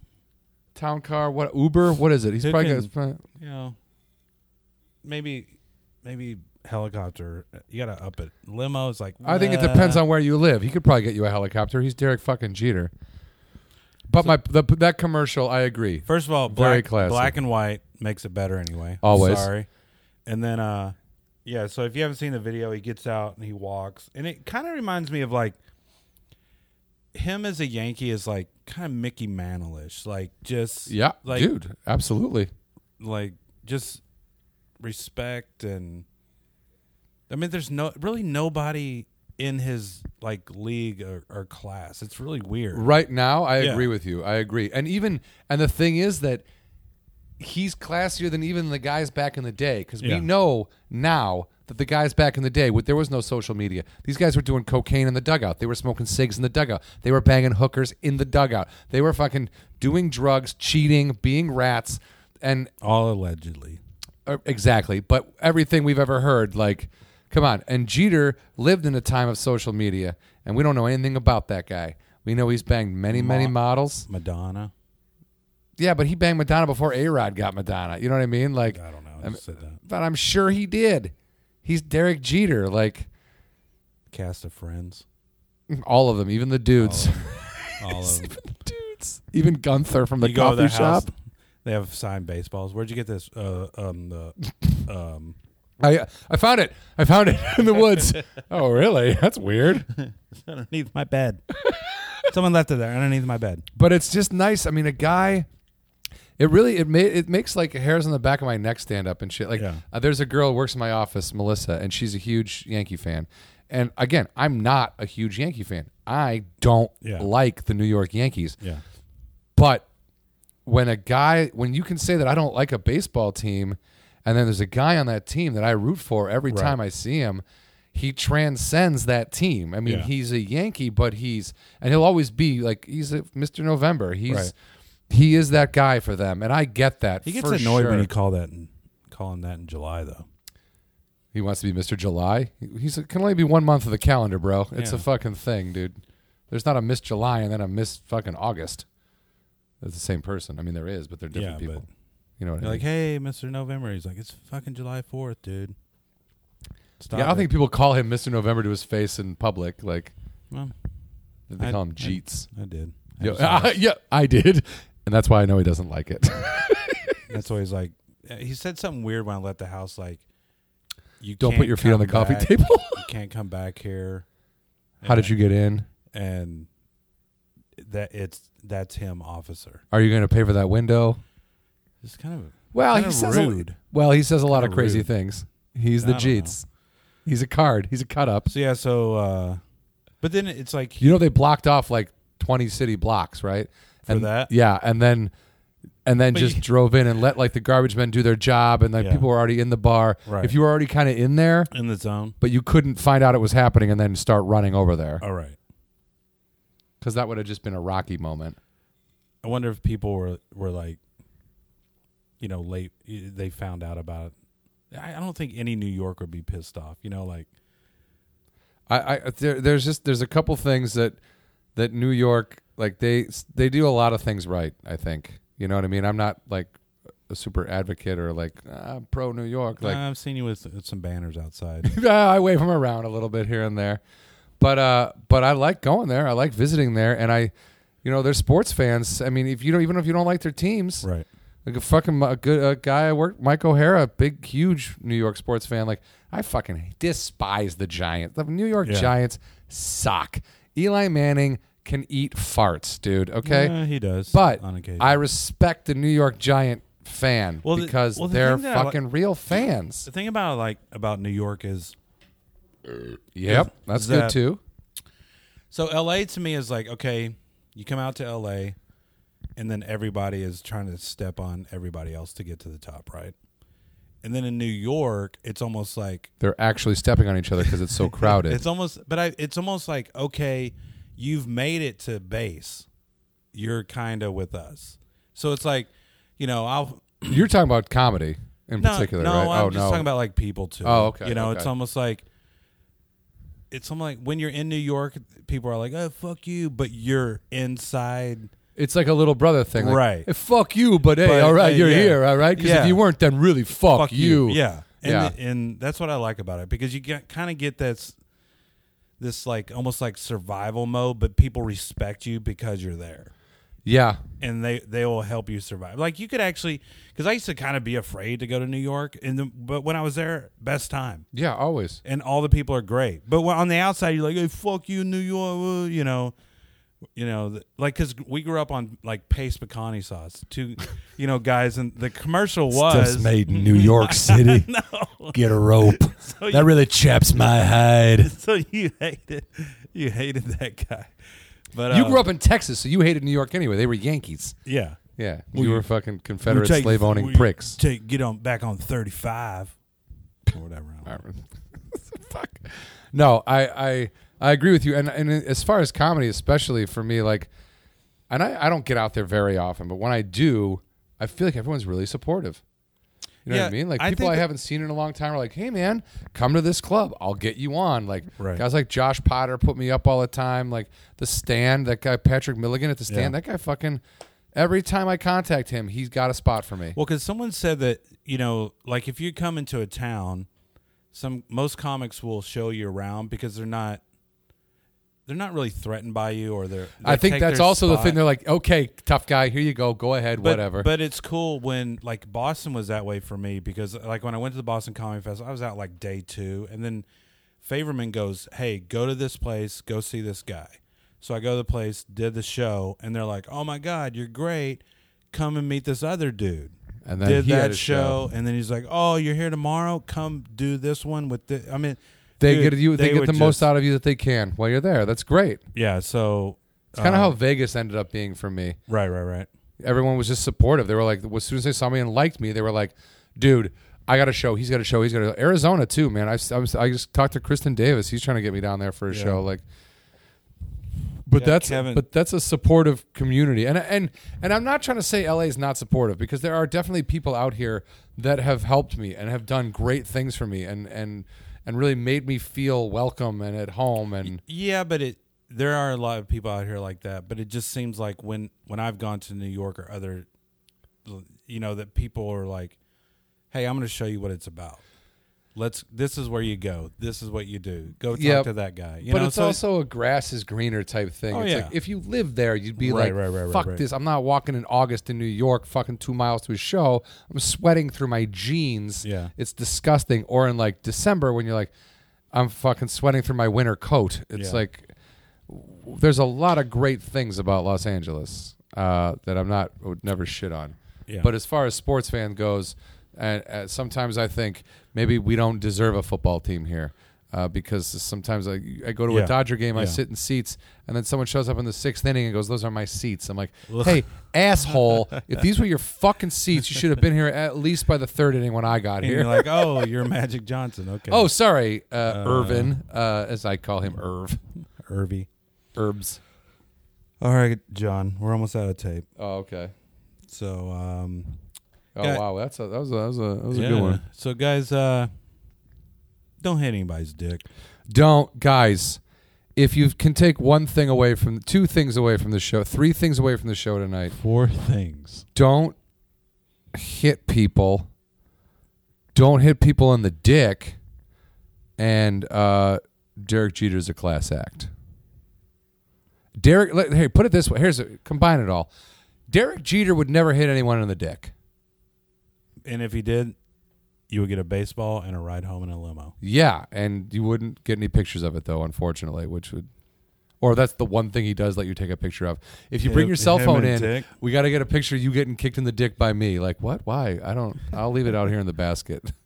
[SPEAKER 3] Town car, what Uber? What is it? He's
[SPEAKER 1] Who
[SPEAKER 3] probably
[SPEAKER 1] can-
[SPEAKER 3] got. he's probably-
[SPEAKER 1] you know, maybe, maybe helicopter. You gotta up it. Limo is like. uh,
[SPEAKER 3] I think it depends on where you live. He could probably get you a helicopter. He's Derek fucking Jeter. But my the, that commercial, I agree.
[SPEAKER 1] First of all,
[SPEAKER 3] Very
[SPEAKER 1] black,
[SPEAKER 3] classy.
[SPEAKER 1] black and white makes it better anyway.
[SPEAKER 3] Always.
[SPEAKER 1] Sorry. And then, uh, yeah, so if you haven't seen the video, he gets out and he walks. And it kind of reminds me of like him as a Yankee is like kind of Mickey Mantle-ish. Like just,
[SPEAKER 3] Yeah,
[SPEAKER 1] like,
[SPEAKER 3] dude, absolutely.
[SPEAKER 1] like just respect and I mean, there's no really nobody in his like league or, or class. It's really weird.
[SPEAKER 3] Right now, I
[SPEAKER 1] Yeah.
[SPEAKER 3] agree with you. I agree. And even and the thing is that he's classier than even the guys back in the day because
[SPEAKER 1] Yeah.
[SPEAKER 3] we know now that the guys back in the day, with, there was no social media. These guys were doing cocaine in the dugout. They were smoking cigs in the dugout. They were banging hookers in the dugout. They were fucking doing drugs, cheating, being rats, and
[SPEAKER 1] All allegedly.
[SPEAKER 3] uh, exactly. But everything we've ever heard, like, come on. And Jeter lived in a time of social media, and we don't know anything about that guy. We know he's banged many, many models.
[SPEAKER 1] Madonna.
[SPEAKER 3] Yeah, but he banged Madonna before A Rod got Madonna. You know what I mean? Like,
[SPEAKER 1] I don't know. I just said that.
[SPEAKER 3] but I'm sure he did. He's Derek Jeter, like
[SPEAKER 1] Cast of friends.
[SPEAKER 3] all of them, even the dudes,
[SPEAKER 1] All
[SPEAKER 3] <laughs>
[SPEAKER 1] of them.
[SPEAKER 3] dudes, even Gunther from the
[SPEAKER 1] You go to
[SPEAKER 3] coffee
[SPEAKER 1] their
[SPEAKER 3] shop.
[SPEAKER 1] house. They have signed baseballs. Where'd you get this? Uh, um,
[SPEAKER 3] <laughs>
[SPEAKER 1] the um,
[SPEAKER 3] I I found it. I found it <laughs> in the woods. oh, really? That's weird.
[SPEAKER 1] underneath my bed. <laughs> Someone left it there underneath my bed.
[SPEAKER 3] but it's just nice. I mean, a guy. It really it ma- it makes like hairs on the back of my neck stand up and shit. Like
[SPEAKER 1] Yeah.
[SPEAKER 3] uh, there's a girl who works in my office, Melissa, and she's a huge Yankee fan. And again, I'm not a huge Yankee fan. I don't
[SPEAKER 1] Yeah.
[SPEAKER 3] like the New York Yankees.
[SPEAKER 1] Yeah,
[SPEAKER 3] But when a guy, when you can say that I don't like a baseball team, and then there's a guy on that team that I root for every time I see him, he transcends that team. I mean,
[SPEAKER 1] Yeah.
[SPEAKER 3] he's a Yankee, but he's and he'll always be like he's a Mr. November. He's
[SPEAKER 1] Right.
[SPEAKER 3] he is that guy for them, and I get that.
[SPEAKER 1] he gets
[SPEAKER 3] for
[SPEAKER 1] annoyed when
[SPEAKER 3] sure.
[SPEAKER 1] you call that in, call him that in July though.
[SPEAKER 3] He wants to be Mr. July. He's it can only be one month of the calendar, bro. It's a
[SPEAKER 1] Yeah.
[SPEAKER 3] fucking thing, dude. There's not a Miss July and then a Miss fucking August. That's the same person. I mean, there is, but they're different
[SPEAKER 1] Yeah,
[SPEAKER 3] people.
[SPEAKER 1] but-
[SPEAKER 3] you know what I
[SPEAKER 1] You're
[SPEAKER 3] mean?
[SPEAKER 1] like, hey, Mister November. He's like, it's fucking July Fourth, dude. Stop.
[SPEAKER 3] yeah, I don't
[SPEAKER 1] it.
[SPEAKER 3] think people call him Mr. November to his face in public. Like
[SPEAKER 1] Well,
[SPEAKER 3] they
[SPEAKER 1] I-
[SPEAKER 3] call him
[SPEAKER 1] I-
[SPEAKER 3] Jeets.
[SPEAKER 1] I did. I
[SPEAKER 3] Yo-
[SPEAKER 1] just
[SPEAKER 3] <laughs>
[SPEAKER 1] saw it.
[SPEAKER 3] yeah, I did, and that's why I know he doesn't like it. <laughs>
[SPEAKER 1] That's why he's like, uh, he said something weird when I left the house. Like, you
[SPEAKER 3] Don't put
[SPEAKER 1] can't
[SPEAKER 3] your feet on the
[SPEAKER 1] come
[SPEAKER 3] coffee
[SPEAKER 1] back.
[SPEAKER 3] table. <laughs>
[SPEAKER 1] You can't come back here.
[SPEAKER 3] How did
[SPEAKER 1] And-
[SPEAKER 3] you get in?
[SPEAKER 1] and that it's that's him, officer.
[SPEAKER 3] Are you going to pay for that window?
[SPEAKER 1] It's kind of
[SPEAKER 3] Well,
[SPEAKER 1] Kinda
[SPEAKER 3] he says a-
[SPEAKER 1] rude.
[SPEAKER 3] well, he says a lot
[SPEAKER 1] Kinda
[SPEAKER 3] of crazy
[SPEAKER 1] rude.
[SPEAKER 3] things. He's
[SPEAKER 1] I
[SPEAKER 3] the
[SPEAKER 1] don't know.
[SPEAKER 3] Jeets. He's a card. He's a cut up.
[SPEAKER 1] so yeah. So, uh but then it's like
[SPEAKER 3] You know they blocked off like 20 city blocks, right?
[SPEAKER 1] For
[SPEAKER 3] and,
[SPEAKER 1] that?
[SPEAKER 3] Yeah, and then and then
[SPEAKER 1] But
[SPEAKER 3] just
[SPEAKER 1] you-
[SPEAKER 3] drove in and let like the garbage men do their job and like
[SPEAKER 1] Yeah.
[SPEAKER 3] people were already in the bar.
[SPEAKER 1] Right.
[SPEAKER 3] If you were already kind of in there,
[SPEAKER 1] in the zone.
[SPEAKER 3] but you couldn't find out it was happening and then start running over there
[SPEAKER 1] All right.
[SPEAKER 3] because that would have just been a rocky moment.
[SPEAKER 1] I wonder if people were were like, you know, late. They found out about. it. I, I don't think any New Yorker would be pissed off. You know, like
[SPEAKER 3] I, I there, there's just there's a couple things that that New York like they they do a lot of things right. I think you know what I mean. I'm not like a super advocate or like ah, pro New York. Like
[SPEAKER 1] I've seen you with, with some banners
[SPEAKER 3] <laughs>
[SPEAKER 1] outside.
[SPEAKER 3] Yeah, I wave them around a little bit here and there. But uh, but I like going there. I like visiting there, and I, you know, they're sports fans. I mean, if you don't even if you don't like their teams,
[SPEAKER 1] right.
[SPEAKER 3] like a fucking a good a guy I worked, Mike O'Hara, big huge New York sports fan. Like I fucking despise the Giants. The New York
[SPEAKER 1] Yeah.
[SPEAKER 3] Giants suck. Eli Manning can eat farts, dude. Okay,
[SPEAKER 1] Yeah, he does.
[SPEAKER 3] but
[SPEAKER 1] on occasion,
[SPEAKER 3] I respect the New York Giant fan
[SPEAKER 1] Well, the-
[SPEAKER 3] because
[SPEAKER 1] well, the
[SPEAKER 3] they're
[SPEAKER 1] thing that I like-
[SPEAKER 3] fucking real fans.
[SPEAKER 1] The thing about like about New York is
[SPEAKER 3] Yep, that's
[SPEAKER 1] that-
[SPEAKER 3] good too.
[SPEAKER 1] so LA to me is like okay, you come out to LA and then everybody is trying to step on everybody else to get to the top, right? And then in New York, it's almost like
[SPEAKER 3] They're actually stepping on each other
[SPEAKER 1] <laughs>
[SPEAKER 3] because it's so crowded.
[SPEAKER 1] It's almost, but I, it's almost like okay, you've made it to base. You're kind of with us, so it's like, you know, I'll
[SPEAKER 3] You're talking about comedy in
[SPEAKER 1] no,
[SPEAKER 3] particular,
[SPEAKER 1] no,
[SPEAKER 3] right?
[SPEAKER 1] I'm
[SPEAKER 3] oh
[SPEAKER 1] just
[SPEAKER 3] no,
[SPEAKER 1] talking about like people too.
[SPEAKER 3] Oh, okay,
[SPEAKER 1] You know,
[SPEAKER 3] okay.
[SPEAKER 1] it's almost like it's almost like when you're in New York, people are like, "Oh, fuck you," but you're inside.
[SPEAKER 3] it's like a little brother thing, like,
[SPEAKER 1] Right.
[SPEAKER 3] "Hey, fuck you, but hey,
[SPEAKER 1] But,
[SPEAKER 3] all right,
[SPEAKER 1] hey,
[SPEAKER 3] you're
[SPEAKER 1] yeah.
[SPEAKER 3] here, all right. Because
[SPEAKER 1] Yeah.
[SPEAKER 3] if you weren't, then really fuck,
[SPEAKER 1] fuck you. Yeah. And,
[SPEAKER 3] Yeah.
[SPEAKER 1] and that's what I like about it because you get, kind of get this, this like almost like survival mode, but people respect you because you're there
[SPEAKER 3] yeah.
[SPEAKER 1] and they, they will help you survive. Like you could actually, because I used to kind of be afraid to go to New York. And the, but when I was there, best time.
[SPEAKER 3] Yeah, Always.
[SPEAKER 1] And all the people are great. But when, on the outside, you're like, hey, fuck you, New York. uh, You know, you know, th- like because we grew up on like paste pecani sauce. Two, <laughs> you know, guys, and the commercial was
[SPEAKER 4] Stuff's made in New York City. Get a rope. that really chaps my hide.
[SPEAKER 1] <laughs> so you hated you hated that guy. But
[SPEAKER 3] You
[SPEAKER 1] uh,
[SPEAKER 3] grew up in Texas, so you hated New York anyway. They were Yankees.
[SPEAKER 1] yeah.
[SPEAKER 3] Yeah, you were fucking Confederate
[SPEAKER 1] take-
[SPEAKER 3] slave owning
[SPEAKER 1] we
[SPEAKER 3] pricks.
[SPEAKER 1] Take get on back on thirty five or whatever. I don't know.
[SPEAKER 3] Fuck. No, I, I I agree with you. And and as far as comedy, especially for me, like, and I, I don't get out there very often, but when I do, I feel like everyone's really supportive. You know
[SPEAKER 1] Yeah,
[SPEAKER 3] what I mean? Like
[SPEAKER 1] I
[SPEAKER 3] people
[SPEAKER 1] think
[SPEAKER 3] I
[SPEAKER 1] that-
[SPEAKER 3] haven't seen in a long time are like, "Hey man, come to this club. I'll get you on." Like
[SPEAKER 1] Right.
[SPEAKER 3] guys like Josh Potter put me up all the time. Like the stand, that guy Patrick Milligan at the stand,
[SPEAKER 1] Yeah.
[SPEAKER 3] that guy fucking. Every time I contact him, he's got a spot for me.
[SPEAKER 1] Well, because someone said that you know, like if you come into a town, some most comics will show you around because they're not they're not really threatened by you or they're.
[SPEAKER 3] I
[SPEAKER 1] they
[SPEAKER 3] think
[SPEAKER 1] take
[SPEAKER 3] that's
[SPEAKER 1] their
[SPEAKER 3] also the
[SPEAKER 1] spot.
[SPEAKER 3] thing. They're like, okay, tough guy, here you go, go ahead,
[SPEAKER 1] But-
[SPEAKER 3] whatever.
[SPEAKER 1] But it's cool when like Boston was that way for me because like when I went to the Boston Comedy Fest, I was out like day two, and then Favorman goes, "Hey, go to this place, go see this guy." So I go to the place, did the show, and they're like, "Oh my god, you're great! Come and meet this other dude."
[SPEAKER 3] And then
[SPEAKER 1] did
[SPEAKER 3] he had
[SPEAKER 1] that
[SPEAKER 3] a show.
[SPEAKER 1] show, and then he's like, "Oh, you're here tomorrow. Come do this one with the." I mean,
[SPEAKER 3] they
[SPEAKER 1] dude,
[SPEAKER 3] get you. They, get
[SPEAKER 1] would
[SPEAKER 3] the most
[SPEAKER 1] just-
[SPEAKER 3] out of you that they can while you're there. That's great.
[SPEAKER 1] Yeah, so
[SPEAKER 3] It's
[SPEAKER 1] Uh-huh.
[SPEAKER 3] kind of how Vegas ended up being for me.
[SPEAKER 1] right, right, right.
[SPEAKER 3] Everyone was just supportive. They were like, as soon as they saw me and liked me, they were like, dude. I got a show. He's got a show. He's got a Arizona too, man. I, I, was, I just talked to Kristen Davis. He's trying to get me down there for a show. Like, but
[SPEAKER 1] Yeah,
[SPEAKER 3] that's
[SPEAKER 1] Kevin-
[SPEAKER 3] but that's a supportive community, and and and I'm not trying to say LA is not supportive because there are definitely people out here that have helped me and have done great things for me, and and and really made me feel welcome and at home. And
[SPEAKER 1] Yeah, but it there are a lot of people out here like that, but it just seems like when when I've gone to New York or other you know that people are like, "Hey, I'm going to show you what it's about. Let's this is where you go. This is what you do. Go talk
[SPEAKER 3] Yep.
[SPEAKER 1] to that guy." You
[SPEAKER 3] but
[SPEAKER 1] know,
[SPEAKER 3] it's
[SPEAKER 1] so-
[SPEAKER 3] also a grass is greener type thing.
[SPEAKER 1] Oh,
[SPEAKER 3] it's
[SPEAKER 1] yeah.
[SPEAKER 3] like if you live there, you'd be
[SPEAKER 1] Right,
[SPEAKER 3] like,
[SPEAKER 1] right, right, right,
[SPEAKER 3] "Fuck
[SPEAKER 1] right.
[SPEAKER 3] this! I'm not walking in August in New York, fucking two miles to a show. I'm sweating through my jeans.
[SPEAKER 1] Yeah.
[SPEAKER 3] it's disgusting." Or in like December when you're like, "I'm fucking sweating through my winter coat." It's
[SPEAKER 1] Yeah.
[SPEAKER 3] like there's a lot of great things about Los Angeles uh, that I'm not would never shit on.
[SPEAKER 1] Yeah.
[SPEAKER 3] But as far as sports fan goes, and uh, sometimes I think maybe we don't deserve a football team here. Uh, because sometimes I, I go to a
[SPEAKER 1] Yeah.
[SPEAKER 3] Dodger game, I
[SPEAKER 1] Yeah.
[SPEAKER 3] sit in seats, and then someone shows up in the sixth inning and goes, "Those are my seats." I'm like, "Hey,
[SPEAKER 1] <laughs>
[SPEAKER 3] asshole! If these were your fucking seats, you should have been here at least by the third inning when I got
[SPEAKER 1] and
[SPEAKER 3] here."
[SPEAKER 1] you're like, "Oh, you're Magic Johnson." Okay.
[SPEAKER 3] <laughs> oh, sorry, uh, Irvin, uh, as I call him, Irv,
[SPEAKER 1] Irby. <laughs>
[SPEAKER 3] Herbs.
[SPEAKER 1] All right, John. We're almost out of tape.
[SPEAKER 3] Oh, okay.
[SPEAKER 1] So, um
[SPEAKER 3] Oh
[SPEAKER 1] Yeah.
[SPEAKER 3] wow, that's a that was a that was a, that was a
[SPEAKER 1] yeah.
[SPEAKER 3] good one.
[SPEAKER 1] So guys, uh don't hit anybody's dick.
[SPEAKER 3] Don't guys, if you can take one thing away from two things away from the show, three things away from the show tonight,
[SPEAKER 1] Four things.
[SPEAKER 3] don't hit people. Don't hit people in the dick. And uh, Derek Jeter's a class act. Derek, let- hey, put it this way. Here's a, combine it all. Derek Jeter would never hit anyone in the dick.
[SPEAKER 1] And if he did, you would get a baseball and a ride home in a limo.
[SPEAKER 3] Yeah, and you wouldn't get any pictures of it though, unfortunately, which would Or that's the one thing he does let you take a picture of. If you bring
[SPEAKER 1] Him-
[SPEAKER 3] your cell
[SPEAKER 1] him
[SPEAKER 3] phone in,
[SPEAKER 1] and Dick.
[SPEAKER 3] we got to get a picture of you getting kicked in the dick by me. Like, what? Why? I don't. I'll leave it out here in the basket. <laughs>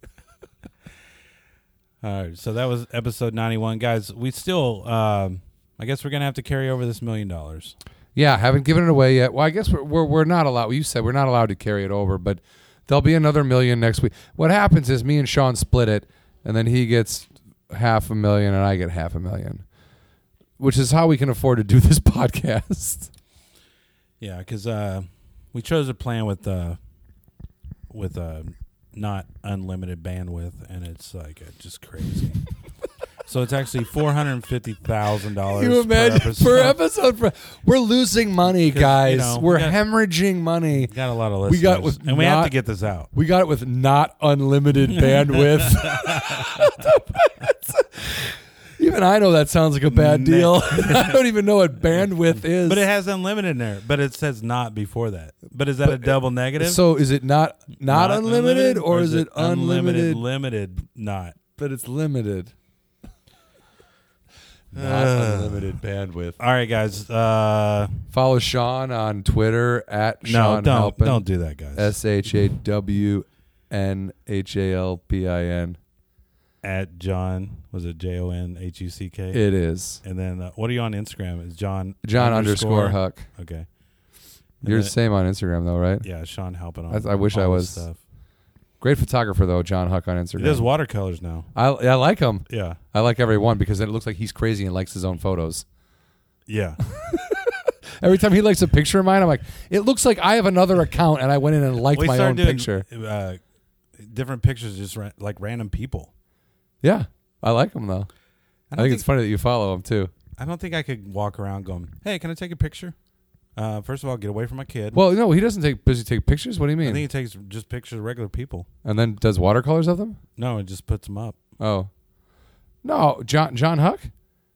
[SPEAKER 1] All right, so that was episode ninety-one, guys. We still, um, I guess, we're gonna have to carry over this million dollars.
[SPEAKER 3] Yeah, haven't given it away yet. Well, I guess we're we're, we're not allowed. You said we're not allowed to carry it over, but there'll be another million next week. What happens is me and Sean split it, and then he gets half a million and I get half a million, which is how we can afford to do this <laughs> podcast.
[SPEAKER 1] Yeah, because uh, we chose a plan with uh, with uh, not unlimited bandwidth, and it's like uh, just
[SPEAKER 3] <laughs>
[SPEAKER 1] crazy. so it's actually four hundred fifty thousand dollars.
[SPEAKER 3] you imagine per episode? for- we're losing money,
[SPEAKER 1] 'Cause, you
[SPEAKER 3] guys.
[SPEAKER 1] know,
[SPEAKER 3] we're
[SPEAKER 1] we got-
[SPEAKER 3] hemorrhaging money.
[SPEAKER 1] Got a lot of
[SPEAKER 3] We
[SPEAKER 1] listeners,
[SPEAKER 3] got with
[SPEAKER 1] and we have
[SPEAKER 3] not-
[SPEAKER 1] to get this out.
[SPEAKER 3] We got it with not
[SPEAKER 1] <laughs>
[SPEAKER 3] unlimited bandwidth. even I know that sounds like a bad deal. <laughs> I don't even know what bandwidth is.
[SPEAKER 1] But it has unlimited in there, but it says not before that. But is that a double negative?
[SPEAKER 3] uh, so is it not not, unlimited, or is, it unlimited?
[SPEAKER 1] Limited, not.
[SPEAKER 3] but it's limited. Not unlimited bandwidth.
[SPEAKER 1] All right, guys. Uh,
[SPEAKER 3] Follow Sean on Twitter at
[SPEAKER 1] no,
[SPEAKER 3] Sean
[SPEAKER 1] don't
[SPEAKER 3] Halpin.
[SPEAKER 1] don't do that, guys.
[SPEAKER 3] S H A W N H A L P I N.
[SPEAKER 1] At John was it J O N H U C K?
[SPEAKER 3] It is
[SPEAKER 1] And then uh, what are you on Instagram? Is John
[SPEAKER 3] John underscore Huck.
[SPEAKER 1] Okay. And
[SPEAKER 3] You're the
[SPEAKER 1] then-
[SPEAKER 3] same on Instagram though, right?
[SPEAKER 1] Yeah, Sean helping on.
[SPEAKER 3] That's- I wish
[SPEAKER 1] all
[SPEAKER 3] I
[SPEAKER 1] this
[SPEAKER 3] was
[SPEAKER 1] Stuff.
[SPEAKER 3] Great photographer though, John Huck on
[SPEAKER 1] He
[SPEAKER 3] Instagram.
[SPEAKER 1] does watercolors now.
[SPEAKER 3] I I like him.
[SPEAKER 1] Yeah,
[SPEAKER 3] I like everyone because then it looks like he's crazy and likes his own photos.
[SPEAKER 1] yeah.
[SPEAKER 3] Every time he likes a picture of mine, I'm like, it looks like I have another account and I went in and liked my own picture.
[SPEAKER 1] uh, different pictures, just ra- like random people.
[SPEAKER 3] Yeah, I like him though. I,
[SPEAKER 1] don't Mm-hmm.
[SPEAKER 3] think, it's funny that you follow him too.
[SPEAKER 1] I don't think I could walk around going, "Hey, can I take a picture?" Uh, first of all, get away from my kid.
[SPEAKER 3] Well, no, he doesn't take busy take pictures. What do you
[SPEAKER 1] I
[SPEAKER 3] mean?
[SPEAKER 1] think he takes just pictures of regular people.
[SPEAKER 3] and then does watercolors of them?
[SPEAKER 1] No, it just puts them up.
[SPEAKER 3] Oh, no, John John Huck.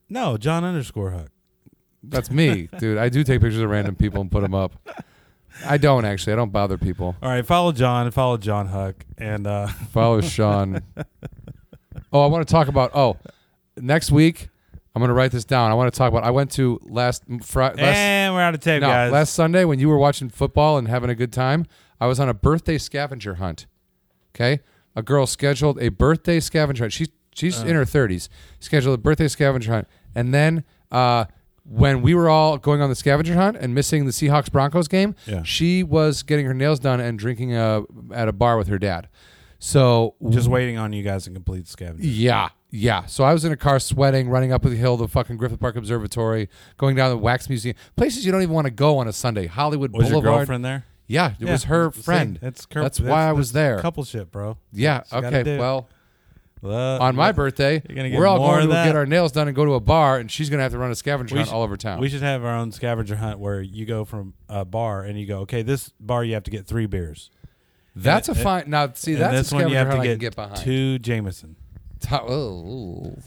[SPEAKER 1] No, John underscore Huck.
[SPEAKER 3] That's me, dude. I do take pictures of random people and put them up. I don't actually. I don't bother people.
[SPEAKER 1] All right, follow John and follow John Huck. And
[SPEAKER 3] <laughs>
[SPEAKER 1] uh,
[SPEAKER 3] Follow Sean. oh, I want to talk about. Oh, next week I'm going to write this down. I want to talk about. I went to last Friday. Last,
[SPEAKER 1] and we're out of tape,
[SPEAKER 3] no,
[SPEAKER 1] guys.
[SPEAKER 3] last Sunday when you were watching football and having a good time, I was on a birthday scavenger hunt. Okay, a girl scheduled a birthday scavenger hunt. She's she's
[SPEAKER 1] Uh.
[SPEAKER 3] in her 30s. Scheduled a birthday scavenger hunt, and then. uh when we were all going on the scavenger hunt and missing the Seahawks Broncos game,
[SPEAKER 1] Yeah.
[SPEAKER 3] she was getting her nails done and drinking uh, at a bar with her dad. So
[SPEAKER 1] just waiting on you guys to complete scavenging.
[SPEAKER 3] yeah, yeah. So I was in a car sweating, running up the hill, to the fucking Griffith Park Observatory, going down to the Wax Museum, places you don't even want to go on a Sunday. Hollywood
[SPEAKER 1] Was your
[SPEAKER 3] Boulevard.
[SPEAKER 1] girlfriend there?
[SPEAKER 3] Yeah, it was her friend.
[SPEAKER 1] That's her,
[SPEAKER 3] That's why I was there.
[SPEAKER 1] Couple shit, bro.
[SPEAKER 3] yeah.
[SPEAKER 1] That's what you gotta
[SPEAKER 3] Okay.
[SPEAKER 1] do.
[SPEAKER 3] Well,
[SPEAKER 1] Uh,
[SPEAKER 3] on
[SPEAKER 1] <laughs>
[SPEAKER 3] my birthday,
[SPEAKER 1] You're gonna get
[SPEAKER 3] we're all
[SPEAKER 1] more
[SPEAKER 3] going
[SPEAKER 1] of
[SPEAKER 3] to go
[SPEAKER 1] that.
[SPEAKER 3] get our nails done and go to a bar, and she's gonna have to run a scavenger
[SPEAKER 1] We
[SPEAKER 3] hunt
[SPEAKER 1] should-
[SPEAKER 3] all over town.
[SPEAKER 1] we should have our own scavenger hunt where you go from a bar and you go, okay, this bar you have to get three beers.
[SPEAKER 3] that's a
[SPEAKER 1] and-
[SPEAKER 3] fine. Now, see,
[SPEAKER 1] and
[SPEAKER 3] that's
[SPEAKER 1] this
[SPEAKER 3] a
[SPEAKER 1] one
[SPEAKER 3] scavenger
[SPEAKER 1] you have
[SPEAKER 3] hunt
[SPEAKER 1] to
[SPEAKER 3] I
[SPEAKER 1] get,
[SPEAKER 3] can get behind.
[SPEAKER 1] two Jameson.
[SPEAKER 3] Ta- ooh.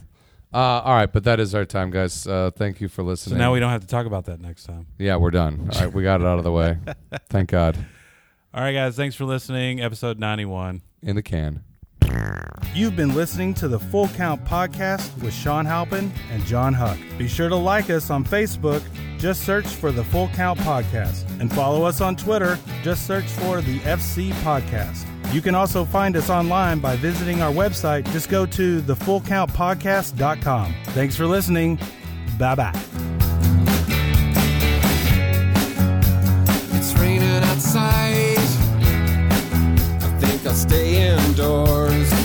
[SPEAKER 3] Uh, all right, but that is our time, guys. Uh, thank you for
[SPEAKER 1] So
[SPEAKER 3] listening.
[SPEAKER 1] now we don't have to talk about that next time.
[SPEAKER 3] yeah, we're done. All right, we got it out of
[SPEAKER 1] <laughs>
[SPEAKER 3] the way. Thank God.
[SPEAKER 1] All right, guys. Thanks for listening. Episode 91.
[SPEAKER 3] In the can.
[SPEAKER 1] You've been listening to the Full Count Podcast with Sean Halpin and John Huck. Be sure to like us on Facebook. Just search for the Full Count Podcast and follow us on Twitter. Just search for the FC Podcast. You can also find us online by visiting our website. Just go to thefullcountpodcast.com. Thanks for listening. Bye bye.
[SPEAKER 5] It's raining outside. I think I'll stay indoors.